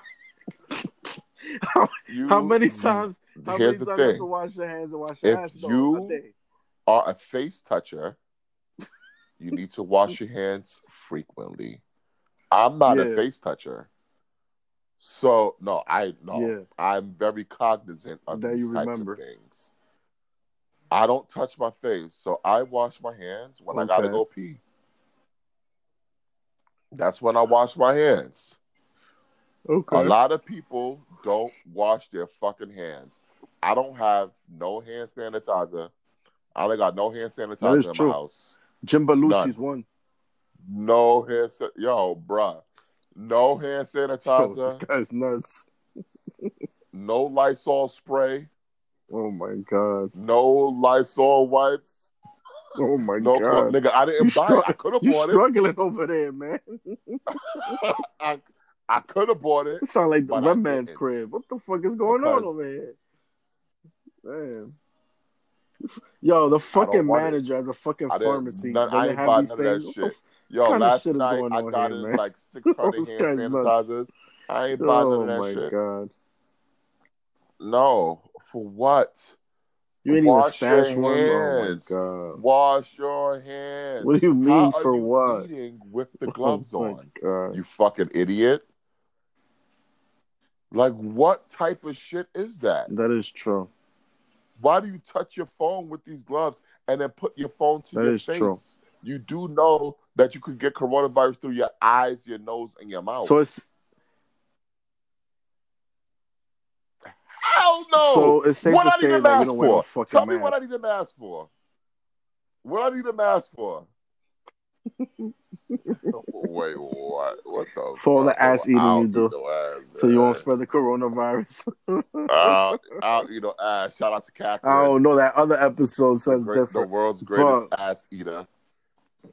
A: You-
B: how many times how
A: Here's the
B: many times you have
A: thing.
B: to wash your hands and wash your
A: If
B: ass though,
A: you-
B: a day?
A: are a face toucher, you need to wash your hands frequently. I'm not
B: Yeah.
A: a face toucher. So no, I no.
B: Yeah.
A: I'm very cognizant of
B: That
A: these
B: you
A: types
B: remember.
A: of things. I don't touch my face, so I wash my hands when I gotta
B: Okay.
A: go pee. That's when I wash my hands.
B: Okay.
A: A lot of people don't wash their fucking hands. I don't have no hand sanitizer. I only got no hand sanitizer in my
B: true.
A: house.
B: Jim Belushi's
A: None.
B: one.
A: No hand sa- yo, bruh. No hand
B: Yo,
A: sanitizer.
B: this guy's nuts.
A: No Lysol spray.
B: Oh my god.
A: No Lysol wipes.
B: Oh my
A: No,
B: god.
A: nigga, I didn't
B: You
A: buy it. I could have
B: You
A: bought it.
B: struggling over there, man.
A: I, I could have bought it.
B: It sound like the
A: But I
B: Red Man's
A: didn't.
B: crib. What the fuck is going on
A: Because-
B: over here? Man. Yo, the fucking
A: want it.
B: manager at the fucking
A: I didn't-
B: pharmacy.
A: none- I
B: doesn't
A: ain't
B: have
A: buy
B: these
A: none of that
B: things. What the
A: shit.
B: f-
A: Yo,
B: kind of
A: last
B: shit is
A: night
B: going
A: I
B: on
A: got
B: here,
A: in
B: man?
A: like 600 hand
B: This guy's nuts.
A: sanitizers. I ain't buy none
B: Oh
A: of that
B: my
A: shit.
B: god.
A: No. For what?
B: You ain't even
A: Wash
B: stash
A: your
B: one.
A: hands.
B: Oh my god.
A: Wash your hands.
B: What do you mean
A: How are
B: for
A: you
B: what?
A: eating with the gloves
B: oh my
A: on?
B: God.
A: You fucking idiot. Like, what type of shit is that?
B: That is true.
A: Why do you touch your phone with these gloves and then put your phone to
B: That
A: your
B: is
A: face?
B: true.
A: You do know that you could get coronavirus through your eyes, your nose, and your mouth.
B: So it's
A: Hell no!
B: so it's safe
A: What
B: to
A: I need a
B: say that you
A: mask
B: don't wear a
A: for?
B: fucking
A: Tell me
B: mask.
A: what I need a mask for. What I need a mask for? Wait, what? What the?
B: For all the
A: fuck?
B: ass eating
A: I'll
B: you do.
A: eat no ass,
B: so you won't
A: man.
B: spread the coronavirus.
A: I'll, I'll eat no ass. Shout out to Catherine.
B: I don't know. That other episode
A: the,
B: says
A: great- the
B: Oh, different.
A: world's greatest ass eater.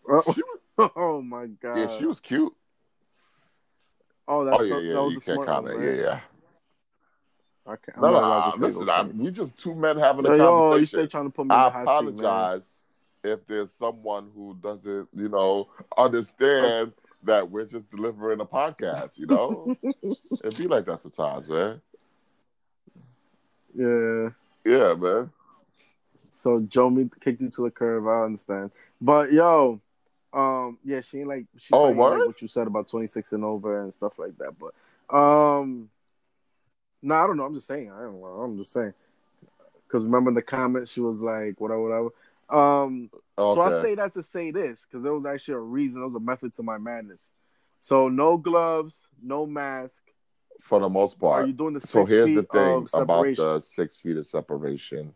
B: Oh,
A: She,
B: oh my god.
A: yeah, she was cute.
B: oh, that's
A: Oh yeah,
B: the-
A: yeah.
B: that was
A: You
B: the
A: can't
B: smart one,
A: comment.
B: right?
A: Yeah, yeah.
B: I can't, I'm
A: No,
B: not
A: no.
B: allowed
A: I,
B: to say
A: listen,
B: those
A: I,
B: things.
A: we just two men having
B: Yo,
A: a
B: yo, you
A: conversation.
B: still trying to put me in
A: I
B: the hot seat, man.
A: apologize if there's someone who doesn't, you know, understand that we're just delivering a podcast, you know? It'd be like that sometimes, man.
B: Yeah.
A: Yeah, man.
B: So Joe me kicked you to the curb. I understand. But yo, um, yeah, she ain't like she
A: Oh,
B: probably ain't
A: word?
B: like what you said about twenty six and over and stuff like that. But um, no, I don't know. I'm just saying. I don't know. I'm just saying. Because remember in the comments, she was like, whatever, whatever. Um,
A: Okay.
B: so I say that to say this because there was actually a reason. There was a method to my madness. So no gloves, no mask.
A: For the most
B: Are
A: part.
B: you doing the six
A: So here's the
B: feet
A: thing
B: of
A: about
B: separation?
A: the six feet of separation.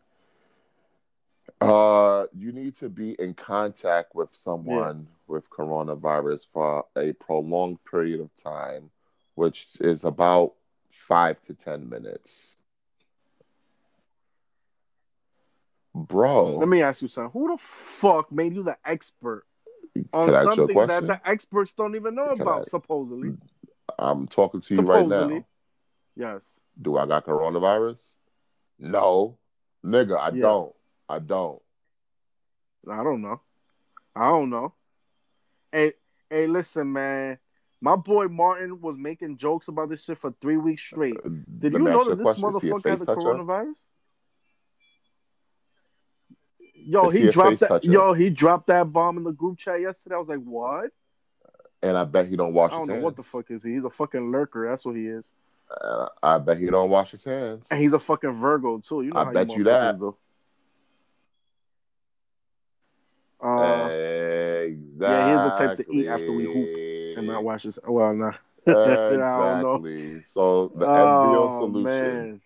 A: Uh, you need to be in contact with someone with coronavirus for a prolonged period of time, which is about five to ten minutes. Bro,
B: Let me ask you something. Who the fuck made you the expert on
A: can I ask you a
B: something that
A: question?
B: the experts don't even know
A: Can
B: about,
A: I-
B: supposedly?
A: I'm talking to you right
B: Supposedly.
A: now.
B: Yes.
A: Do I got coronavirus? No, nigga, I
B: Yeah.
A: don't. I don't.
B: I don't know. I don't know. Hey, hey, listen, man. My boy Martin was making jokes about this shit for three weeks straight.
A: Let
B: Did you
A: me
B: know
A: ask a
B: that this
A: question. Is he a
B: motherfucker has
A: face
B: a
A: toucher?
B: coronavirus? Yo,
A: Is he
B: he
A: a
B: dropped
A: face
B: that.
A: toucher?
B: Yo, he dropped that bomb in the group chat yesterday. I was like, what?
A: And I bet he don't wash
B: I don't
A: his
B: know
A: hands.
B: what the fuck is he. He's a fucking lurker. That's what he is,
A: Uh, I bet he don't wash his hands.
B: and he's a fucking Virgo too. You know
A: I
B: how
A: bet
B: you
A: you that.
B: motherfuckers do. Uh,
A: exactly.
B: yeah, he's the type to eat after we and not wash his. Well, nah. I don't know.
A: exactly. So the NBO
B: oh
A: solution:
B: man,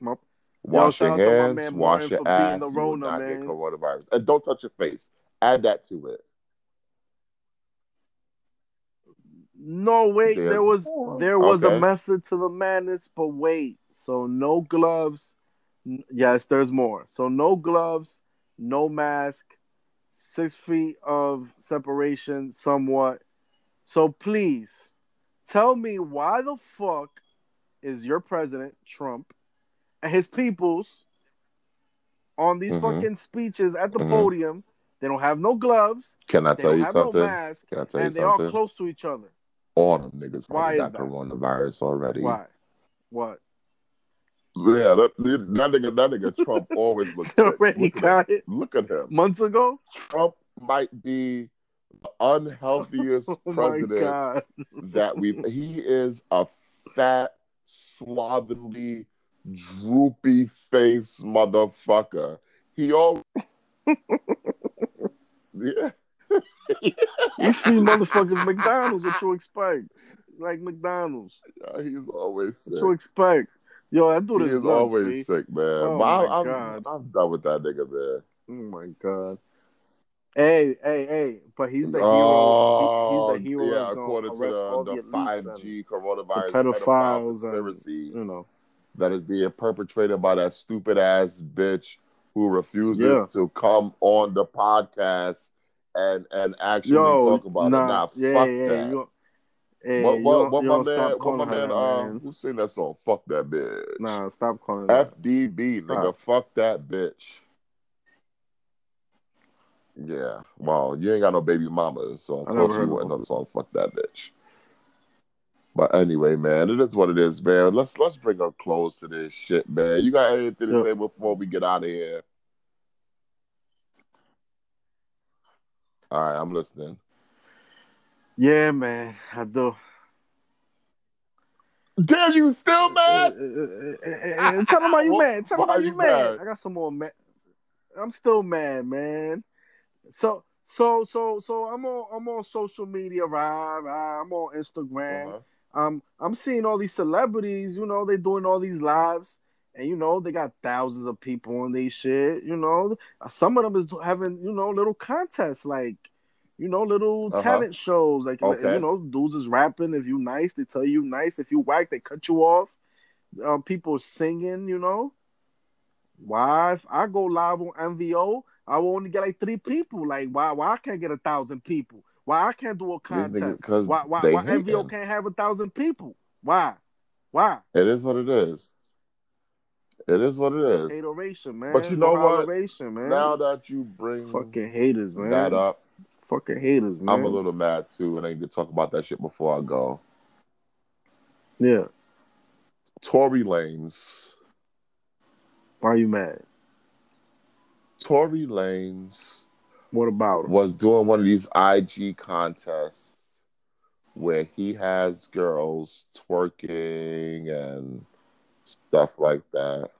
B: My-
A: wash your
B: shout out to my
A: hands,
B: man
A: wash
B: Martin
A: your
B: for being
A: ass.
B: the
A: you will
B: Rona,
A: not get
B: man.
A: coronavirus, and don't touch your face. Add that to it.
B: no wait.
A: There's-
B: There was there was
A: Okay.
B: a method to the madness, but wait. So no gloves. N- Yes, there's more. So no gloves, no mask, six feet of separation, somewhat. So please tell me why the fuck is your president Trump and his peoples on these
A: Mhm.
B: fucking speeches at the
A: Mhm.
B: podium? They don't have no gloves.
A: Can I
B: They
A: tell
B: don't
A: you
B: have
A: something?
B: no mask,
A: Can I tell you
B: and they all
A: something?
B: close to each other.
A: All them niggas probably
B: Why is
A: got
B: that?
A: coronavirus already.
B: Why? What?
A: Yeah, that, that nigga, that nigga Trump always looks
B: They
A: sick.
B: already
A: Look at, him.
B: got it
A: Look at him.
B: months ago.
A: Trump might be the unhealthiest
B: Oh my
A: president
B: god!
A: that we he is a fat, slovenly, droopy face motherfucker. He all Yeah.
B: You feed motherfuckers McDonald's. What you expect? Like McDonald's.
A: He's always sick.
B: What you expect? Yo, that
A: He
B: dude is,
A: is
B: nuts,
A: always
B: B.
A: sick, man. but
B: Oh my
A: I, I'm,
B: God.
A: I'm done with that nigga, man.
B: Oh my Oh god! Hey, hey, hey! But he's the hero.
A: Oh,
B: He- he's the hero
A: yeah,
B: that's gonna
A: according to
B: arrest all the
A: the, the
B: elites and
A: 5G coronavirus
B: the pedophiles
A: pedophile
B: and-
A: conspiracy
B: you know.
A: that is being perpetrated by that stupid ass bitch who refuses
B: Yeah.
A: to come on the podcast and and actually
B: Yo,
A: talk about
B: nah,
A: it. Nah,
B: yeah,
A: fuck
B: yeah.
A: that.
B: You, don't- hey,
A: what
B: you
A: what,
B: don't-
A: what
B: you
A: my
B: don't
A: man?
B: stop
A: What my
B: calling her
A: man?
B: that,
A: Uh,
B: man.
A: who sing that song? Fuck that bitch.
B: Nah, stop calling. her that.
A: FDB, nigga.
B: Nah.
A: Fuck that bitch. Yeah. Well, you ain't got no baby mama, so of
B: I never
A: course
B: heard
A: you
B: of
A: wouldn't
B: her.
A: know the song "Fuck That Bitch." But anyway, man, it is what it is, man. Let's let's bring a close to this shit, man. You got anything to
B: Yeah.
A: say before we get out of here? All right, I'm listening.
B: Yeah, man, I do.
A: Damn, you still mad?
B: Eh, eh, eh, eh, eh, Tell him how you
A: Why-
B: mad. Tell him
A: why
B: how
A: you
B: you mad.
A: mad?
B: I got some more mad. I'm still mad, man. So, so, so, so I'm on. I'm on social media, right? right? I'm on Instagram.
A: Uh-huh.
B: um, I'm seeing all these celebrities, you know, they doing all these lives, and you know, they got thousands of people on these shit. You know, some of them is having, you know, little contests like, you know, little
A: Uh-huh.
B: talent shows. Like,
A: Okay.
B: you know, dudes is rapping. If you nice, they tell you nice. If you whack, they cut you off. Um, people singing, you know. Why? If I go live on MVO, I will only get like three people. Like, why? Why I can't get a thousand people? Why I can't do a contest?
A: because
B: Why? Why?
A: they
B: Why
A: hate
B: MVO
A: him.
B: can't have a thousand people? Why? Why?
A: It is what it is. It is what it is.
B: Hateration, man.
A: But you know what?
B: Hateration, man.
A: Now that you bring
B: Fucking haters, man.
A: that up,
B: Fucking haters, man.
A: I'm a little mad too, and I need to talk about that shit before I go.
B: Yeah.
A: Tory Lanes.
B: Why you mad?
A: Tory Lanes
B: What about him?
A: was doing one of these IG contests where he has girls twerking and stuff like that.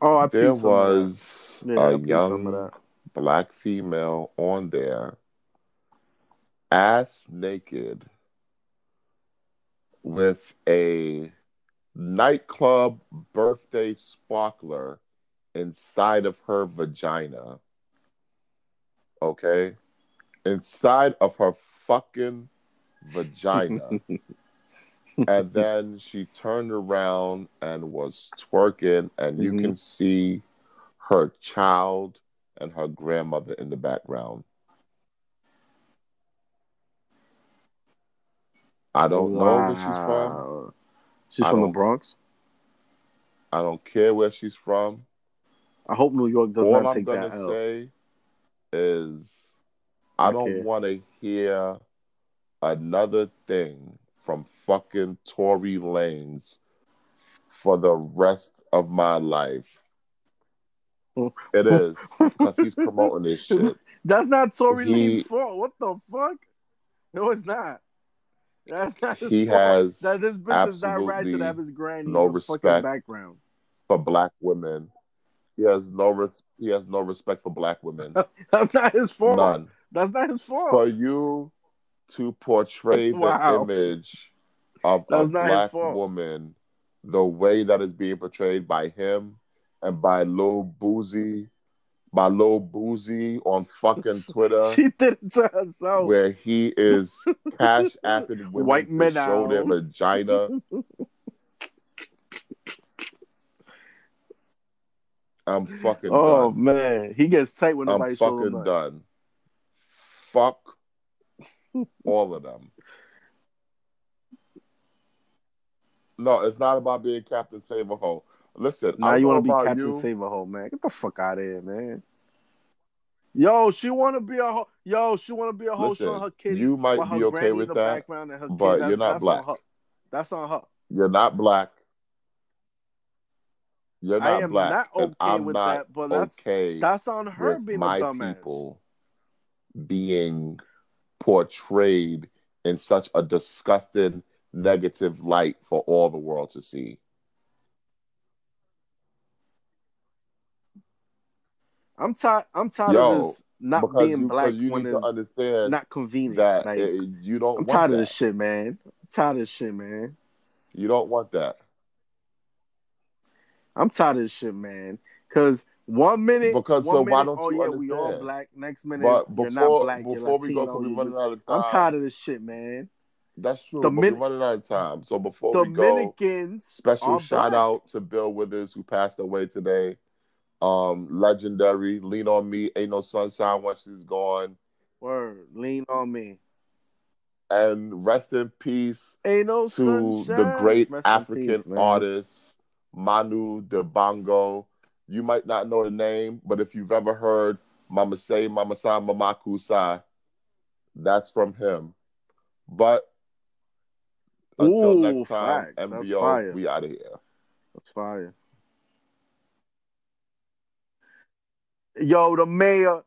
B: Oh, I
A: there
B: peeped some of that.
A: was
B: Yeah, I
A: a
B: peeped some of
A: young
B: that.
A: black female on there, ass naked, with a nightclub birthday sparkler inside of her vagina. Okay? Inside of her fucking vagina. and then she turned around and was twerking, and you
B: Mhm.
A: can see her child and her grandmother in the background. I don't know where she's from.
B: Wow. She's
A: I
B: from the
A: don't-
B: Bronx.
A: I don't care where she's from.
B: I hope New York does
A: All
B: not
A: I'm
B: take
A: gonna
B: that L.
A: say is I
B: Okay.
A: don't want to hear another thing from fucking Tory Lanes for the rest of my life. It is because he's promoting this shit.
B: That's not Tory
A: He-
B: Lane's fault. What the fuck? No, it's not. That's not his
A: He
B: fault.
A: has
B: that this bitch is not right
A: absolutely
B: to have his granny
A: no
B: in the fucking
A: respect.
B: background.
A: for black women. He has no res- he has no respect for black women.
B: That's not his fault.
A: None.
B: That's not his fault.
A: For you to portray the
B: Wow.
A: image of
B: That's
A: a
B: not his
A: black
B: fault.
A: woman the way that is being portrayed by him and by Lil Boozy, by Lil Boozy on fucking Twitter,
B: she did it to herself.
A: where he is cash acting women
B: White
A: to
B: men
A: show their
B: out.
A: vagina. I'm fucking
B: oh
A: done.
B: man, he gets tight when nobody
A: I'm
B: shows him.
A: fucking
B: nothing.
A: done. Fuck all of them. No, it's not about being Captain Save a Hole. Listen,
B: Now
A: I
B: you
A: want
B: want
A: to
B: to be Captain
A: you.
B: Save a Hole, man? Get the fuck out of here, man. Yo, she want to be a ho- yo. She want to be a hoe
A: Listen,
B: showing her kid.
A: you might
B: with her
A: be okay
B: granny in
A: with
B: the
A: that.
B: background and her
A: but
B: kid. That's-
A: you're not
B: that's
A: black.
B: On her. That's on her.
A: You're not black. You're
B: I
A: not
B: am
A: black.
B: not
A: and
B: okay
A: I'm
B: with
A: not
B: that, but that's
A: okay
B: that's on her
A: with
B: being a
A: my
B: dumbass.
A: people being portrayed in such a disgusting, negative light for all the world to see.
B: I'm tired. I'm tired of
A: Yo,
B: this not
A: because
B: being
A: you,
B: black
A: because you
B: when
A: need to
B: it's
A: understand
B: not convenient.
A: that
B: like,
A: it- you don't
B: I'm
A: want
B: tired
A: that.
B: of this shit, man. I'm tired of this shit, man.
A: You don't want that.
B: I'm tired of this shit, man. Cause One minute,
A: Because
B: one
A: so
B: minute,
A: why don't
B: oh
A: you
B: yeah, we all
A: understand?
B: black. Next minute,
A: But
B: you're not
A: before
B: black. You're
A: before we go,
B: Latino,
A: because we're
B: you
A: running
B: this-
A: out of time.
B: I'm tired of this shit, man.
A: That's true.
B: The
A: but
B: min-
A: we're running out of time. So before we go,
B: Dominicans.
A: Special
B: are
A: shout
B: black.
A: out to Bill Withers who passed away today. Um, legendary. Lean on me. Ain't no sunshine when she's gone.
B: Word, lean on me.
A: And rest in peace
B: Ain't no
A: to
B: sunshine.
A: the great
B: Rest in
A: African
B: peace, man.
A: artist Manu Dibango. You might not know the name, but if you've ever heard Mama Say, Mama Say, Mama Kusai, that's from him. But until
B: Ooh,
A: next time,
B: facts. That's fire.
A: MBO, we out of here.
B: That's fire. Yo, the mayor.